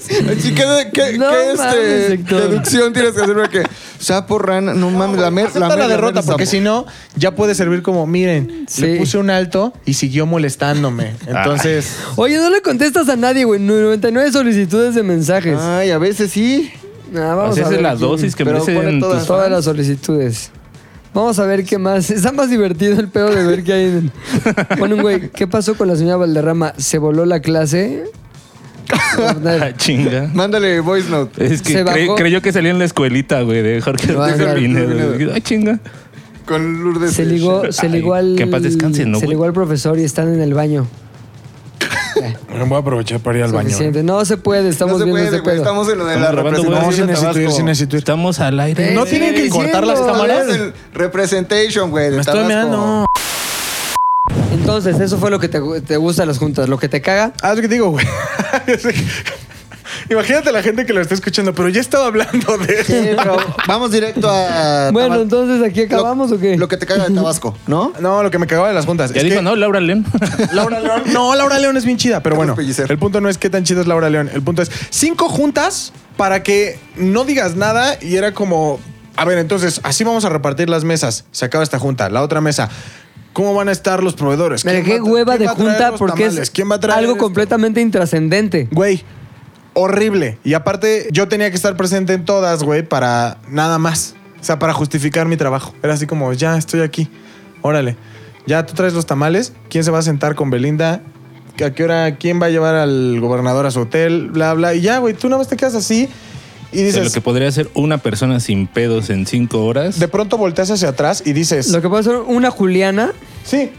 C: Sí, ¿Qué, qué-
A: No
C: qué,
A: mames,
C: este,
A: Héctor.
C: deducción tienes que hacer? Porque sapo, rana, no mames, la mer,
D: Acepta la derrota, porque si no, ya puede servir como, miren,
A: Sí.
D: le puse un alto y siguió molestándome. Entonces,
A: Oye, no le contestas a nadie, güey. 99 solicitudes de mensajes. Ah,
C: Ay, a veces sí.
A: vamos
E: Así
A: a
E: es
A: ver
E: la
A: quién-
E: dosis que
C: pero
E: merecen
C: pone todas.
E: tus
A: Todas las solicitudes. Vamos a ver qué más. Está más divertido el pedo de ver qué hay en... Pone un güey, ¿qué pasó con la señora Valderrama? ¿Se voló la clase?
E: Ah, chinga.
C: Mándale voice note.
E: Es que
A: Se
E: cre-
A: bajó.
E: creyó que salía en la escuelita, güey, de Jorge
A: No,
E: Ortiz
A: claro,
E: Pinedo.
C: claro, claro.
E: Digo, Ay, chinga.
C: Con Lourdes.
A: Se ligó, se
E: Ay,
A: ligó al...
E: que en paz descanse, ¿no,
A: Se
E: güey?
A: ligó al profesor y están en el baño.
D: voy a aprovechar para ir al
A: Suficiente. No se puede, estamos
C: No se
A: viendo
C: puede,
A: ese
C: güey,
A: pedo.
C: estamos en lo de la
E: Estamos grabando, güey.
D: No, sí
C: representación
D: necesito ir,
C: de
D: sí
C: Tabasco.
D: necesito ir. Eh,
E: Estamos al aire.
A: Ven,
D: No
A: Sí,
D: tienen que
A: diciendo.
D: cortar las
A: Estamos
D: cámaras.
C: Estamos en representation, güey, de
D: Me estoy
C: Tabasco.
D: meando.
A: Entonces, eso fue lo que te, gu- te gusta de las juntas. Lo que te caga,
D: Ah, es lo que te digo, güey. Imagínate la gente que lo está escuchando, pero ya estaba hablando de eso.
C: Sí, pero vamos directo a...
A: Bueno,
C: Tabasco.
A: entonces aquí
C: Lo-
A: acabamos o qué?
C: Lo que te caga de Tabasco, ¿no?
D: No, lo que me cagaba de las juntas.
E: Ya
D: es
E: dijo,
D: que-
E: ¿no? Laura León.
D: Laura León. No, Laura León es bien chida, pero bueno.
C: Carlos Pellicer.
D: El punto no es qué tan chida es Laura León. El punto es cinco juntas para que no digas nada y era como, a ver, entonces, así vamos a repartir las mesas. Se acaba esta junta, la otra mesa. ¿Cómo van a estar los proveedores?
A: Mira, qué
D: ¿Quién va a tra-
A: hueva
D: quién
A: de
D: va a traer
A: junta
D: los
A: porque
D: tamales?
A: es
D: ¿Quién va a traer
A: algo
D: esto?
A: completamente intrascendente.
D: Güey, horrible. Y aparte, yo tenía que estar presente en todas, güey, para nada más. O sea, para justificar mi trabajo. Era así como, ya estoy aquí. Órale. Ya tú traes los tamales. ¿Quién se va a sentar con Belinda? ¿A qué hora? ¿Quién va a llevar al gobernador a su hotel? Bla, bla. Y ya, güey, tú nada más te quedas así y
E: De lo
D: dices.
E: que podría ser una persona sin pedos en cinco horas.
D: De pronto volteas hacia atrás y dices.
A: Lo que puede ser una Juliana
D: Sí.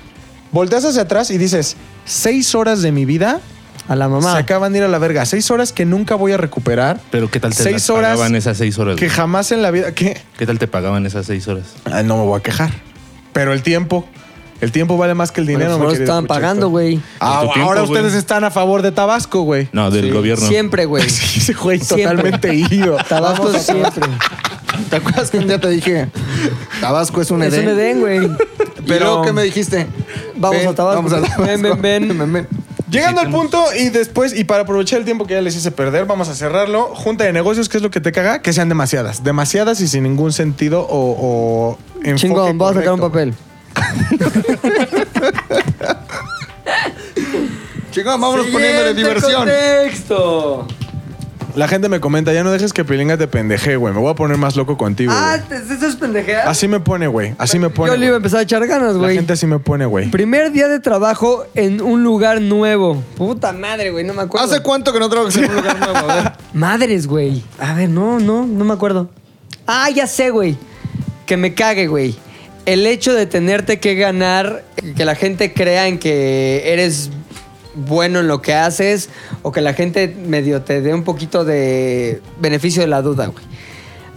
D: Volteas hacia atrás y dices, seis horas de mi vida
A: a la mamá.
D: se acaban de ir a la verga. Seis horas que nunca voy a recuperar.
E: Pero ¿qué tal te
D: Seis
E: las
D: horas
E: pagaban esas seis horas?
D: que
E: güey?
D: jamás en la vida. ¿Qué?
E: ¿Qué tal te pagaban esas seis horas?
D: Ah, no me voy a quejar. Pero el tiempo. El tiempo vale más que el dinero.
A: Bueno,
D: mi
A: pues,
D: querido
A: estaban
D: Puchector.
A: pagando, güey.
D: Ah,
E: Por tu tiempo,
D: ahora ustedes
E: güey.
D: están a favor de Tabasco, güey.
E: No, del gobierno.
A: Siempre, güey.
D: Sí, ese güey
A: Siempre.
D: totalmente ido.
A: Tabasco
C: Vamos a-
A: siempre.
C: ¿Te acuerdas que un día te dije, Tabasco es un
A: Es
C: Edén?
A: un Edén, güey.
C: Pero...
D: Pero-
C: ¿Y luego qué me dijiste?
A: Vamos a Tabasco.
C: Vamos a Tabasco.
A: Ven, ven, ven.
D: Llegando al punto y después, y para aprovechar el tiempo que ya les hice perder, vamos a cerrarlo. Junta de negocios, ¿qué es lo que te caga? Que sean demasiadas. Demasiadas y sin ningún sentido o, o enfoque
A: Chingón, vamos a sacar un
D: correcto.
A: papel.
C: Chicos, vámonos poniéndole diversión.
A: contexto.
D: La gente me comenta, ya no dejes que Pilinga te pendeje, güey. Me voy a poner más loco contigo.
A: Ah,
D: güey.
A: ¿eso es pendejera?
D: Así me pone, güey. Así me pone.
A: Yo le iba a
D: güey.
A: empezar a echar ganas,
D: La
A: güey.
D: gente así me pone, güey.
A: Primer día de trabajo en un lugar nuevo. Puta madre, güey, no me acuerdo.
C: ¿Hace cuánto que no trabajas en un lugar nuevo? A ver.
A: Madres, güey. A ver, no, no, no me acuerdo. Ah, ya sé, güey. Que me cague, güey. El hecho de tenerte que ganar, que la gente crea en que eres bueno en lo que haces o que la gente medio te dé un poquito de beneficio de la duda, güey.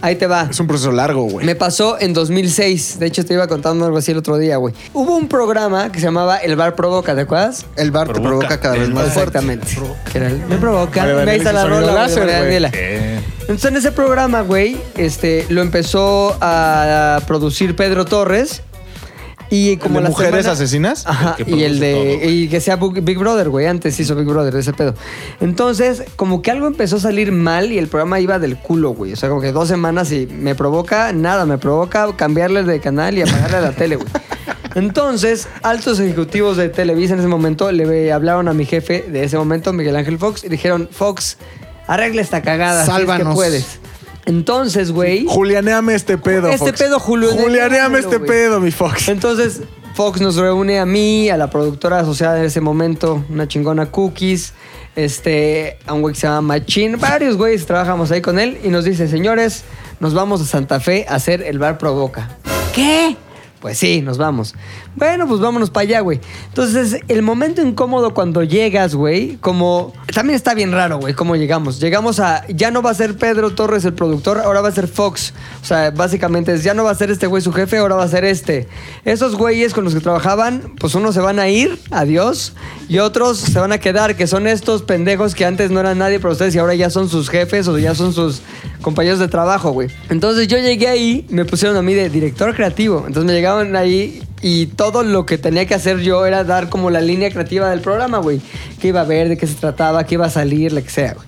A: Ahí te va.
D: Es un proceso largo, güey.
A: Me pasó en 2006. De hecho, te iba contando algo así el otro día, güey. Hubo un programa que se llamaba El Bar Provoca, ¿te acuerdas?
C: El bar te provoca cada vez
D: Ah,
C: más fuerte.
A: Exactamente. Que era el- me provoca.
D: Vale,
A: me
D: vale,
A: avisa
D: hizo
A: la
D: sonido
A: rola, güey,
D: láser,
A: María
D: güey.
A: Daniela.
E: Eh,
A: Entonces en ese programa, güey, este, lo empezó a producir Pedro Torres. Y como
D: ¿El de
A: la
D: mujeres
A: semana-
D: asesinas?
A: Ajá,
E: El que
A: y el
E: produce
A: de.
E: todo, güey.
A: y que sea Bu- Big Brother, güey. Antes hizo Big Brother, ese pedo. Entonces, como que algo empezó a salir mal y el programa iba del culo, güey. O sea, como que dos semanas y me provoca nada, me provoca cambiarle de canal y apagarle la tele, güey. Entonces, altos ejecutivos de Televisa en ese momento le hablaron a mi jefe de ese momento, Miguel Ángel Fox, y dijeron, Fox, arregla esta cagada. si es que
C: Sálvanos.
A: puedes. Entonces, güey...
D: Julianeame este pedo.
A: Este
D: Fox.
A: pedo, Julio-
D: Julianeame este
A: güey.
D: pedo, mi Fox.
A: Entonces, Fox nos reúne a mí, a la productora asociada en ese momento, una chingona Cookies, este, a un güey que se llama Machín, varios güeyes trabajamos ahí con él y nos dice, señores, nos vamos a Santa Fe a hacer el bar Provoca. ¿Qué? Pues sí, nos vamos. Bueno, pues vámonos para allá, güey. Entonces, el momento incómodo cuando llegas, güey, como... También está bien raro, güey, cómo llegamos. Llegamos a... Ya no va a ser Pedro Torres el productor, ahora va a ser Fox. O sea, básicamente es, ya no va a ser este güey su jefe, ahora va a ser este. Esos güeyes con los que trabajaban, pues unos se van a ir, adiós, y otros se van a quedar, que son estos pendejos que antes no eran nadie para ustedes y ahora ya son sus jefes o ya son sus compañeros de trabajo, güey. Entonces yo llegué ahí, me pusieron a mí de director creativo. Entonces me llegaban ahí y todo lo que tenía que hacer yo era dar como la línea creativa del programa, güey. Qué iba a ver, de qué se trataba, qué iba a salir, lo que sea, güey.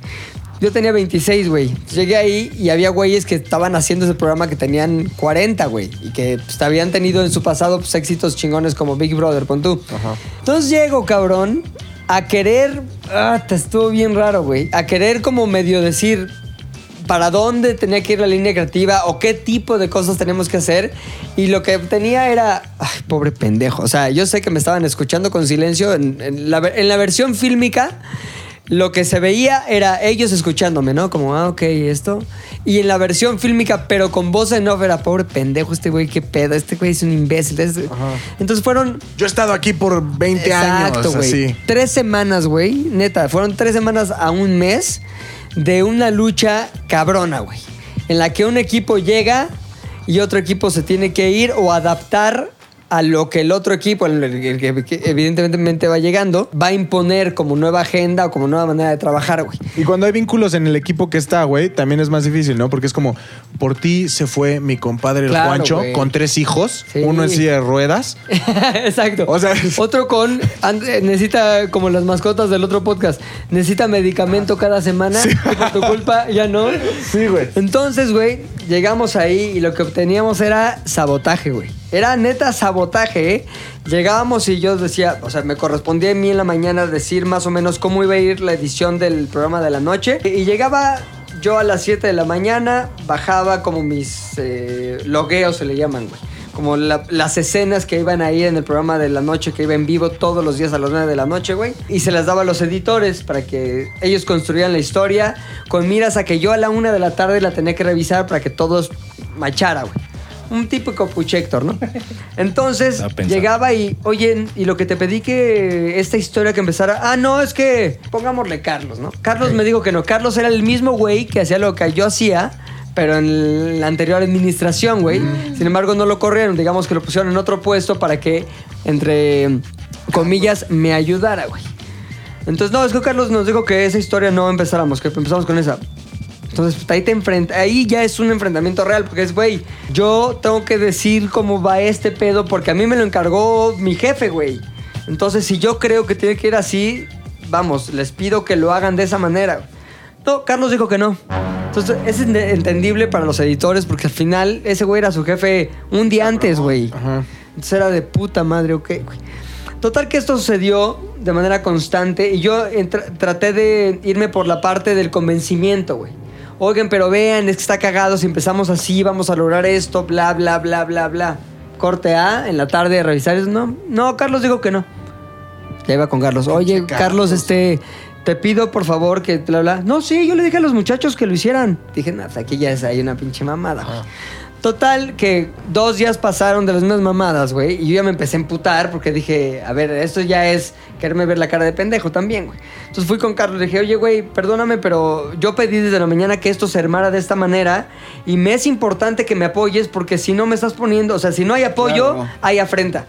A: Yo tenía 26, güey. Llegué ahí y había güeyes que estaban haciendo ese programa que tenían 40, güey. Y que pues, habían tenido en su pasado pues, éxitos chingones como Big Brother, pon tú. Entonces llego, cabrón, a querer... Ah, te estuvo bien raro, güey. A querer como medio decir, para dónde tenía que ir la línea creativa o qué tipo de cosas tenemos que hacer. Y lo que tenía era, ay, pobre pendejo. O sea, yo sé que me estaban escuchando con silencio en, en la, ver- en la versión fílmica. Lo que se veía era ellos escuchándome, ¿no? Como, ah, ok, esto. Y en la versión fílmica, pero con voz en off, era pobre pendejo este güey, qué pedo, este güey es un imbécil. Es- Entonces fueron
D: Yo he estado aquí por 20
A: Exacto,
D: años.
A: güey.
D: así.
A: Tres semanas, güey. Neta, fueron tres semanas a un mes de una lucha cabrona, güey. En la que un equipo llega y otro equipo se tiene que ir o adaptar a lo que el otro equipo, el- el- el que- que evidentemente va llegando, va a imponer como nueva agenda o como nueva manera de trabajar, güey.
D: Y cuando hay vínculos en el equipo que está, güey, también es más difícil, ¿no? Porque es como, por ti se fue mi compadre el
A: Claro,
D: Juancho
A: güey.
D: con tres hijos,
A: Sí.
D: uno en silla de ruedas.
A: Exacto.
D: O sea,
A: otro con and- eh, necesita como las mascotas del otro podcast, necesita medicamento cada semana que por tu culpa ya no.
D: Sí, güey.
A: Entonces, güey, llegamos ahí y lo que obteníamos era sabotaje, güey. Era neta sabotaje, ¿eh? Llegábamos y yo decía, o sea, me correspondía a mí en la mañana decir más o menos cómo iba a ir la edición del programa de la noche. Y llegaba yo a las 7 de la mañana, bajaba como mis eh, logueos, se le llaman, güey. Como la- las escenas que iban ahí en el programa de la noche, que iba en vivo todos los días a las 9 de la noche, güey. Y se las daba a los editores para que ellos construyeran la historia con miras a que yo a la 1 de la tarde la tenía que revisar para que todos machara, güey. Un típico puchector, ¿no? Entonces
E: Estaba pensando.
A: llegaba y, oye, y lo que te pedí que esta historia que empezara, ah, no, es que pongámosle Carlos, ¿no? Carlos me dijo que no, Carlos era el mismo güey que hacía lo que yo hacía, pero en la anterior administración, güey. Sin embargo, no lo corrieron, digamos que lo pusieron en otro puesto para que, entre comillas, me ayudara, güey. Entonces, no, es que Carlos nos dijo que esa historia no empezáramos, que empezamos con esa. Entonces, pues, ahí te enfrenta, ahí ya es un enfrentamiento real, porque es, güey, yo tengo que decir cómo va este pedo, porque a mí me lo encargó mi jefe, güey. Entonces, si yo creo que tiene que ir así, vamos, les pido que lo hagan de esa manera. No, Carlos dijo que no. Entonces, es ent- entendible para los editores, porque al final ese güey era su jefe un día antes, güey. Entonces era de puta madre, ok, güey. Total que esto sucedió de manera constante y yo entra- traté de irme por la parte del convencimiento, güey. Oigan, pero vean, es que está cagado, si empezamos así vamos a lograr esto, bla, bla, bla, bla, bla. Corte A, en la tarde de revisar eso. No, no, Carlos dijo que no. Ya iba con Carlos. Oye, Carlos, este, te pido por favor que bla, bla. No, sí, yo le dije a los muchachos que lo hicieran. Dije, nada, aquí ya es, hay una pinche mamada, güey. Total, que dos días pasaron de las mismas mamadas, güey. Y yo ya me empecé a emputar porque dije, a ver, esto ya es quererme ver la cara de pendejo también, güey. Entonces fui con Carlos y le dije, oye, güey, perdóname, pero yo pedí desde la mañana que esto se armara de esta manera. Y me es importante que me apoyes porque si no me estás poniendo, o sea, si no hay apoyo,
C: Claro.
A: hay afrenta.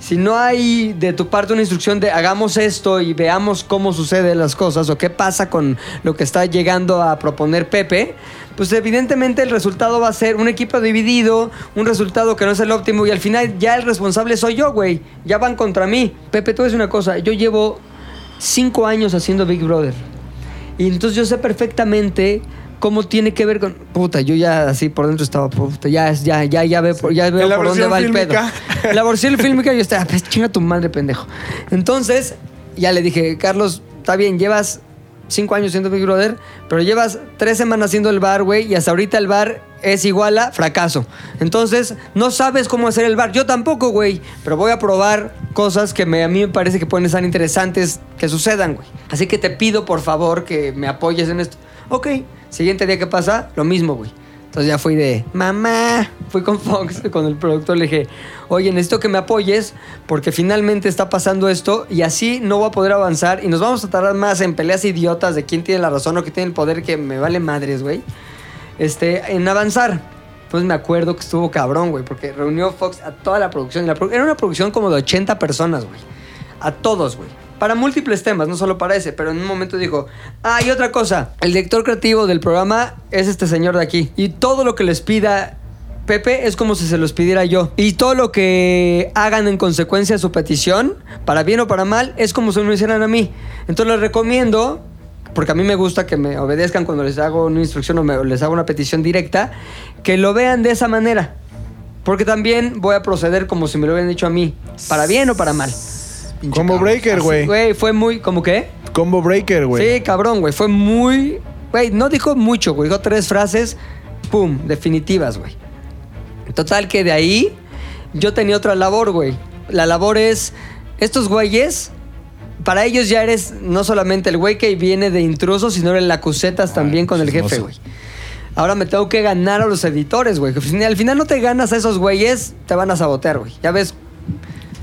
A: Si no hay de tu parte una instrucción de hagamos esto y veamos cómo suceden las cosas o qué pasa con lo que está llegando a proponer Pepe, pues evidentemente el resultado va a ser un equipo dividido, un resultado que no es el óptimo y al final ya el responsable soy yo, güey. Ya van contra mí. Pepe, tú ves una cosa, yo llevo cinco años haciendo Big Brother. Y entonces yo sé perfectamente cómo tiene que ver con. Puta, yo ya así por dentro estaba, puta, ya, ya, ya, ya veo, por- ya veo
D: En la
A: por dónde
D: versión
A: va el pedo.
D: fílmica.
A: En La versión fílmica yo estaba, pues chinga tu madre, pendejo. Entonces, ya le dije, Carlos, está bien, llevas cinco años siendo Big Brother, pero llevas tres semanas haciendo el bar, güey, y hasta ahorita el bar es igual a fracaso. Entonces, no sabes cómo hacer el bar. Yo tampoco, güey, pero voy a probar cosas que me- a mí me parece que pueden ser interesantes que sucedan, güey. Así que te pido, por favor, que me apoyes en esto. Ok, siguiente día que pasa, lo mismo, güey. Entonces ya fui de, mamá, fui con Fox, con el productor, le dije, oye, necesito que me apoyes porque finalmente está pasando esto y así no voy a poder avanzar y nos vamos a tardar más en peleas idiotas de quién tiene la razón o quién tiene el poder que me vale madres, güey, este, en avanzar. Entonces me acuerdo que estuvo cabrón, güey, porque reunió Fox a toda la producción. y la produ- era una producción como de 80 personas, güey. A todos, güey. Para múltiples temas, no solo para ese, pero en un momento dijo, ah, y otra cosa, el director creativo del programa es este señor de aquí. Y todo lo que les pida Pepe es como si se los pidiera yo. Y todo lo que hagan en consecuencia de su petición, para bien o para mal, es como si me lo hicieran a mí. Entonces les recomiendo, porque a mí me gusta que me obedezcan cuando les hago una instrucción o, me- o les hago una petición directa, que lo vean de esa manera. Porque también voy a proceder como si me lo hubieran dicho a mí, para bien o para mal.
D: Combo breaker, güey.
A: Güey, fue muy, ¿cómo qué?
D: Combo breaker, güey.
A: Sí, cabrón, güey. Fue muy. Güey, no dijo mucho, güey. Dijo tres frases, pum, definitivas, güey. Total que de ahí yo tenía otra labor, güey. La labor es. Estos güeyes. Para ellos ya eres no solamente el güey que viene de intrusos, sino el acusetas también con el jefe,
E: chismoso.
A: güey. Ahora me tengo que ganar a los editores, güey. Que si Al final no te ganas a esos güeyes, te van a sabotear, güey. Ya ves,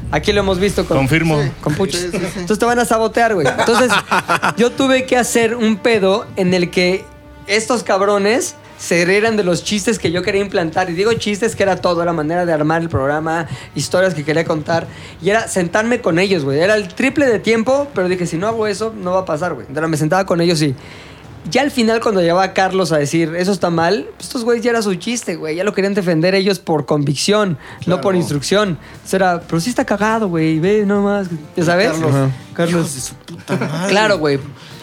A: aquí lo hemos visto con...
E: Confirmo. Sí.
A: Con puchos. Entonces te van a sabotear, güey. Entonces yo tuve que hacer un pedo en el que estos cabrones se rieran de los chistes que yo quería implantar. Y digo chistes que era todo, era manera de armar el programa, historias que quería contar. Y era sentarme con ellos, güey. Era el triple de tiempo, pero dije, si no hago eso, no va a pasar, güey. Entonces me sentaba con ellos y... Ya al final, cuando llevaba a Carlos a decir eso está mal, pues estos güeyes ya era su chiste, güey. Ya lo querían defender ellos por convicción, no por instrucción. Entonces era, pero sí está cagado, güey. Ve nomás. ¿Ya sabes?
C: Carlos.
A: Ajá.
C: Hijos
A: Carlos.
C: de su puta madre.
A: Claro, güey.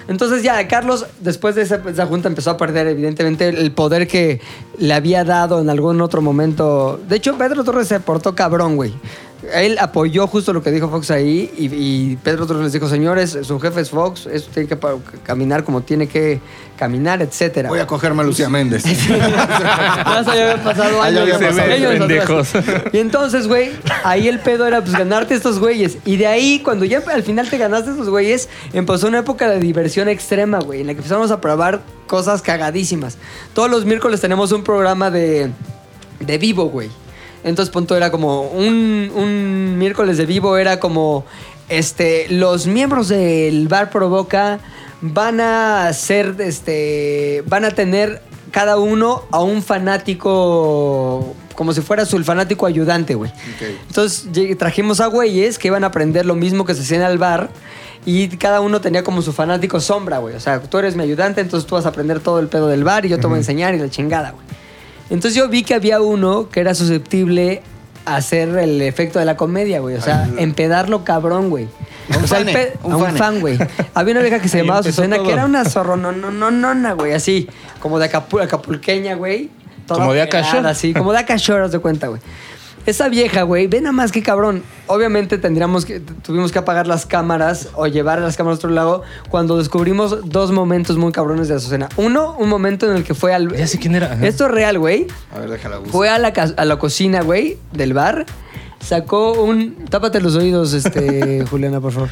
A: Entonces ya, Carlos, después de esa, esa junta empezó a perder, evidentemente, el poder que le había dado en algún otro momento. De hecho, Pedro Torres se portó cabrón, güey. Él apoyó justo lo que dijo Fox ahí y, y Pedro Torres les dijo, señores, su jefe es Fox, esto tiene que pa- caminar como tiene que caminar, etcétera.
C: Voy a cogerme a Lucía Méndez.
A: Ya se había pasado
C: Ah, ya
A: años.
C: había
A: Se
C: pasado.
A: ven
E: Ellos
A: pendejos.
E: atrás.
A: Y entonces, güey, ahí el pedo era pues ganarte estos güeyes. Y de ahí, cuando ya al final te ganaste estos güeyes, empezó una época de diversión extrema, güey, en la que empezamos a probar cosas cagadísimas. Todos los miércoles tenemos un programa de, de vivo, güey. Entonces, punto, era como un, un miércoles de vivo, era como, este, los miembros del bar provoca van a ser, este, van a tener cada uno a un fanático, como si fuera su el fanático ayudante, güey. Entonces lleg- trajimos a güeyes que iban a aprender lo mismo que se hacía en el bar. Y cada uno tenía como su fanático sombra, güey. O sea, tú eres mi ayudante, entonces tú vas a aprender todo el pedo del bar y yo te voy a enseñar y la chingada, güey. Entonces yo vi que había uno que era susceptible a hacer el efecto de la comedia, güey. O sea, empedarlo cabrón, güey.
C: A un
A: O sea, el
C: fane,
A: pe-
C: un
A: a un
C: fane.
A: fan, güey. Había una vieja que se
E: Ahí
A: llamaba
E: empezó
A: Susana,
E: todo.
A: que era una zorro, no, no, no, nona, güey, así, como de acapu- acapulqueña, güey. toda
E: Como de
A: operada,
E: Acashore.
A: Así, como de Acashore, haz de cuenta, güey. Esa vieja, güey, ve nada más que cabrón. Obviamente tendríamos que, tuvimos que apagar las cámaras o llevar las cámaras a otro lado cuando descubrimos dos momentos muy cabrones de Azucena. Uno, un momento en el que fue al...
E: Ya sé quién era. Ajá.
A: Esto es real, güey.
C: A ver, déjala buscar.
A: Fue a la, ca- a la cocina, güey, del bar. Sacó un. Tápate los oídos, este, Juliana, por favor.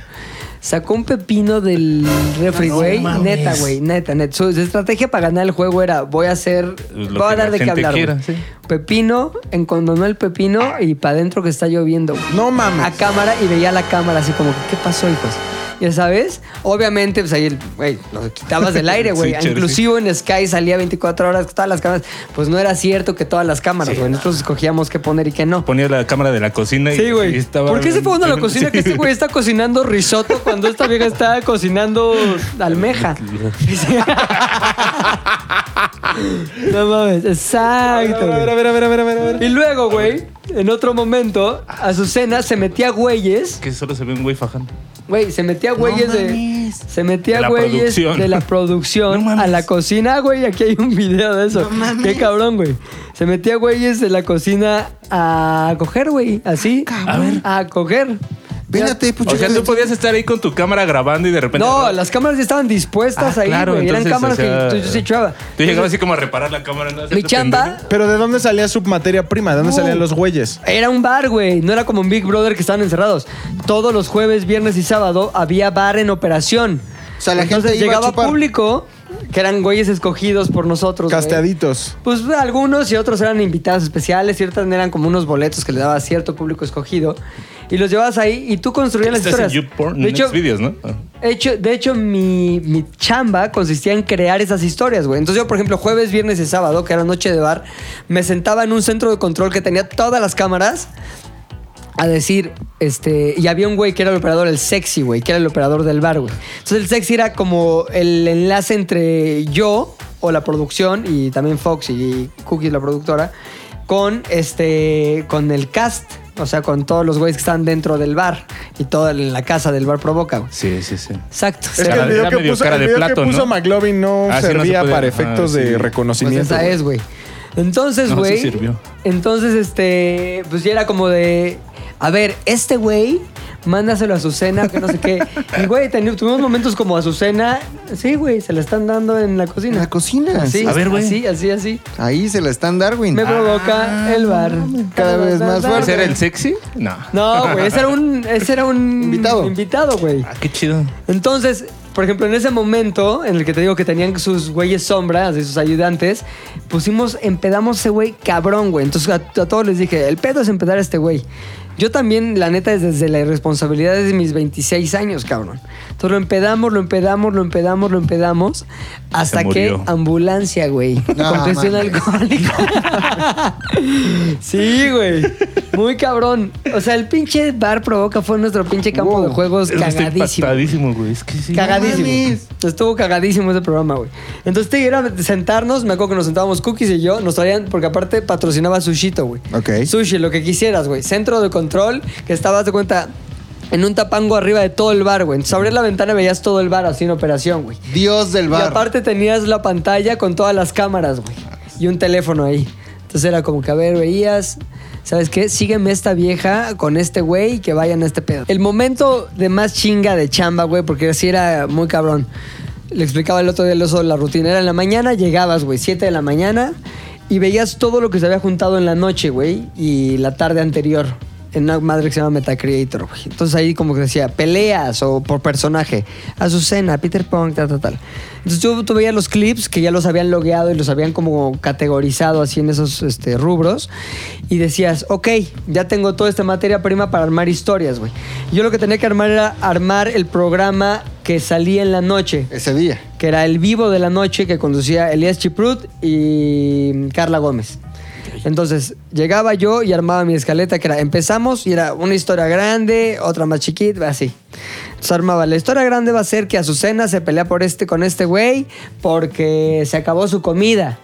A: Sacó un pepino del refri, güey. neta, güey. Neta, neta. Su, su estrategia para ganar el juego era: voy a hacer.
E: Pues Lo
A: voy a
E: que
A: dar
E: la
A: de qué
E: gente
A: hablar.
E: quiera,
A: güey.
E: sí.
A: Pepino, encondonó el pepino y para adentro que está lloviendo, güey
D: No mames.
A: a cámara y veía la cámara así como, ¿qué pasó, hijos? Ya sabes, obviamente, pues ahí, el- güey, lo quitabas del aire, güey.
E: Switcher,
A: Inclusive en Sky salía 24 horas con todas las cámaras. Pues no era cierto que todas las cámaras, güey. Nosotros escogíamos qué poner y qué no.
E: Ponía la cámara de la cocina y,
A: Sí,
E: y
A: güey.
E: estaba.
A: ¿Por qué se fue uno a la cocina que este güey está cocinando risotto cuando esta vieja está cocinando almeja? no mames, exacto. güey.
D: A ver, a ver, a ver, a ver, a ver.
A: Y luego, güey, en otro momento, Azucena se metía a güeyes
E: Que solo se ve un güey fajando.
A: Güey, se metía güeyes de.
C: mames.
A: Se metía
E: De la
A: güeyes
E: producción.
A: de la producción
E: No mames.
A: a la cocina, güey. Aquí hay un video de eso.
C: No mames.
A: Qué cabrón, güey. Se metía güeyes de la cocina a coger, güey. Así.
C: Ah,
A: A ver. A coger.
C: Espérate, pues
E: O
C: yo
E: sea,
C: creo
E: tú
C: que-
E: podías estar ahí con tu cámara grabando y de repente.
A: No, las cámaras ya estaban dispuestas
E: Ah,
A: ahí,
E: claro,
A: güey. Eran
E: entonces,
A: cámaras
E: o sea,
A: que tú- yo se echaba.
E: Tú llegabas así como a reparar la cámara. ¿no?
A: Mi
E: Haciendo
A: chamba
E: pendejo.
D: Pero ¿de dónde salía su materia prima? ¿De
A: Uh.
D: dónde salían los güeyes?
A: Era un bar, güey. No era como un Big Brother que estaban encerrados. Todos los jueves, viernes y sábado había bar en operación.
C: O sea, la gente
A: Entonces
C: iba a
A: llegaba
C: chupar.
A: público, que eran güeyes escogidos por nosotros. güey.
D: Casteaditos.
A: Pues algunos y otros eran invitados especiales, ciertas eran como unos boletos que le daba a cierto público escogido. Y los llevabas ahí y tú construías las
E: Estás en
A: historias.
E: YouPorn,
A: de,
E: en
A: hecho,
E: los videos, ¿no? Ah,
A: hecho- de hecho, mi, mi chamba consistía en crear esas historias, güey. Entonces yo, por ejemplo, jueves, viernes y sábado, que era noche de bar, me sentaba en un centro de control que tenía todas las cámaras a decir, este, y había un güey que era el operador, el sexy, güey, que era el operador del bar, güey. Entonces el sexy era como el enlace entre yo o la producción y también Fox y Cookie, la productora, con este, con el cast, o sea, con todos los güeyes que están dentro del bar y toda la casa del bar provoca, güey.
E: Sí, sí, sí.
A: Exacto.
D: Es que
E: Cara-
D: el video
E: era
D: que
E: medio
D: puso,
E: cara
D: el
E: de
D: video
E: plato,
D: que puso
E: ¿no?
D: McLovin no
E: Ah, sí, no se
D: servía
E: puede.
D: para efectos
E: Ah, sí.
D: de
A: Pues
D: reconocimiento.
A: esa
D: güey.
A: es, güey. Entonces,
E: No, sí
A: güey.
E: sirvió.
A: Entonces, este. Pues ya era como de. A ver, este güey, mándaselo a Azucena, que no sé qué. Y, güey, teni- tuvimos momentos como Azucena. Sí, güey, se la están dando en la cocina.
C: En la cocina.
A: Así,
E: A ver, güey.
A: Así, así, así.
C: Ahí se la están Darwin.
A: Ah, Me provoca el bar.
C: cada vez más fuerte.
E: ¿Ese era el sexy? No.
A: No, güey, ese era un. Ese era un.
C: Invitado.
A: Invitado, güey.
E: Ah, qué chido.
A: Entonces, por ejemplo, en ese momento en el que te digo que tenían sus güeyes sombras y sus ayudantes, pusimos, empedamos a ese güey cabrón, güey. Entonces a, a todos les dije, el pedo es empedar a este güey. Yo también, la neta, es desde la irresponsabilidad de mis 26 años, cabrón. Entonces lo empedamos, lo empedamos, lo empedamos, lo empedamos, hasta que
E: murió.
A: ambulancia, güey.
C: No,
A: Confesión
C: mames.
A: alcohólica. sí, güey. Muy cabrón. O sea, el pinche bar provoca fue nuestro pinche campo de juegos
E: Es que estoy
A: Pues cagadísimo.
E: impactadísimo, güey. Es que sí.
A: Cagadísimo.
C: mames.
A: Estuvo cagadísimo ese programa, güey. Entonces, te era sentarnos, me acuerdo que nos sentábamos Cookies y yo, nos traían, porque aparte patrocinaba Sushito, güey.
C: Ok.
A: Sushi, lo que quisieras, güey. Centro de control, que estabas de cuenta en un tapango arriba de todo el bar, güey. Entonces, abrías la ventana y veías todo el bar así en operación, güey.
C: Ah, Dios del
A: Y
C: bar.
A: aparte tenías la pantalla con todas las cámaras, güey. Y un teléfono ahí. Entonces era como que, a ver, veías, ¿sabes qué? Sígueme esta vieja con este güey y que vayan a este pedo. El momento de más chinga de chamba, güey, porque así era muy cabrón. Le explicaba el otro día el oso la rutina. Era en la mañana, llegabas, güey, 7 de la mañana y veías todo lo que se había juntado en la noche, güey, y la tarde anterior en una madre que se llama Metacreator, güey. Entonces ahí como que decía, peleas o por personaje, Azucena, Peter Punk, tal, tal, tal. Entonces yo tú veías los clips que ya los habían logueado y los habían como categorizado así en esos este, rubros y decías, ok, ya tengo toda esta materia prima para armar historias, güey. Yo lo que tenía que armar era armar el programa que salía en la noche,
C: Ese día.
A: que era el vivo de la noche que conducía Elías Chiprut y Carla Gómez. Entonces, llegaba yo y armaba mi escaleta, que era, empezamos y era una historia grande, otra más chiquita, así. Entonces armaba, la historia grande va a ser que Azucena se pelea por este, con este güey porque se acabó su comida.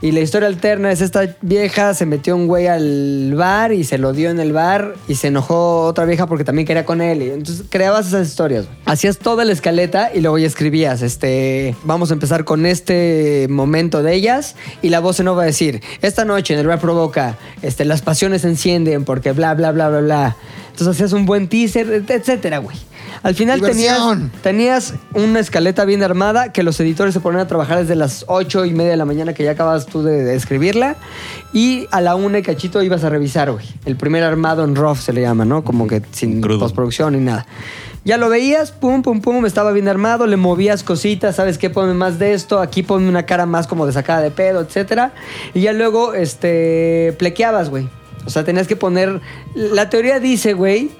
A: Y la historia alterna es esta vieja se metió un güey al bar y se lo dio en el bar y se enojó otra vieja porque también quería con él. Y entonces creabas esas historias. güey. Hacías toda la escaleta y luego ya escribías, este, vamos a empezar con este momento de ellas y la voz no va a decir, esta noche en el bar provoca, este, las pasiones se encienden porque bla, bla, bla, bla, bla. Entonces hacías un buen teaser, et- etcétera, güey. Al final tenías,
C: Diversión.
A: tenías una escaleta bien armada que los editores se ponen a trabajar desde las 8 y media de la mañana que ya acabas tú de, de escribirla y a la una y cachito ibas a revisar, güey. El primer armado en rough se le llama, ¿no? Como que sin
E: Crudo.
A: postproducción ni nada. Ya lo veías, pum, pum, pum, estaba bien armado, le movías cositas, ¿sabes qué? Ponme más de esto, aquí ponme una cara más como de sacada de pedo, etcétera. Y ya luego, este, plequeabas, güey. O sea, tenías que poner... La teoría dice, güey,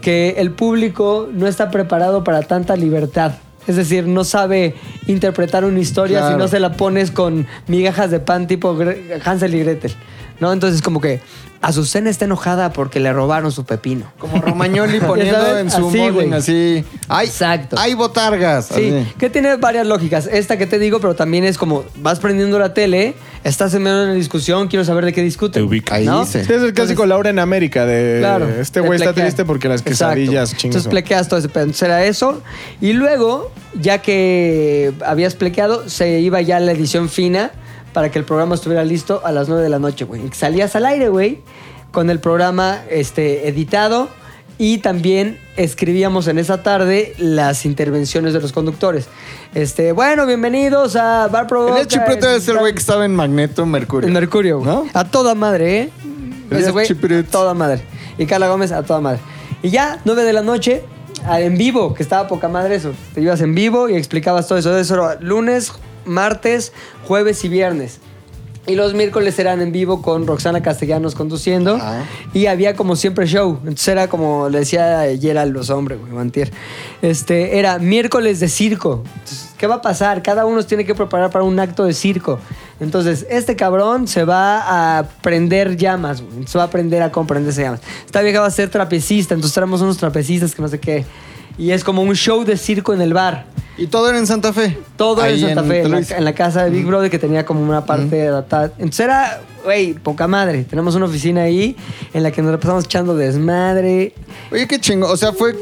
A: que el público no está preparado para tanta libertad. Es decir, no sabe interpretar una historia
C: Claro.
A: si no se la pones con migajas de pan tipo Gre- Hansel y Gretel. ¿No? Entonces, como que Azucena está enojada porque le robaron su pepino.
C: Como Romagnoli
A: Ya
C: poniendo
A: sabes,
C: en su
A: así,
C: morning
A: güey.
C: así. Ay,
A: Exacto.
C: Hay botargas.
A: Sí,
C: así.
A: que tiene varias lógicas. Esta que te digo, pero también es como vas prendiendo la tele estás en medio de una discusión, quiero saber de qué discuten.
E: Te ubica.
C: Ahí
A: ¿no?
C: dice.
D: Sí, es el clásico Laura en América de
A: Claro.
D: este
A: te
D: güey está
A: plequean.
D: triste porque las
A: Exacto.
D: quesadillas chingas.
A: Entonces plequeas todo ese pedo. Entonces era eso. Y luego, ya que habías plequeado, se iba ya la edición fina para que el programa estuviera listo a las 9 de la noche, güey. Y Salías al aire, güey, con el programa este, editado. Y también escribíamos en esa tarde las intervenciones de los conductores. Este, bueno, bienvenidos a Bar Pro.
C: El Chiprueta es el güey que estaba en Magneto, en Mercurio.
A: En Mercurio, güey.
C: ¿No?
A: A toda madre, ¿eh?
C: El
A: Ese güey,
C: Chipirits.
A: a toda madre. Y Carla Gómez, a toda madre. Y ya, 9 de la noche, a- en vivo, que estaba poca madre eso. Te ibas en vivo y explicabas todo eso. Eso era lunes, martes, jueves y viernes. Y los miércoles eran en vivo con Roxana Castellanos conduciendo.
C: Ah.
A: Y había como siempre show. Entonces era como le decía Gerald los hombres, güey, Mantier. Este, era miércoles de circo. Entonces, ¿qué va a pasar? Cada uno se tiene que preparar para un acto de circo. Entonces, este cabrón se va a prender llamas, güey. Entonces, va a aprender a comprenderse llamas. Esta vieja va a ser trapecista, entonces traemos unos trapecistas que no sé qué. Y es como un show de circo en el bar.
C: Y todo era en Santa Fe.
A: Todo
C: Ahí
A: en Santa Fe, en la,
C: Televisa.
A: en la casa de Big Brother que tenía como una parte de la ta- Entonces era, güey, poca madre. Tenemos una oficina ahí en la que nos la pasamos echando desmadre.
C: Oye, qué chingo. O sea, fue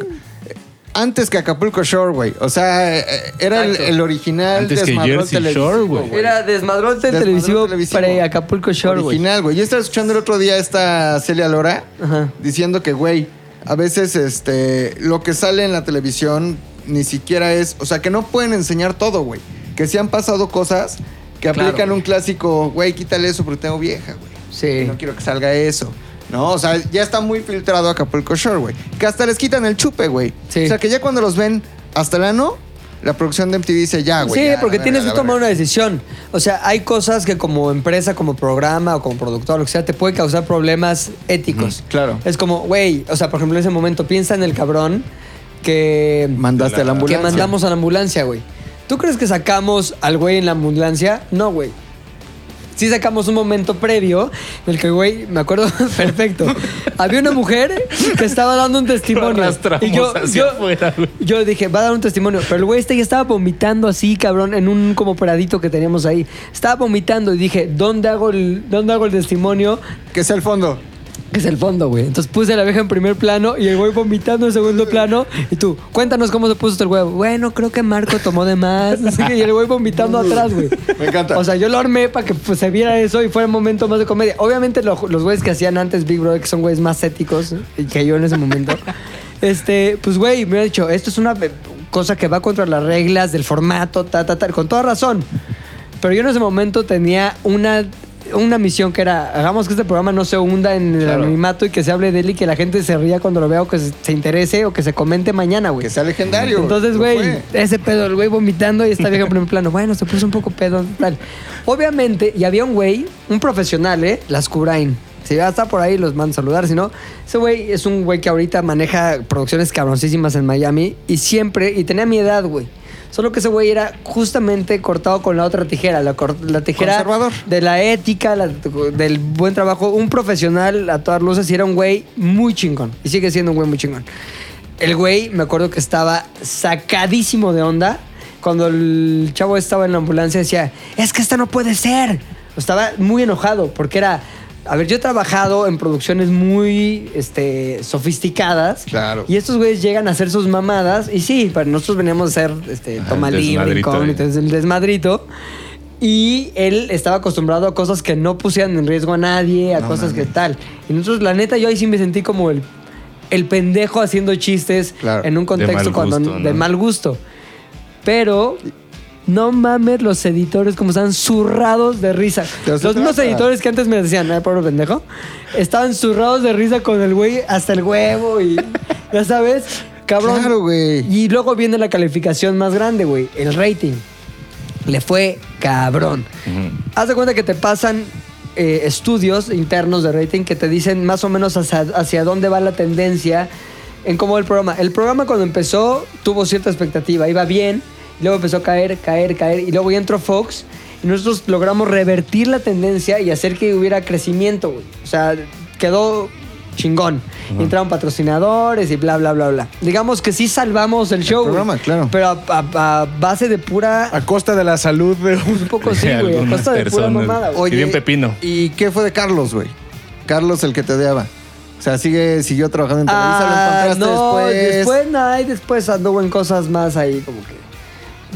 C: antes que Acapulco Shore, güey. O sea, eh, era el,
A: Exacto.
C: el original
E: Antes que
C: desmadrón
E: Jersey
C: televisivo,
E: Shore, güey.
A: Era desmadrote
C: Desmadrón
A: televisivo,
C: televisivo.
A: pre-Acapulco Shore, güey.
C: Original, güey. Yo estaba escuchando el otro día esta Celia Lora
A: Ajá.
C: diciendo que, güey, a veces este, lo que sale en la televisión ni siquiera es. O sea, que no pueden enseñar todo, güey. Que sí han pasado cosas que
A: Claro,
C: aplican
A: güey.
C: un clásico, güey, quítale eso porque tengo vieja, güey.
A: Sí.
C: No quiero que salga eso. No, o sea, ya está muy filtrado Acapulco Shore, güey. Que hasta les quitan el chupe, güey.
A: Sí.
C: O sea, que ya cuando los ven hasta el ano, la producción de MTV dice ya, güey.
A: Sí,
C: ya,
A: porque
C: la
A: tienes que
C: verga, la
A: tomar
C: verga.
A: una decisión. O sea, hay cosas que como empresa, como programa o como productor, lo que sea, te puede causar problemas éticos.
C: claro.
A: Es como, güey, o sea, por ejemplo, en ese momento, piensa en el cabrón que...
C: Mandaste a la ambulancia.
A: Que mandamos a la ambulancia, güey. ¿Tú crees que sacamos al güey en la ambulancia? No, güey. Sí sacamos un momento previo en el que, güey, me acuerdo perfecto. Había una mujer que estaba dando un testimonio.
E: arrastramos
A: Y yo,
E: hacia
A: yo,
E: afuera, güey.
A: yo dije, va a dar un testimonio. Pero el güey este ya estaba vomitando así, cabrón, en un como paradito que teníamos ahí. Estaba vomitando y dije, ¿dónde hago el, dónde hago el testimonio?
C: Que sea el fondo.
A: Que es el fondo, güey. Entonces puse a la abeja en primer plano y el güey vomitando en segundo plano. Y tú, cuéntanos cómo se puso este huevo. Bueno, creo que Marco tomó de más. Así que, y el güey vomitando atrás, güey.
C: Me encanta.
A: O sea, yo lo armé para que pues, se viera eso y fuera el momento más de comedia. Obviamente, lo- los güeyes que hacían antes Big Brother, que son güeyes más éticos eh, que yo en ese momento. este, pues, güey, me ha dicho, esto es una eh, cosa que va contra las reglas del formato, ta, ta, ta. Con toda razón. Pero yo en ese momento tenía una, una misión que era, hagamos que este programa no se hunda en el anonimato y que se hable de él y que la gente se ría cuando lo vea o que se, se interese o que se comente mañana, güey.
C: Que sea legendario.
A: Entonces,
C: Lo
A: güey,
C: fue.
A: ese pedo, el güey vomitando y está vieja en primer plano. Bueno, se puso un poco pedo, tal. Obviamente, y había un güey, un profesional, ¿eh? Las Curain. Si ya está por ahí, los mando a saludar. Si no, ese güey es un güey que ahorita maneja producciones cabroncísimas en Miami y siempre, y tenía mi edad, güey. Solo que ese güey era justamente cortado con la otra tijera, la, cor- la tijera
C: Conservador.
A: de la ética, la- del buen trabajo. Un profesional a todas luces y era un güey muy chingón. Y sigue siendo un güey muy chingón. El güey, me acuerdo que estaba sacadísimo de onda cuando el chavo estaba en la ambulancia decía, es que esta no puede ser. Estaba muy enojado porque era, a ver, yo he trabajado en producciones muy este, sofisticadas.
C: Claro.
A: Y estos güeyes llegan a hacer sus mamadas y sí, para nosotros veníamos a hacer este,
E: Ajá,
A: toma
E: el
A: libre,
E: desmadrito,
A: incógnito,
E: eh.
A: el desmadrito. Y él estaba acostumbrado a cosas que no pusieran en riesgo a nadie, a cosas que tal. Y nosotros, la neta, yo ahí sí me sentí como el, el pendejo haciendo chistes
C: Claro.
A: en un contexto
E: mal
A: cuando,
E: gusto, ¿no?
A: de mal gusto. Pero no mames los editores como están zurrados de risa.
C: De
A: Los
C: eso
A: mismos
C: trata.
A: editores que antes me decían, ay, pobre pendejo, estaban zurrados de risa con el güey hasta el huevo y ya sabes, cabrón.
C: Claro, güey.
A: Y luego viene la calificación más grande, güey, el rating. Le fue cabrón. Haz de cuenta que te pasan eh, estudios internos de rating que te dicen más o menos hacia, hacia dónde va la tendencia en cómo va el programa. El programa cuando empezó tuvo cierta expectativa, iba bien, y luego empezó a caer, caer, caer, y luego ya entró Fox y nosotros logramos revertir la tendencia y hacer que hubiera crecimiento, güey. O sea, quedó Chingón. Entraron patrocinadores y bla, bla, bla, bla. Digamos que sí salvamos el show. güey.
C: programa, claro.
A: Pero a, a- a base de pura.
D: A costa de la salud de
A: Un
D: un...
A: poco sí, güey. A
E: Algunas
A: costa de pura
E: personas.
A: mamada, güey.
E: Y bien pepino.
C: ¿Y qué fue de Carlos, güey? Carlos el que te odiaba. O sea, sigue, siguió trabajando en Televisa, lo
A: Ah,
C: encontraste
A: no,
C: después.
A: después nada, y después anduvo en cosas más ahí, como que.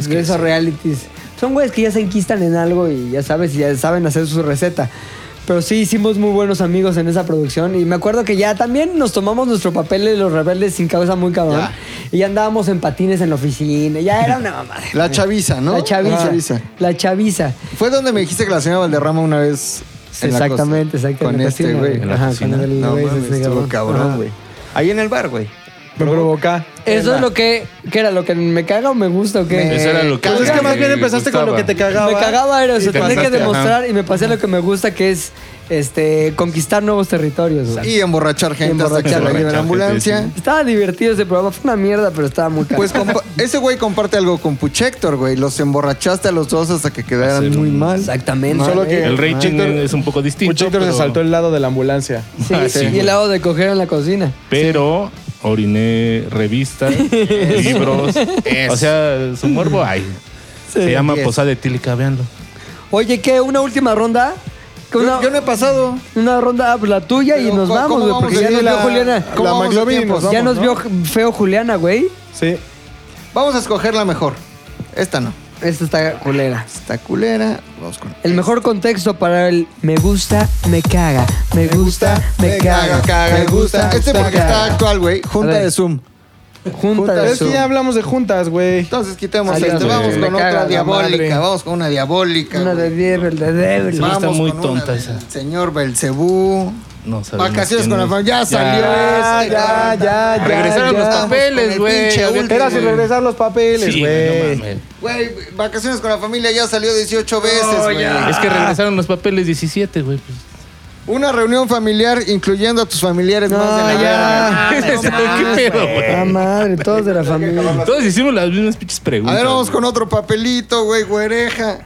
A: Es que esos realities. Son güeyes que ya se enquistan en algo y ya sabes, y ya saben hacer su receta. Pero sí hicimos muy buenos amigos en esa producción y me acuerdo que ya también nos tomamos nuestro papel de los rebeldes sin cabeza muy cabrón
C: Ya.
A: y ya andábamos en patines en la oficina, ya era una mamada.
C: La chaviza, ¿no?
A: La chaviza,
C: La chaviza.
A: la chaviza.
C: Fue donde me dijiste que la señora Valderrama una vez. en la
A: Exactamente,
C: costa,
A: exactamente.
C: Con este, güey.
E: En la
A: Ajá,
E: oficina.
A: con el
C: No
A: güey,
C: mames,
A: ese
C: estuvo cabrón,
A: Ajá.
C: güey. Ahí en el bar, güey.
D: Me provoca.
A: Eso es lo que. ¿Qué era? ¿Lo que me caga o me gusta o qué?
E: Eso era lo que.
D: Pues es que más bien
E: me
D: empezaste con lo
E: gustaba.
D: que te cagaba.
A: Me cagaba era eso,
E: te
A: tenía que
E: pasaste, ajá.
A: demostrar y me pasé lo que me gusta, que es este conquistar nuevos territorios. güey.
C: Y emborrachar gente hasta
A: emborrachar
C: que lo
A: gente,
C: lleven a la
E: sí,
C: ambulancia.
A: Estaba divertido ese programa, fue una mierda, pero estaba muy caro.
C: Pues compa- ese güey comparte algo con Puchector, güey. Los emborrachaste a los dos hasta que quedaran
E: Hacer
C: muy
E: un-
C: mal.
A: Exactamente.
D: Solo que-
E: El Rey
D: Ah,
E: Chicken
D: Héctor-
E: es un poco distinto.
D: Puchector se
E: pero-
D: saltó el lado de la ambulancia.
A: Sí,
E: Ah, sí,
A: y
E: güey.
A: el lado de coger en la cocina.
E: Pero oriné revistas, libros. O sea, su morbo hay. Se llama
C: Yes.
E: Posada Etílica, véanlo.
A: Oye, ¿qué? ¿Una última ronda? ¿Que Una,
C: Yo, yo no he pasado.
A: una ronda, ah, pues la tuya y
C: Pero,
A: nos
C: ¿cómo-
A: vamos,
C: cómo
A: güey,
C: vamos
A: porque
C: a
A: ya
C: ir
A: nos
C: la-
A: vio Juliana.
C: ¿Cómo
D: La
C: vamos de
D: McLovin
C: tiempos?
D: nos
A: ya
D: vamos,
A: nos
D: ¿no?
A: vio feo Juliana, güey.
D: Sí.
C: Vamos a escoger la mejor. Esta no.
A: Esta está culera.
C: Esta culera. Vamos con.
A: El mejor contexto para el me gusta, me caga. Me gusta, me caga.
C: me gusta. Este porque está actual, güey.
A: A
C: Junta
A: ver.
C: de Zoom.
A: Junta de
D: Es que
A: Zoom.
D: ya hablamos de juntas, güey.
C: Entonces quitemos
A: Adiós,
C: este.
A: güey.
C: Vamos
A: Me
C: con
A: caga
C: otra
A: la
C: diabólica.
D: madre.
C: Vamos con una diabólica.
A: Una de
C: güey.
A: débil, de débil.
E: Sí, está
C: Vamos
E: muy
C: con
E: tonta
C: del
E: esa.
C: Señor Belcebú.
E: No sabemos
C: Vacaciones
E: quién
C: con la
E: es.
C: familia. Ya salió
D: Ya,
C: este,
D: ya,
C: güey.
D: ya, ya.
E: Regresaron
D: ya.
E: los
C: Vamos con
E: papeles,
C: el
E: güey.
C: pinche
E: Había-
C: último,
D: Era sin
C: güey.
D: regresar los papeles,
E: Sí,
D: güey.
E: no mames.
C: Güey, vacaciones con la familia ya salió 18 veces, güey.
E: Es que regresaron los papeles 17, güey. pues.
C: Una reunión familiar incluyendo a tus familiares más de la
A: ya.
C: verga.
E: ¿Qué pedo, güey?
A: Ah, madre, todos de la familia.
E: Todos hicimos las mismas pinches preguntas.
C: A ver, vamos
E: güey.
C: con otro papelito, güey, güereja.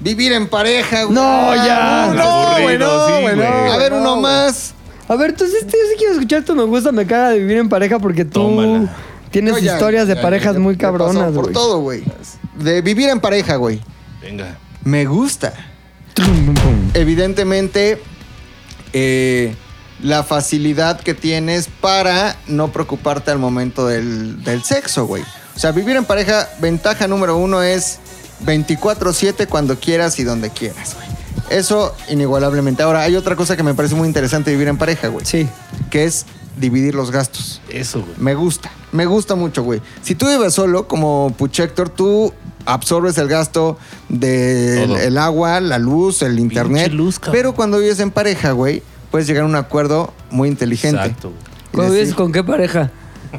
C: Vivir en pareja, güey. Ah,
A: No, ya.
C: uno.
E: Aburrido,
D: güey, no,
E: sí,
D: güey, no.
C: A ver, uno más.
A: A ver, entonces yo sí quiero escuchar tu me gusta, me caga de vivir en pareja porque tú
E: Tómala.
A: tienes
C: Yo ya,
A: historias de
C: ya,
A: parejas
C: ya,
A: muy
C: ya pasó
A: cabronas,
C: Por
A: güey.
C: todo, güey. De vivir en pareja, güey.
E: Venga.
C: Me gusta. Evidentemente, eh, la facilidad que tienes para no preocuparte al momento del, del sexo, güey. O sea, vivir en pareja, ventaja número uno es 24-7 cuando quieras y donde quieras, güey. Eso inigualablemente. Ahora, hay otra cosa que me parece muy interesante de vivir en pareja, güey.
A: Sí.
C: Que es dividir los gastos.
E: Eso, güey.
C: Me gusta, me gusta mucho, güey. Si tú vives solo, como Puchector, tú absorbes el gasto del
E: Todo.
C: agua, la luz, el internet.
E: luz, cabrón.
C: pero cuando vives en pareja, güey, puedes llegar a un acuerdo muy inteligente.
E: Exacto, güey.
C: Y
A: ¿Cómo
C: decir,
A: vives con qué pareja?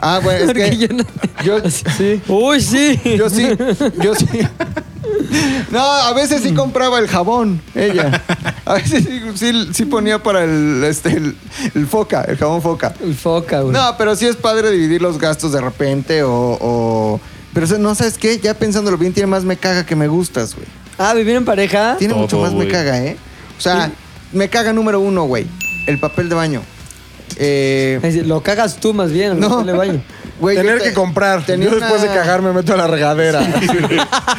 C: Ah, güey, es
A: Porque
C: que
A: yo no-
C: yo, sí,
A: Uy, sí.
C: yo sí, yo sí. No, a veces sí compraba el jabón, ella. A veces sí, sí- sí ponía para el, este, el- el foca, el jabón foca.
A: El foca, güey.
C: No, pero sí es padre dividir los gastos de repente o... o- Pero eso, no, ¿sabes qué? Ya pensándolo bien, tiene más me caga que me gustas, güey.
A: Ah, vivir en pareja.
C: Tiene
E: Todo,
C: mucho más
E: güey.
C: me caga, ¿eh? O sea, me caga número uno, güey. El papel de baño. Eh,
A: Es decir, Lo cagas tú más bien,
C: No.
A: no le baño.
C: güey, yo
D: Tener
C: te-
D: que comprar. Yo
C: tenía
D: después de
C: una-
D: cagar me meto a la regadera.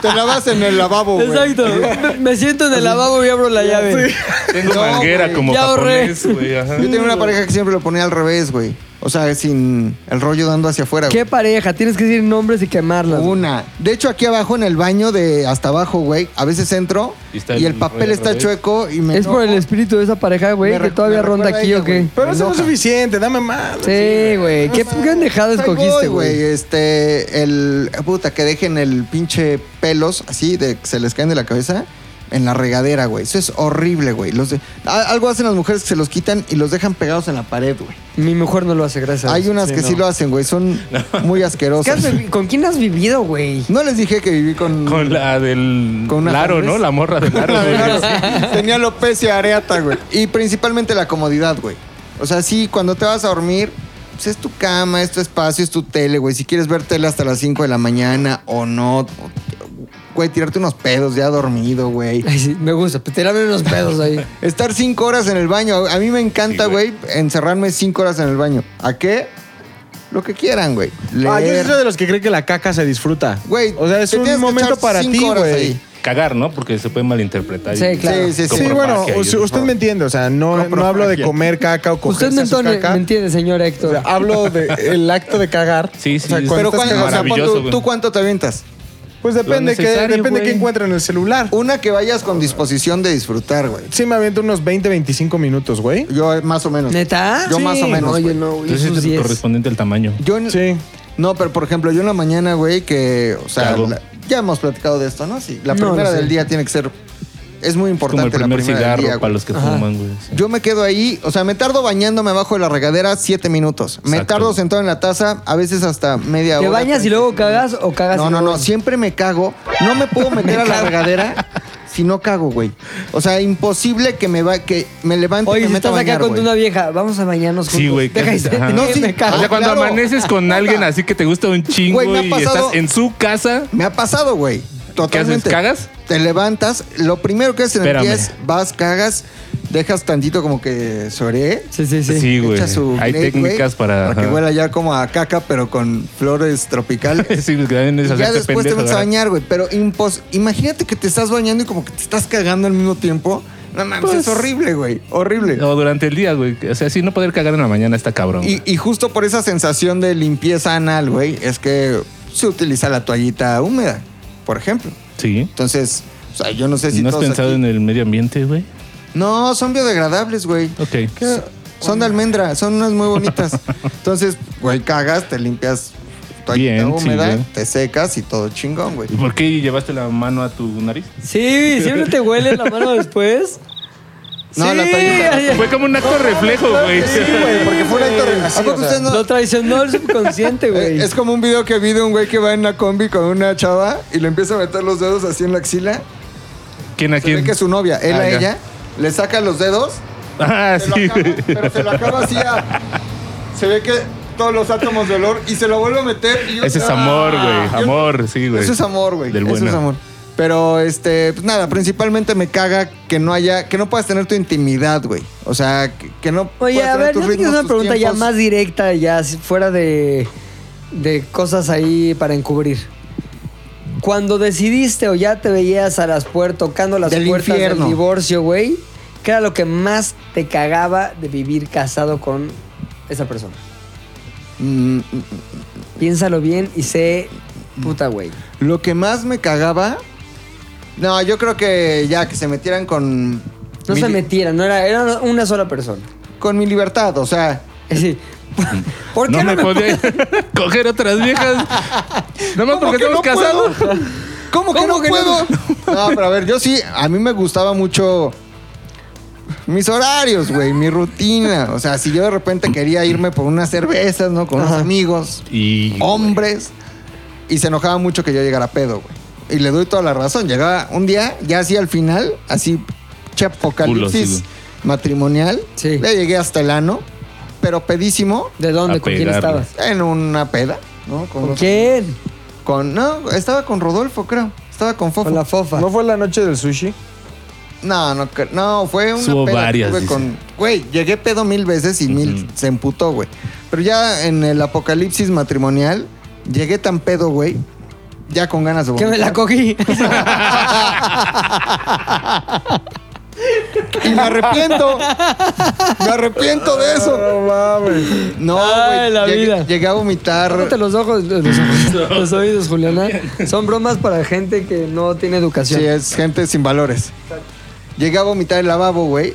C: Te lavas en el lavabo, güey.
A: Exacto. Me- Me siento en el lavabo y abro la llave.
E: Tengo
C: No,
E: manguera
C: güey.
E: como
A: Ya ahorré.
E: japonés, güey. ajá.
C: Yo tenía una pareja que siempre lo ponía al revés, güey. O sea, sin el rollo dando hacia afuera, güey.
A: ¿Qué pareja? Tienes que decir nombres y quemarlas. güey.
C: Una. De hecho, aquí abajo en el baño de hasta abajo, güey, a veces entro
E: Y
C: y,
E: está
C: el
E: el
C: papel
E: rollo al
C: está
E: revés.
C: chueco y me
A: Es por el
C: enojo.
A: espíritu de esa pareja, güey,
C: Me
A: que
C: re-
A: todavía
C: me
A: ronda
C: recuerda a
A: aquí,
C: ella,
A: ¿o qué?
C: güey.
D: Pero eso no es
C: Enoja.
D: suficiente, dame más.
A: Sí, güey. ¿Qué, qué pendejada
C: Ahí
A: escogiste,
C: voy,
A: güey?
C: Este, el. Puta, que dejen el pinche pelos así, de que se les caen de la cabeza, en la regadera, güey. Eso es horrible, güey. Los de- a- algo hacen las mujeres que se los quitan y los dejan pegados en la pared, güey.
A: Mi mujer no lo hace, gracias.
C: Hay unas que
A: no.
C: sí lo hacen, güey. Son muy
A: ¿Qué has
C: asquerosas.
A: vivi- ¿Con quién has vivido, güey?
C: No les dije que viví con.
E: Con la del
C: Con una
E: Laro,
C: japonés.
E: ¿no? La morra del Laro. güey.
C: Tenía alopecia areata, güey. Y principalmente la comodidad, güey. O sea, sí, cuando te vas a dormir, pues es tu cama, es tu espacio, es tu tele, güey. Si quieres ver tele hasta las 5 de la mañana o no, o- güey, tirarte unos pedos ya dormido, güey.
A: Ay, sí, me gusta. Tirarme unos pedos ahí.
C: Estar cinco horas en el baño. A mí me encanta,
E: Sí, güey.
C: güey, encerrarme cinco horas en el baño. ¿A qué? Lo que quieran, güey.
D: Ah, yo soy
C: Leer.
D: de los que cree que la caca se disfruta.
C: Güey,
D: o sea, es
C: te tienes
D: un
C: que
D: momento
C: echar
D: para
C: cinco
D: ti,
C: horas
D: güey.
C: ahí.
E: Cagar, ¿no? Porque se puede malinterpretar. y-
A: Sí, claro.
C: Sí, sí,
D: Sí,
E: Compro
D: bueno,
E: magia,
D: o-
E: yo
D: usted,
E: digo,
D: me entiende, o sea, no,
C: Compro
D: no hablo de
C: magia.
D: comer caca o cogerse
A: Usted me
D: a su
A: entiende,
D: caca.
A: me entiende, señor
D: O
A: Héctor.
D: sea, hablo del acto de cagar.
E: Sí, sí,
D: O sea,
E: sí.
D: cuando
C: Pero
D: estás
E: cuál-
C: cuando,
D: cagando.
C: o sea, pon
E: Maravilloso,
C: tú-
E: güey.
C: ¿tú cuánto te avientas?
D: pues depende que
E: necesario,
D: depende
E: güey.
D: que encuentren en el celular.
C: Una que vayas con disposición de disfrutar, güey.
D: Sí me aviento unos 20, 25 minutos, güey.
C: Yo eh, más o menos.
A: ¿Neta?
C: Yo más o menos.
A: No, yo
C: güey.
A: no. güey,
E: Entonces
A: esos
E: es el
A: 10.
E: correspondiente al tamaño.
C: Yo en-
D: Sí.
C: No, pero por ejemplo, yo en la mañana, güey, que, o sea,
E: Cago.
C: la- ya hemos platicado de esto, ¿no? Sí, la
A: No,
C: primera
A: no sé.
C: del día tiene que ser es muy
E: Como
C: importante
E: el primer
C: la primera
E: cigarro
C: del día,
E: para
C: güey.
E: los que
A: Ajá.
E: fuman, güey.
C: Yo me quedo ahí, o sea, me tardo bañándome abajo de la regadera siete minutos. Me
E: Exacto.
C: tardo sentado en la taza, a veces hasta media
A: ¿Te
C: hora.
A: bañas y luego cagas o cagas
C: No,
A: y
C: no,
A: luego
C: no, siempre me cago. No me puedo meter a la regadera si no cago, güey. O sea, imposible que me va que me levante y
A: Oye,
C: me
A: si
C: meta a
A: estás acá
C: bañar,
A: con
C: güey.
A: una vieja, vamos a bañarnos juntos.
E: Sí, güey.
A: Deja y
E: casi, ajá.
A: no,
C: sí,
A: me
E: O
A: cago.
E: sea, cuando
C: Ah, claro.
E: amaneces con alguien así que te gusta un chingo
C: Güey, me ha
E: y
C: pasado-
E: estás en su casa,
C: Me ha pasado, güey. Totalmente.
E: ¿Cagas?
C: Te levantas, lo primero que haces en
E: Espérame.
C: el pie es vas, cagas, dejas tantito como que sobre.
A: Sí, sí, sí.
E: sí, güey.
C: echa su
E: Hay
C: Glade, güey,
E: técnicas para...
C: Para que
E: ajá.
C: huela ya como a caca, pero con flores tropicales.
E: Sí, pues, que también
C: Y
E: es
C: ya
E: hacerte
C: después te
E: pendejo,
C: metes a
E: ¿verdad?
C: bañar, güey. Pero impos imagínate que te estás bañando y como que te estás cagando al mismo tiempo. No mames,
E: Pues-
C: es horrible, güey. Horrible.
E: O durante el día, güey. O sea, sí, no poder cagar en la mañana está cabrón.
C: Y,
E: güey.
C: y justo por esa sensación de limpieza anal, güey, es que se utiliza la toallita húmeda, por ejemplo.
E: Sí.
C: Entonces, o sea, yo no sé si
E: ¿No has
C: todos
E: pensado
C: aquí-
E: en el medio ambiente, güey?
C: No, son biodegradables, güey.
E: Ok.
C: ¿Qué? Son de almendra, son unas muy bonitas. Entonces, güey, cagas, te limpias toallita
E: Bien, sí,
C: húmeda,
E: güey.
C: te secas y todo chingón, güey.
E: ¿Y por qué llevaste la mano a tu nariz?
A: Sí, siempre te huele la mano después.
C: No,
A: sí,
C: la toallita.
A: ay, ay.
E: Fue como un acto reflejo, güey.
C: Sí, güey, porque fue una torre.
A: ¿A poco usted no- Lo traicionó el subconsciente, güey.
C: eh, Es como un video que vi de un güey que va en una combi con una chava y le empieza a meter los dedos así en la axila.
E: ¿Quién a
C: Se ve
E: quién?
C: que es su novia, él
E: Ah,
C: a
E: ya.
C: ella, le saca los dedos,
E: Ah,
C: se lo
E: sí,
C: acaba,
E: güey.
C: pero se lo acaba así a... Se ve que todos los átomos de olor y se lo vuelve a meter. y yo-
E: Ese es
C: ¡Ah!
E: amor,
C: Yo-
E: güey. Amor, sí, güey.
C: Eso es amor, güey.
E: Del
C: Eso
E: bueno.
C: es amor. Pero, este, pues nada, principalmente me caga que no haya, que no puedas tener tu intimidad, güey. O sea, que, que no
A: Oye,
C: puedas
A: a
C: tener
A: ver,
C: tus
A: yo te quiero hacer
C: ritmos,
A: una
C: tus
A: pregunta ya
C: tiempos.
A: más directa, ya si- fuera de, de cosas ahí para encubrir. Cuando decidiste o ya te veías a las puertas, tocando las
C: Del
A: puertas
C: infierno.
A: del divorcio, güey, ¿qué era lo que más te cagaba de vivir casado con esa persona?
C: Mm,
A: Piénsalo bien y sé, puta, güey.
C: Lo que más me cagaba. No, yo creo que ya que se metieran con.
A: No
C: mi
A: se
C: li-
A: metieran, no era, era una sola persona.
C: Con mi libertad, o sea.
A: Es decir, ¿por qué
E: No me
A: puedes-
E: podía coger otras viejas. Nada más
C: ¿Cómo
E: porque
C: que
E: estamos
C: no
E: casados.
C: puedo? ¿Cómo que
A: ¿Cómo
C: no
A: que no?
C: puedo? No, pero a ver, yo sí, a mí me gustaba mucho. Mis horarios, güey, mi rutina. O sea, si yo de repente quería irme por unas cervezas, ¿no? Con unos amigos,
E: Y.
C: hombres. Y se enojaba mucho que yo llegara pedo, güey. Y le doy toda la razón. Llegaba un día, ya así al final, así, che
E: Culo,
C: apocalipsis
E: sí,
C: matrimonial.
A: Sí.
C: Ya llegué hasta el ano, pero pedísimo
A: ¿De dónde?
E: A
A: ¿Con quién
E: pegarle.
A: estabas?
C: en una peda, ¿no? Con
A: ¿Con
C: los-
A: quién?
C: con- no, estaba con Rodolfo, creo. Estaba con Fofo.
A: Con la fofa.
D: ¿No fue la noche del sushi?
C: No, no, cre- no, fue una
E: Subo
C: peda que
E: varias,
C: tuve
E: dice.
C: con- Güey, llegué pedo mil veces y mil se emputó, güey. Pero ya en el apocalipsis matrimonial, llegué tan pedo, güey, ya con ganas de
A: Que me
C: vomitar.
A: la cogí.
C: Y me arrepiento. me arrepiento de eso.
D: No mames.
C: No,
A: Ay,
C: güey.
A: la
C: llegué,
A: vida.
C: llegué a vomitar.
A: Cállate los ojos, los, ojos, los oídos, Juliana. Son bromas para gente que no tiene educación.
C: Sí, eh. es gente sin valores. Llegué a vomitar el lavabo, güey.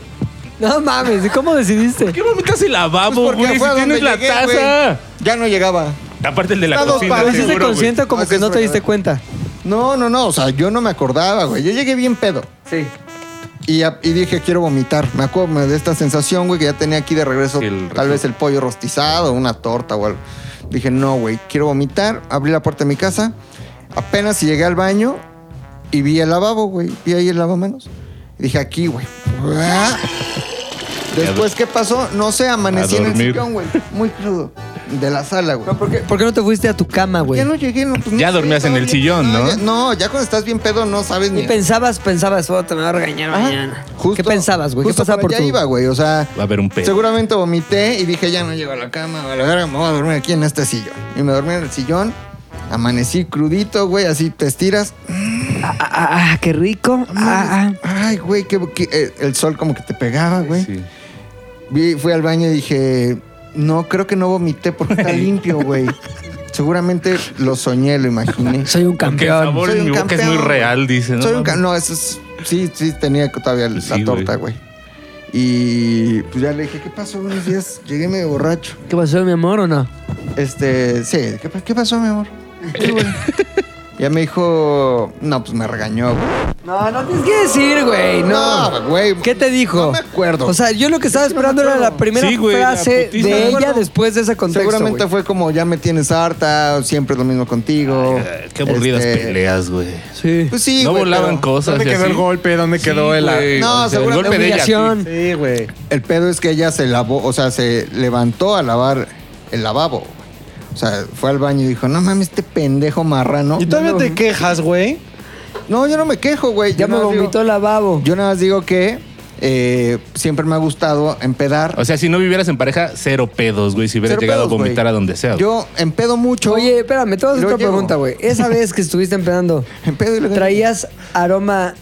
A: No mames, ¿y ¿cómo decidiste?
E: ¿Qué vomitas el
C: Pues
E: lavabo,
C: porque
E: Ah, güey?
C: fue a
E: Si
C: donde
E: tienes la
C: llegué,
E: taza.
C: güey. Ya no llegaba.
E: Aparte el de la
C: Está dos
E: cocina.
A: ¿Lo
C: pares.
A: hiciste
E: seguro, güey.
A: consciente o como
C: No,
A: que
C: sí,
A: no
C: es
A: te diste
C: verdad.
A: cuenta?
C: No, no, no. O sea, yo no me acordaba, güey. Yo llegué bien pedo.
A: Sí.
C: Y, ya- y dije, quiero vomitar. Me acuerdo me- de esta sensación, güey, que ya tenía aquí de regreso
E: El
C: tal
E: refri-
C: vez el pollo rostizado, una torta o algo. Dije, no, güey, quiero vomitar. Abrí la puerta de mi casa. Apenas llegué al baño y vi el lavabo, güey. Vi ahí el lavamanos. Y dije, aquí, güey. Después, ¿qué pasó? No sé, amanecí
E: A
C: en el
E: dormir.
C: sillón, güey. Muy crudo. de la sala, güey.
A: ¿Por qué, por qué no te fuiste a tu cama, güey?
C: Ya no llegué, no, pues, no
E: Ya
C: sé,
E: dormías en
C: estaba
E: el
C: bien
E: sillón,
C: pedo,
E: ¿no?
C: ya- no, ya cuando estás bien pedo no sabes
A: Y
C: ni.
A: pensabas, pensabas, oh, te me va a regañar
C: Ajá,
A: mañana.
C: justo-
A: ¿Qué pensabas, güey? ¿Qué
C: justo
A: pasaba por
C: allá
A: tu...?
C: iba, güey? O sea,
E: Va a haber un pedo.
C: seguramente vomité y dije, ya no llego a la cama, a la verga, me voy a dormir aquí en este sillón. Y me dormí en el sillón, amanecí crudito, güey, así te estiras.
A: Ah, ah, ah, qué rico. Ah, ah.
C: Ay, güey, qué, qué- eh, el sol como que te pegaba, güey.
E: Sí.
C: Vi- fui al baño y dije, no, creo que no vomité porque está limpio, güey. Seguramente lo soñé, lo imaginé.
A: Soy un
E: Porque el
A: campeón.
E: sabor
C: Soy
E: en
C: un
E: mi boca es
C: campeón,
E: muy
C: güey.
E: real, dice. ¿no?
C: Soy un ca- No, eso es. Sí, sí, tenía todavía la
E: Sí,
C: torta, güey. Y pues ya le dije, ¿qué pasó? Buenos días. Llegué medio borracho.
A: ¿Qué pasó, mi amor, o no?
C: Este, sí, ¿qué, pa- qué pasó, mi amor? Sí, güey. ya me dijo, no, pues me regañó, güey.
A: No, no tienes que decir, güey, no.
C: No, güey.
A: ¿Qué te dijo?
C: No me acuerdo.
A: O sea, yo lo que estaba esperando era la primera
E: Sí, güey, la
A: frase
E: putiza.
A: de
E: No me
A: ella
E: acuerdo.
A: después de ese contexto,
C: Seguramente
A: güey.
C: fue como, ya me tienes harta, siempre es lo mismo contigo.
E: Ay, Eh, Qué aburridas
C: Este,
E: peleas, güey.
A: Sí.
C: Pues sí,
E: no
C: güey,
E: volaban
C: pero
E: cosas.
D: ¿Dónde
E: y
D: quedó
E: así.
D: el golpe? ¿Dónde quedó el.?
E: güey,
C: No,
E: o sea, el
C: seguramente
E: golpe de ella. sí.
A: humillación.
D: Sí, güey.
C: El pedo es que ella se lavó, o sea, se levantó a lavar el lavabo. güey. O sea, fue al baño y dijo, no mames, este pendejo marrano.
D: Y todavía te quejas, güey.
C: No, yo no me quejo, güey.
A: Ya
C: Yo
A: me
C: nada más digo-
A: vomitó el lavabo.
C: Yo nada más digo que eh, siempre me ha gustado empedar.
E: O sea, si no vivieras en pareja, cero pedos, güey. Si hubieras
C: Cero
E: llegado
C: pedos,
E: a vomitar
C: güey.
E: a donde sea. güey.
C: Yo empedo mucho.
A: Oye, espérame, te voy a hacer
C: Lo
A: otra
C: llevo.
A: pregunta, güey. Esa vez que estuviste empedando,
C: empedo y luego-
A: ¿traías aroma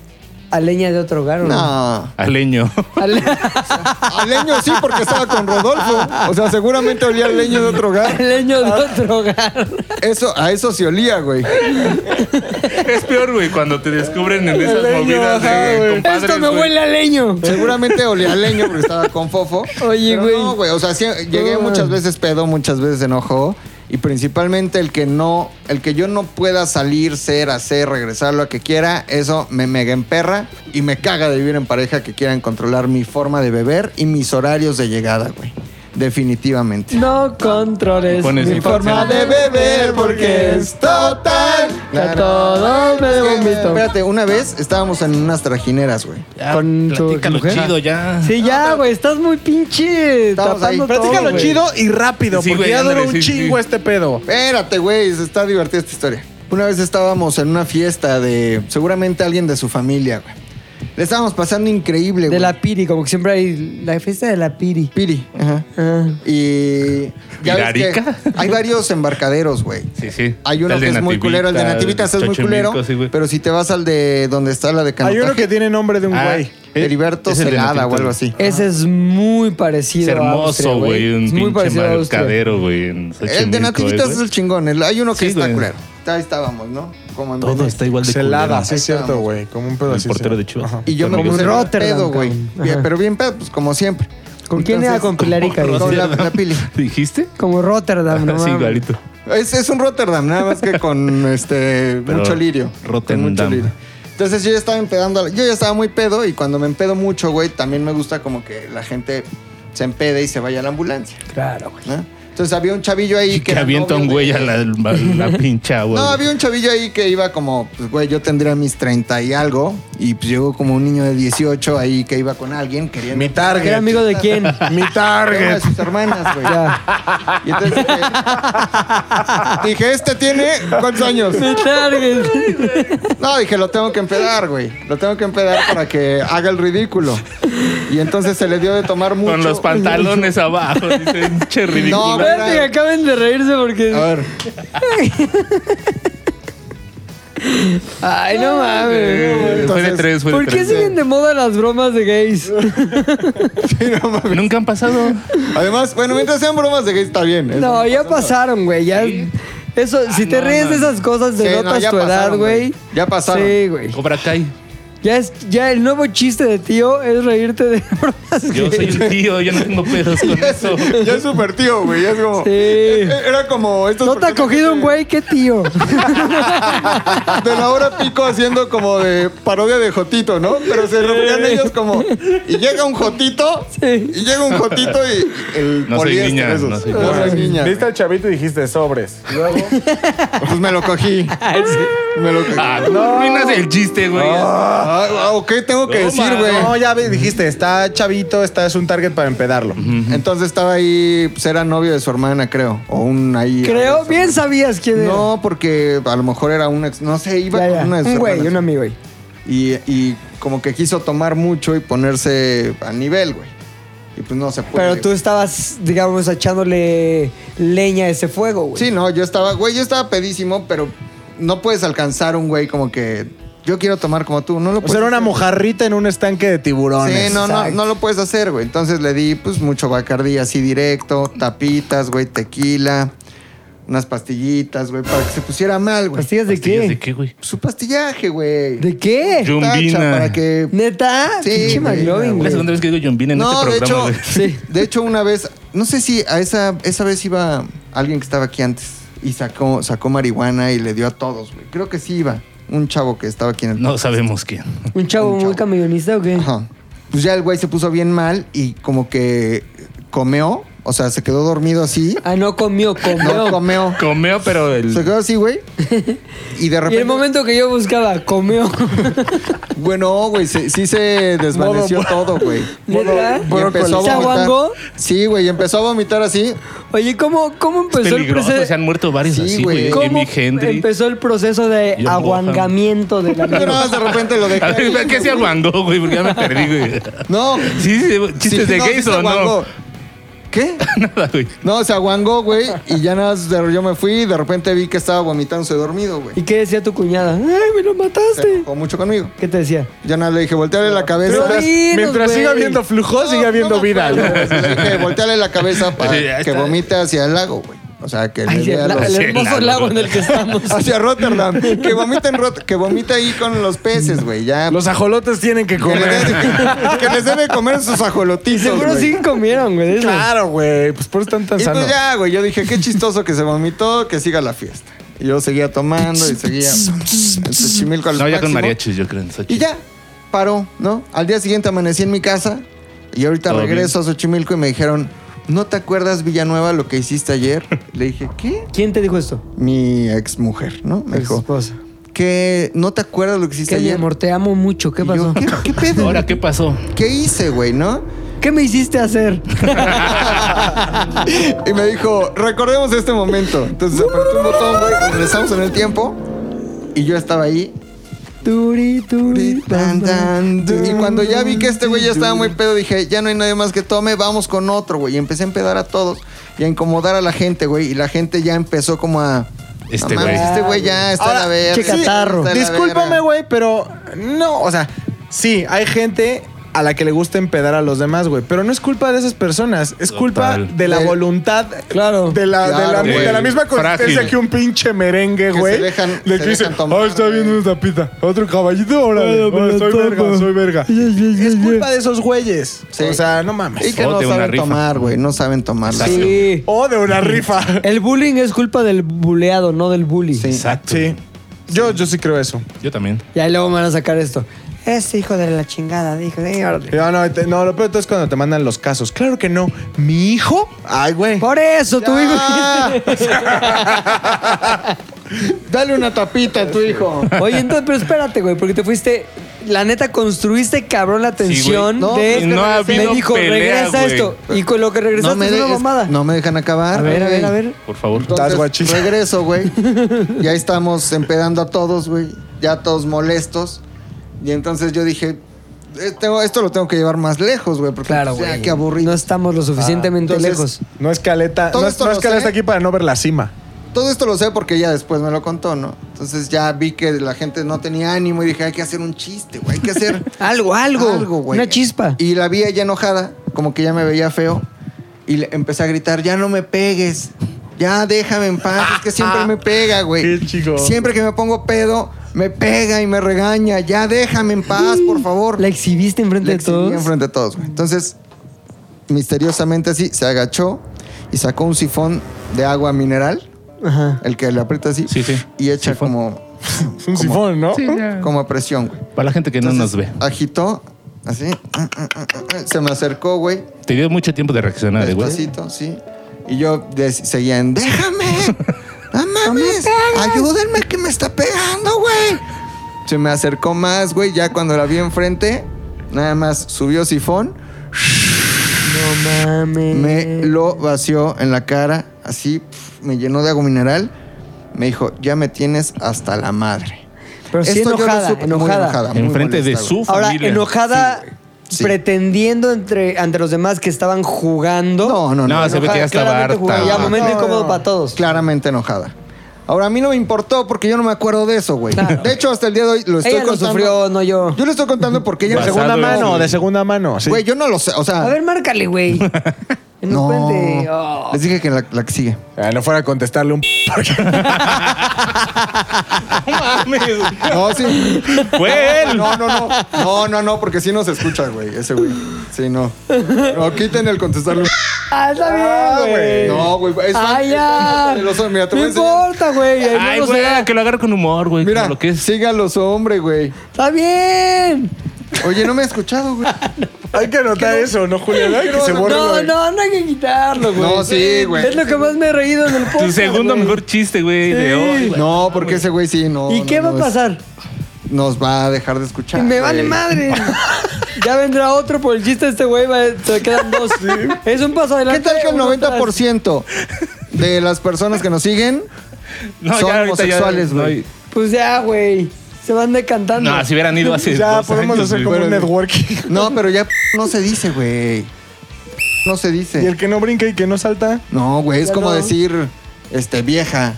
A: a leña de otro hogar o no?
C: No.
E: Al leño.
A: A le-
C: Al leño sí, porque estaba con Rodolfo. O sea, seguramente olía al leño de otro
A: a
C: hogar.
A: leño de otro hogar.
C: Eso, a eso se olía, güey.
E: es peor, güey, cuando te descubren en esas
D: leño,
E: movidas
D: ajá,
E: de
D: güey.
E: compadres,
A: Esto me
E: güey.
A: huele a leño.
C: Seguramente olía al leño porque estaba con Fofo.
A: Oye,
C: Pero
A: güey.
C: No, güey. O sea, sí, llegué
A: Ah.
C: muchas veces pedo, muchas veces enojó. Y principalmente el que no, el que yo no pueda salir, ser, hacer, regresar, lo que quiera, eso me mega emperra y me caga de vivir en pareja que quieran controlar mi forma de beber y mis horarios de llegada, güey. Definitivamente.
A: No controles
E: Pones
A: mi
E: mi
A: forma
E: forma
A: de beber porque es total. Que a todos me
C: Es que,
A: vomito.
C: Espérate, una vez estábamos en unas trajineras, güey.
E: Ya,
A: Con tu
E: platícalo
A: mujer.
E: chido ya.
A: Sí, ya, güey, estás muy pinche
C: Estamos ahí.
A: tapando todo,
D: Platícalo
A: güey.
D: chido y rápido,
E: Sí,
D: porque
E: güey,
D: ya duró
E: ándale,
D: un
E: sí,
D: chingo
E: sí.
D: este pedo.
C: Espérate, güey, se está divertida esta historia. Una vez estábamos en una fiesta de seguramente alguien de su familia, güey. Le estábamos pasando increíble,
A: De
C: güey.
A: la piri, como que siempre hay la fiesta de la piri.
C: Piri. Ajá.
A: Ah.
C: Y. ya ves que
E: ¿Pirarica?
C: hay varios embarcaderos, güey.
E: Sí, sí.
C: Hay uno
E: El
C: que
E: de
C: es muy culero, el de Nativitas es muy
E: Xochimilco,
C: culero.
E: sí, güey.
C: pero si te vas al de donde está la de
D: Hay
C: Canotaje,
D: uno que tiene nombre de un
E: Ah,
D: güey.
C: Heriberto
E: Es el de
C: Celada
E: Nativitas.
C: o algo así.
A: Ese es muy parecido
E: Ah. Es
A: a Austria,
E: hermoso, güey. Un
A: Es muy
E: pinche
A: parecido a Austria.
E: mercadero, güey. en
C: El de
E: Xochimilco,
C: Nativitas
E: eh,
C: es
E: güey.
C: el chingón. el- Hay uno que
E: Sí,
C: está
E: güey.
C: culero. Ahí estábamos, ¿no? Como en
E: Todo
C: Venecia.
E: está igual de
D: Celada,
E: culero.
D: sí es cierto,
C: Estábamos.
D: güey. Como un pedo
E: El
D: así.
E: portero
D: sí.
E: de Chivas.
D: Ajá.
C: Y yo me
E: Como
C: puse
A: en
C: bien
A: Rotterdam,
C: pedo, güey.
A: cabrón.
C: Bien,
A: Ajá.
C: Pero bien pedo, pues como siempre.
A: ¿Con quién era? Con Pilarica.
E: Como
A: dices.
C: Con la,
E: Rotterdam.
C: la pili.
E: ¿Dijiste?
A: Como Rotterdam, ¿no?
E: Ah, Sí,
A: mames.
E: igualito.
C: Es, es un Rotterdam, nada más que con este
E: Pero
C: mucho lirio.
E: Rotterdam.
C: Con mucho lirio. Entonces yo ya estaba empedando, yo ya estaba muy pedo y cuando me empedo mucho, güey, también me gusta como que la gente se empede y se vaya a la ambulancia,
A: Claro, güey.
C: ¿no? Entonces había un chavillo ahí que...
E: Que
C: era
E: avienta
C: novio
E: un
C: de-
E: güey a la, la pincha, güey.
C: No, había un chavillo ahí que iba como, pues, güey, yo tendría mis 30 y algo y pues llegó como un niño de 18 ahí que iba con alguien queriendo...
D: Mi
A: ¿Que ¿Era
D: target.
A: amigo de quién?
D: Mi
C: Era una de
D: target.
C: sus hermanas, güey.
A: Ya.
C: Y entonces dije, dije, este tiene cuántos años.
A: Mi target.
C: No, dije, lo tengo que empedar, güey. Lo tengo que empedar para que haga el ridículo. Y entonces se le dio de tomar mucho.
E: Con los pantalones abajo. Dice, pinche
C: No,
E: ridículo.
C: güey.
A: Espérate que acaben de reírse
C: A
A: porque...
C: ver, Ah.
A: Ay, no mames.
E: Eh, fue de tres, fue de
A: ¿Por qué
E: tres.
A: siguen de moda las bromas de gays?
E: Nunca han pasado.
C: además, bueno, mientras sean bromas de gay está bien. Eso
A: No, ya pasaron, güey. Ya... Eso, si te
E: no,
A: ríes de
E: no.
A: esas cosas,
C: Sí, Ah, no,
A: denotas
C: ya
A: tu edad,
C: pasaron,
A: güey.
C: güey. Ya pasaron.
A: Sí, güey.
E: Cobra Kai.
A: Ya, es, ya el nuevo chiste de tío es reírte de bromas
E: Yo soy
A: gays.
E: un tío, yo no tengo pedos con eso.
C: Ya es súper tío, güey. Ya es como. e,
A: Sí.
C: Era como estos.
A: ¿No te ha cogido un güey? ¿Qué tío?
C: De la hora pico haciendo como de parodia de Jotito, ¿no? Pero se referían ellos como. Y llega un Jotito.
A: Sí.
C: Y llega un Jotito y el
E: No soy
C: poliéster,
E: niña,
C: esos.
E: no soy
C: No
E: niña.
C: soy niña.
D: Viste al chavito y dijiste sobres. Luego.
C: Pues me lo cogí. Me lo cogí.
E: Ah, ¿cómo terminas el chiste, güey?
C: Ah, ah, ok, tengo que
E: No,
C: decir,
E: ma,
C: güey.
D: No, ya ve- dijiste, Este, está chavito, está, es un target para empedarlo.
C: Entonces estaba ahí, pues era novio de su hermana, creo. O un ahí.
A: Creo, bien sabías quién era.
C: No, porque a lo mejor era un ex. No sé, iba
A: Ya, ya.
C: con una de sus
A: Un güey,
C: hermanas.
A: un amigo, güey.
C: Y, y como que quiso tomar mucho y ponerse a nivel, güey. Y pues no se puede.
A: Pero tú
C: güey.
A: estabas, digamos, echándole leña a ese fuego, güey.
C: Sí, no, yo estaba, güey, yo estaba pedísimo, pero no puedes alcanzar un güey como que yo quiero tomar como tú. No lo
D: O
C: puedes.
D: sea, era una
C: hacer.
D: mojarrita en un estanque de tiburones.
C: Sí, no, no,
A: Exacto.
C: no lo puedes hacer, güey. Entonces le di, pues, mucho bacardí así directo, tapitas, güey, tequila, unas pastillitas, güey, para que se pusiera mal, güey.
A: ¿Pastillas de
E: ¿Pastillas
A: qué?
E: de qué, güey?
C: Su pastillaje, güey.
A: ¿De qué?
E: Yo-
C: Tacha,
E: Yumbina.
C: Para que...
A: ¿Neta?
C: Sí,
A: Pinche
C: güey,
A: McLovin,
E: Es la
A: güey.
E: segunda vez que digo John Bean en
C: no,
E: este
C: de hecho,
E: programa. güey.
C: de hecho, una vez, no sé si a esa, esa vez iba alguien que estaba aquí antes y sacó, sacó marihuana y le dio a todos, güey. Creo que sí iba. Un chavo que estaba aquí en el
E: No sabemos quién.
A: ¿Un chavo
C: Un chavo.
A: muy camionista o qué?
C: Ajá. Pues ya el güey se puso bien mal y como que comeó, o sea, se quedó dormido así.
A: Ah, no comió,
C: No,
A: comió.
C: comeó.
E: Comeo, pero
C: Se
E: el.
C: quedó así, güey. Y de
A: y
C: repente.
A: el momento que yo buscaba, comió.
C: Bueno, güey, se- sí se desvaneció todo, güey.
A: ¿Neta?
C: Y empezó a
A: ¿Se
C: vomitar.
A: aguangó?
C: Sí, güey, empezó a vomitar así.
A: Oye, ¿cómo, cómo
E: Es
A: empezó el
E: peligroso, se
A: proceso?
E: han muerto varios
C: Sí,
E: así, güey.
C: güey.
A: ¿Cómo
E: Jimi Hendrix.
A: empezó el proceso de
E: John
A: aguangamiento de la
C: Yo nada más de repente lo dejé.
E: A ver,
C: ahí.
E: ¿qué se aguangó, güey? Porque ya me perdí, güey.
C: No.
E: ¿Sí, sí, chistes
C: Sí,
E: de
C: no,
E: gays
C: sí se
E: o no?
C: aguangó. Pues ¿Qué?
E: Nada, güey.
C: No, se aguangó, güey. Y ya nada más de- yo me fui y de repente vi que estaba vomitándose dormido, güey.
A: ¿Y qué decía tu cuñada? ¡Ay, me lo
C: Se
A: mataste!
C: enojó mucho conmigo.
A: ¿Qué te decía?
C: Yo nada, le dije, volteale la cabeza.
A: Pero dinos,
D: Mientras
A: güey.
D: siga habiendo flujo, siga habiendo
C: No, no me
D: vida.
C: acuerdo,
D: ¿no?
C: güey. Le dije, volteale la cabeza para
E: Sí, ahí
C: que
E: está.
C: vomite hacia el lago, güey. O sea, que le
A: Ay,
C: dé a
A: el, la-
C: los-
A: el hermoso
E: Sí,
A: lago
E: claro.
A: en el que estamos.
C: Hacia Rotterdam. Que vomite, en Rot- que vomite ahí con los peces, güey. Ya.
D: Los ajolotes tienen que
C: que, les
D: comer.
C: debe, que les debe comer sus
A: Y
C: ajolotizos,
A: seguro
C: güey.
A: sí comieron, güey. de eso.
D: Claro, güey. Pues por eso están tan
C: Y
D: sanos.
C: pues ya, güey. Yo dije, qué chistoso que se vomitó, que siga la fiesta. Y yo seguía tomando y seguía... el Xochimilco al
E: No, ya con
C: máximo.
E: mariachis, yo creo. en
C: Y
E: Xochitl.
C: ya, paró, ¿no? Al día siguiente amanecí en mi casa y ahorita
E: Todo
C: regreso a Xochimilco y me dijeron, ¿no te acuerdas, Villanueva, lo que hiciste ayer? Le dije, ¿qué?
A: ¿Quién te dijo esto?
C: Mi exmujer, ¿no? Me
A: Su
C: dijo,
A: esposa.
C: ¿qué? ¿No te acuerdas lo que hiciste
A: Que mi
C: ayer?
A: amor, te amo mucho. ¿Qué
C: Y yo,
A: pasó?
C: ¿Qué, qué pedo?
E: Ahora, ¿qué pasó?
C: ¿Qué hice, güey, no?
A: ¿Qué me hiciste hacer?
C: Y me dijo, recordemos este momento. Entonces apreté un botón, güey, regresamos en el tiempo y yo estaba ahí
A: Turi, turi, tan, tan,
C: Y
A: tun,
C: cuando ya vi que este güey ya estaba muy
A: turi.
C: pedo, dije, ya no hay nadie más que tome, vamos con otro, güey. Y empecé a empedar a todos y a incomodar a la gente, güey. Y la gente ya empezó como a...
E: Este
C: "No mames,
E: güey.
C: Este güey ya está
D: Ahora,
C: a la verga.
A: Ah, che catarro.
C: está a la
D: Discúlpame,
C: verga".
D: güey, pero no, o sea, sí, hay gente a la que le gusta empedar a los demás, güey, pero no es culpa de esas personas, es culpa
E: Total.
D: de la
C: Del-
D: voluntad
A: Claro.
D: de la, de la-
C: Claro,
D: de la,
E: güey.
D: misma consistencia
E: Frágil.
D: que un pinche merengue,
C: se
D: güey.
C: dejan-
D: de
C: se
D: que dice,
C: dejan tomar,
D: "Ah, está bien
C: güey".
D: una tapita, otro caballito, órale,
A: Bueno,
D: órale,
A: me
D: soy
A: lo
D: verga,
A: tomo".
D: soy verga. Es culpa de esos güeyes.
C: Sí.
D: O sea, no mames.
C: Y que
E: O
C: no
E: de una
C: saben
E: rifa.
C: tomar, güey. No saben tomar.
A: Sí.
D: O de una rifa.
A: El bullying es culpa del buleado, no del bully.
E: Exacto.
D: Sí. Yo, yo sí creo eso.
E: Yo también.
A: Y ahí luego me van a sacar esto. Ese hijo de la chingada, dijo. "Sí, órale".
D: No, no, te- no, lo peor de todo es cuando te mandan los casos. Claro que no. Mi hijo. Ay, güey.
A: Por eso, tu hijo.
C: Dale una tapita a tu hijo.
A: Oye, entonces, pero espérate, güey, porque te fuiste. La neta, construiste cabrón la tensión
E: No,
A: de.
E: pues no ha habido
A: me dijo,
E: pelea,
A: regresa
E: güey".
A: esto. Y con lo que regresaste
C: No me,
A: es
C: de-
A: una mamada.
C: no me dejan acabar.
A: a ver, a
C: güey.
A: ver, a ver.
E: Por favor.
D: Estás
C: Entonces,
D: guachis.
C: regreso, güey. Ya estamos empedando a todos, güey. Ya todos molestos. Y entonces yo dije, eh, tengo- esto lo tengo que llevar más lejos, güey. Porque
A: Claro,
C: o sea,
A: güey.
C: Ah, qué aburrido.
A: No estamos lo suficientemente
C: Ah,
A: lejos.
C: entonces-
D: No es caleta.
C: Todo
D: No,
C: esto
D: no es
C: lo
D: caleta
C: sé.
D: aquí para no ver la cima.
C: Todo esto lo sé porque ya después me lo contó, ¿no? Entonces ya vi que la gente no tenía ánimo y dije, hay que hacer un chiste, güey. Hay que hacer
A: Algo, algo. Una chispa.
C: Y la vi ella enojada, como que ya me veía feo. Y le empecé a gritar, ya no me pegues. Ya déjame en paz. Es que siempre me pega, güey.
D: Qué chico.
C: Siempre que me pongo pedo, me pega y me regaña. Ya déjame en paz, por favor.
A: La exhibiste enfrente
C: Le
A: de
C: exhibí
A: todos.
C: enfrente de todos, güey. Entonces, misteriosamente así, se agachó y sacó un sifón de agua mineral.
A: Ajá.
C: El que le aprieta así.
E: Sí, sí.
C: Y echa
E: Sifón.
C: como...
D: Es un sifón, ¿no?
C: Como a presión, güey.
E: Para la gente que no nos ve.
C: Agitó, así. mm, Se me acercó, güey.
E: Te dio mucho tiempo de reaccionar, eh, güey.
C: Despacito, sí. Y yo des- seguía en, déjame. No mames. ayúdenme que me está pegando, güey. Se me acercó más, güey. Ya cuando la vi enfrente, nada más subió sifón.
A: No mames.
E: Eh.
C: Me lo vació en la cara, así pf, me llenó de agua mineral. Me dijo, ya me tienes hasta la madre.
A: Pero sí
C: Esto yo lo
A: enojada,
C: supe- muy
A: enojada.
C: muy
E: Enfrente de
C: molesta, güey.
E: su
A: Ahora,
E: familia.
A: enojada,
C: Sí.
A: pretendiendo entre, ante los demás que estaban jugando.
C: No, no, no.
E: No, Ah, se ve que ya estaba
A: claramente
E: harta.
A: jugaba.
E: güey.
A: Ya, momento
C: No,
A: incómodo
C: no,
A: para todos.
C: Claramente enojada. Ahora, a mí no me importó porque yo no me acuerdo de eso, güey. De hecho, hasta el día de hoy lo estoy
A: Ella lo
C: contando.
A: sufrió, no yo.
C: Yo le estoy contando porque ella...
D: De segunda
E: Basado en-
D: mano, de segunda mano. sí.
C: Güey, yo no lo sé, o sea...
A: A ver, márcale, güey. Que nos
C: no.
A: cuente. Oh.
C: Les dije que la, la que sigue.
D: Ah, no fuera a contestarle un...
C: No, sí.
E: Fue él.
C: No, no, no. No, no, no, porque sí nos escucha, güey. Ese güey. Sí, no. No, quiten el contestarle un...
A: Ah, está bien, güey.
C: No, güey. Es fan-
A: Eh. Ay,
C: es
A: ya.
C: fan de los hombres. Mira, te
A: no
C: voy a enseñar.
A: importa, güey. Ay,
E: Ay,
A: no lo
E: güey,
A: será.
E: que lo agarre con humor, güey.
C: Mira,
E: con lo que es.
C: siga a los hombres, güey.
A: Está bien.
C: Oye, no me ha escuchado, güey.
D: Hay que anotar eso, ¿no, Julián? Hay que se borre lo
A: No,
D: de-
A: no, no hay que quitarlo, güey.
C: No, sí, güey.
A: Es lo que más me he reído en el podcast.
E: Tu segundo
A: güey.
E: mejor chiste, güey, de hoy. güey.
C: No, porque ese güey sí, no.
A: ¿Y
C: no,
A: qué va
C: no,
A: a
C: es-
A: pasar?
C: Nos va a dejar de escuchar.
A: me
C: güey.
A: vale madre. ya vendrá otro por el chiste de este güey. va- Se quedan dos. Es un paso
C: ¿Qué
A: adelante.
C: tal que el
A: uno atrás.
C: 90% de las personas que nos siguen
E: No,
C: son
E: ahorita
C: homosexuales,
E: no
C: güey?
E: hay-
A: Pues ya, güey. Se van decantando.
E: No, si hubieran ido hace.
D: Ya
E: dos
D: podemos
E: años,
D: hacer
E: güey.
D: como un networking.
C: No, pero ya no se dice, güey. No se dice.
D: Y el que no brinca y que no salta...
C: No, güey, es
A: Ya
C: como
A: no.
C: decir, este, vieja.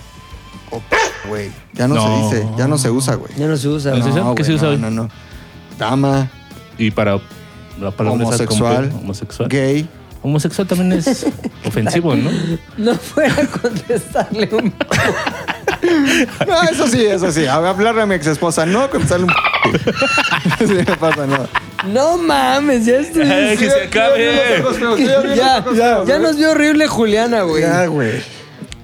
C: O p- güey. Ya no,
E: No.
C: se dice, ya no se usa, güey.
A: Ya no se usa.
E: No
A: güey.
E: se usa?
C: No,
E: ¿Qué
C: güey,
E: se usa
C: no,
E: hoy?
C: No, no. Dama,
E: Y para la palabra esa como
C: homosexual,
E: que- homosexual.
C: gay.
E: Homosexual también es ofensivo, ¿no?
A: No fuera a contestarle un.
C: No, eso sí, eso sí. A ver, hablarle a mi ex esposa, no contestarle un p- sí, no pasa nada.
A: No mames, ya estoy.
E: Ay, que se acabe.
A: Ya, ya, ya nos vio horrible Juliana, güey.
D: güey.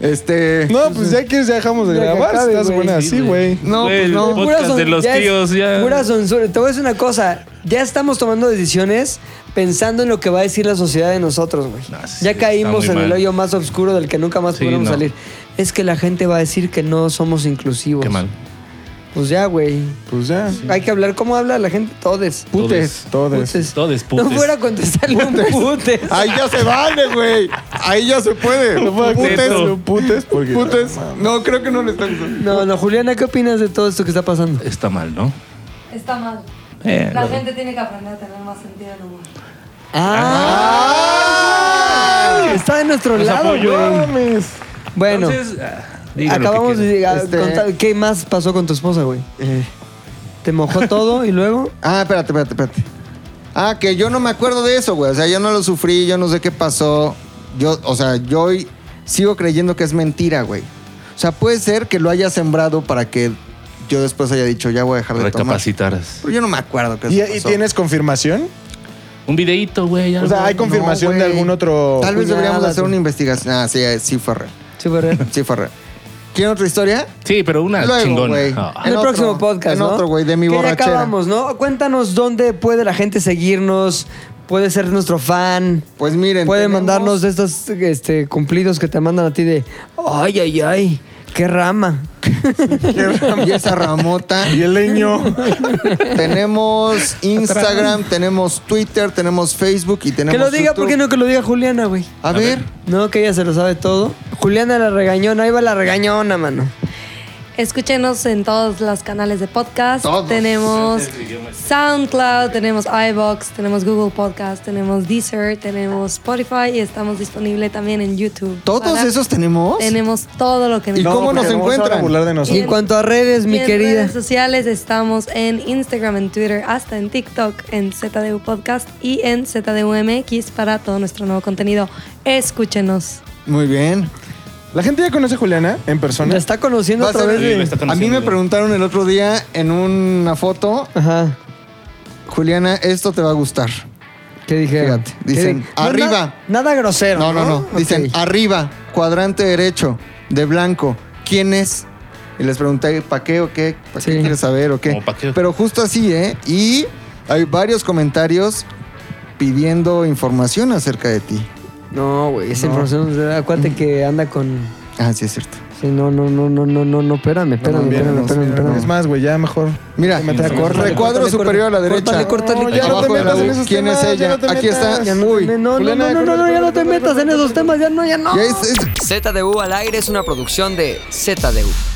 C: Este.
D: No, pues ya quieres, ya dejamos de
A: Ya que
D: grabar.
A: acabe,
D: Estás
A: güey.
D: buena así, güey.
C: No,
E: Güey,
C: pues
E: el
C: no.
E: podcast
A: Pura son-
E: de los
A: ya es-
E: tíos, ya.
A: pura censura. Te voy a decir una cosa. Ya estamos tomando decisiones pensando en lo que va a decir la sociedad de nosotros, güey.
E: No, sí,
A: ya
E: está muy
A: caímos en el
E: mal.
A: hoyo más oscuro del que nunca más
E: Sí,
A: podremos
E: no.
A: salir. Es que la gente va a decir que no somos inclusivos.
E: Qué mal.
A: Pues ya, güey.
D: Pues ya.
A: Hay que hablar cómo habla la gente todes.
C: Putes.
D: Todos.
A: Putes.
E: Todes,
A: No
E: putes. Ah.
A: fuera a contestarle un putes.
C: Ahí ya se vale, güey. Ahí ya se puede. Putes.
E: Eso.
D: Putes, porque.
C: Putes. No, creo que no le están usando.
A: No, no, Juliana, ¿qué opinas de todo esto que está pasando?
E: Está mal, ¿no?
H: Está mal.
E: Eh,
H: La
E: lo-
H: gente tiene que aprender a tener más sentido del humor.
E: Ah.
A: Ah. Está de nuestro
E: Nos
A: lado,
E: apoyó.
A: güey. Bueno,
E: Ah. Entonces, ah, digan lo que
A: acabamos
E: quieran.
A: de ah,
C: Este-
A: contar- ¿Qué más pasó con tu esposa, güey?
C: Eh.
A: ¿Te mojó todo y luego?
C: Ah, espérate, espérate, espérate. Ah, que yo no me acuerdo de eso, güey. O sea, yo no lo sufrí, yo no sé qué pasó. Yo, o sea, yo hoy sigo creyendo que es mentira, güey. O sea, puede ser que lo haya sembrado para que yo después haya dicho, ya voy a dejar de tomar.
E: Recapacitaras.
C: Pero yo no me acuerdo que eso
D: ¿Y, y
C: pasó.
D: tienes confirmación?
E: Un videíto, güey. ya,
D: O sea,
E: güey.
D: hay confirmación
C: No,
D: de
C: güey.
D: algún otro.
C: Tal vez
A: Cuñada,
C: deberíamos hacer
A: tú.
C: una investigación. Ah, sí, eh, sí fue real.
A: Sí, fue real.
C: Sí fue real. ¿Quieren otra historia?
E: Sí, pero una
C: Luego,
E: chingona.
C: güey.
E: Ah.
A: En el
C: otro,
A: próximo podcast,
C: en
A: ¿no?
C: otro, güey, de mi
A: Que ya
C: borrachera.
A: acabamos, ¿no? Cuéntanos dónde puede la gente seguirnos, puede ser nuestro fan.
C: Pues miren.
A: Puede
C: tenemos-
A: mandarnos de estos este, cumplidos que te mandan a ti de ay, ay, ay, qué rama.
C: Y esa ramota.
D: Y el leño.
C: tenemos Instagram, tenemos Twitter, tenemos Facebook y tenemos.
A: que lo diga,
C: YouTube.
A: ¿por qué no que lo diga Juliana, güey?
C: A, ver.
A: No, que ella se lo sabe todo. Juliana la regañona, ahí va la regañona, mano.
H: Escúchenos en todos los canales de podcast.
C: Todos.
H: Tenemos SoundCloud, tenemos iBox, tenemos Google Podcast, tenemos Deezer, tenemos Spotify y estamos disponible también en YouTube.
C: ¿Todos
H: Para-
C: esos tenemos?
H: Tenemos todo lo que
C: ¿Y
D: porque
C: cómo nos
D: vamos ahora
C: encuentran?
D: a burlar
A: Y
D: de
A: en
D: nosotros.
A: cuanto a redes, mi
H: en
A: querida.
H: redes sociales estamos en Instagram, en Twitter, hasta en TikTok, en ZDU Podcast y en ZDUMX para todo nuestro nuevo contenido. Escúchenos.
C: Muy bien.
D: La gente ya conoce a Juliana en persona.
A: La está conociendo
C: Va a
A: otra
C: ser-
A: vez.
E: Sí,
A: de-
E: me está
C: a mí
E: conociendo,
C: me
E: güey.
C: preguntaron el otro día en una foto,
A: Ajá.
C: Juliana, esto te va a gustar.
A: ¿Qué dijeron?
C: Fíjate,
A: ¿Qué
C: dicen,
A: di- No,
C: arriba.
A: na- nada grosero.
C: No, no, no. Dicen, "Ah".
A: Ok.
C: arriba, cuadrante derecho, de blanco. ¿Quién es? Y les pregunté, ¿para qué o qué? ¿Para
A: Sí.
C: qué quieres saber o qué?
E: Como, ¿pa' qué?
C: Pero justo así, ¿eh? Y hay varios comentarios pidiendo información acerca de ti.
A: No, güey, esa información, acuérdate que anda con
C: Ah, sí, es cierto.
A: Sí, no, no, no, no, no, no, no, espérame, espérame,
D: Bien,
A: espérame,
D: no,
A: espérame,
D: mira,
A: espérame.
D: Es más, güey, ya mejor.
C: Mira,
D: Te metas-
C: recuadro
A: córtale,
C: superior a la derecha.
A: córtale, córtale,
D: No, ya no
C: Abajo
D: te
C: de la
D: metas en
C: U.
D: esos
C: ¿Quién es
D: temas,
C: ella?
D: ya no te
C: Aquí está.
D: metas.
C: Uy.
A: No, no, no,
D: Juliana,
A: no, no, no, ya no te metas en esos temas, ya no, ya no.
C: Ya es- es-
A: ZDU al aire es una producción de ZDU.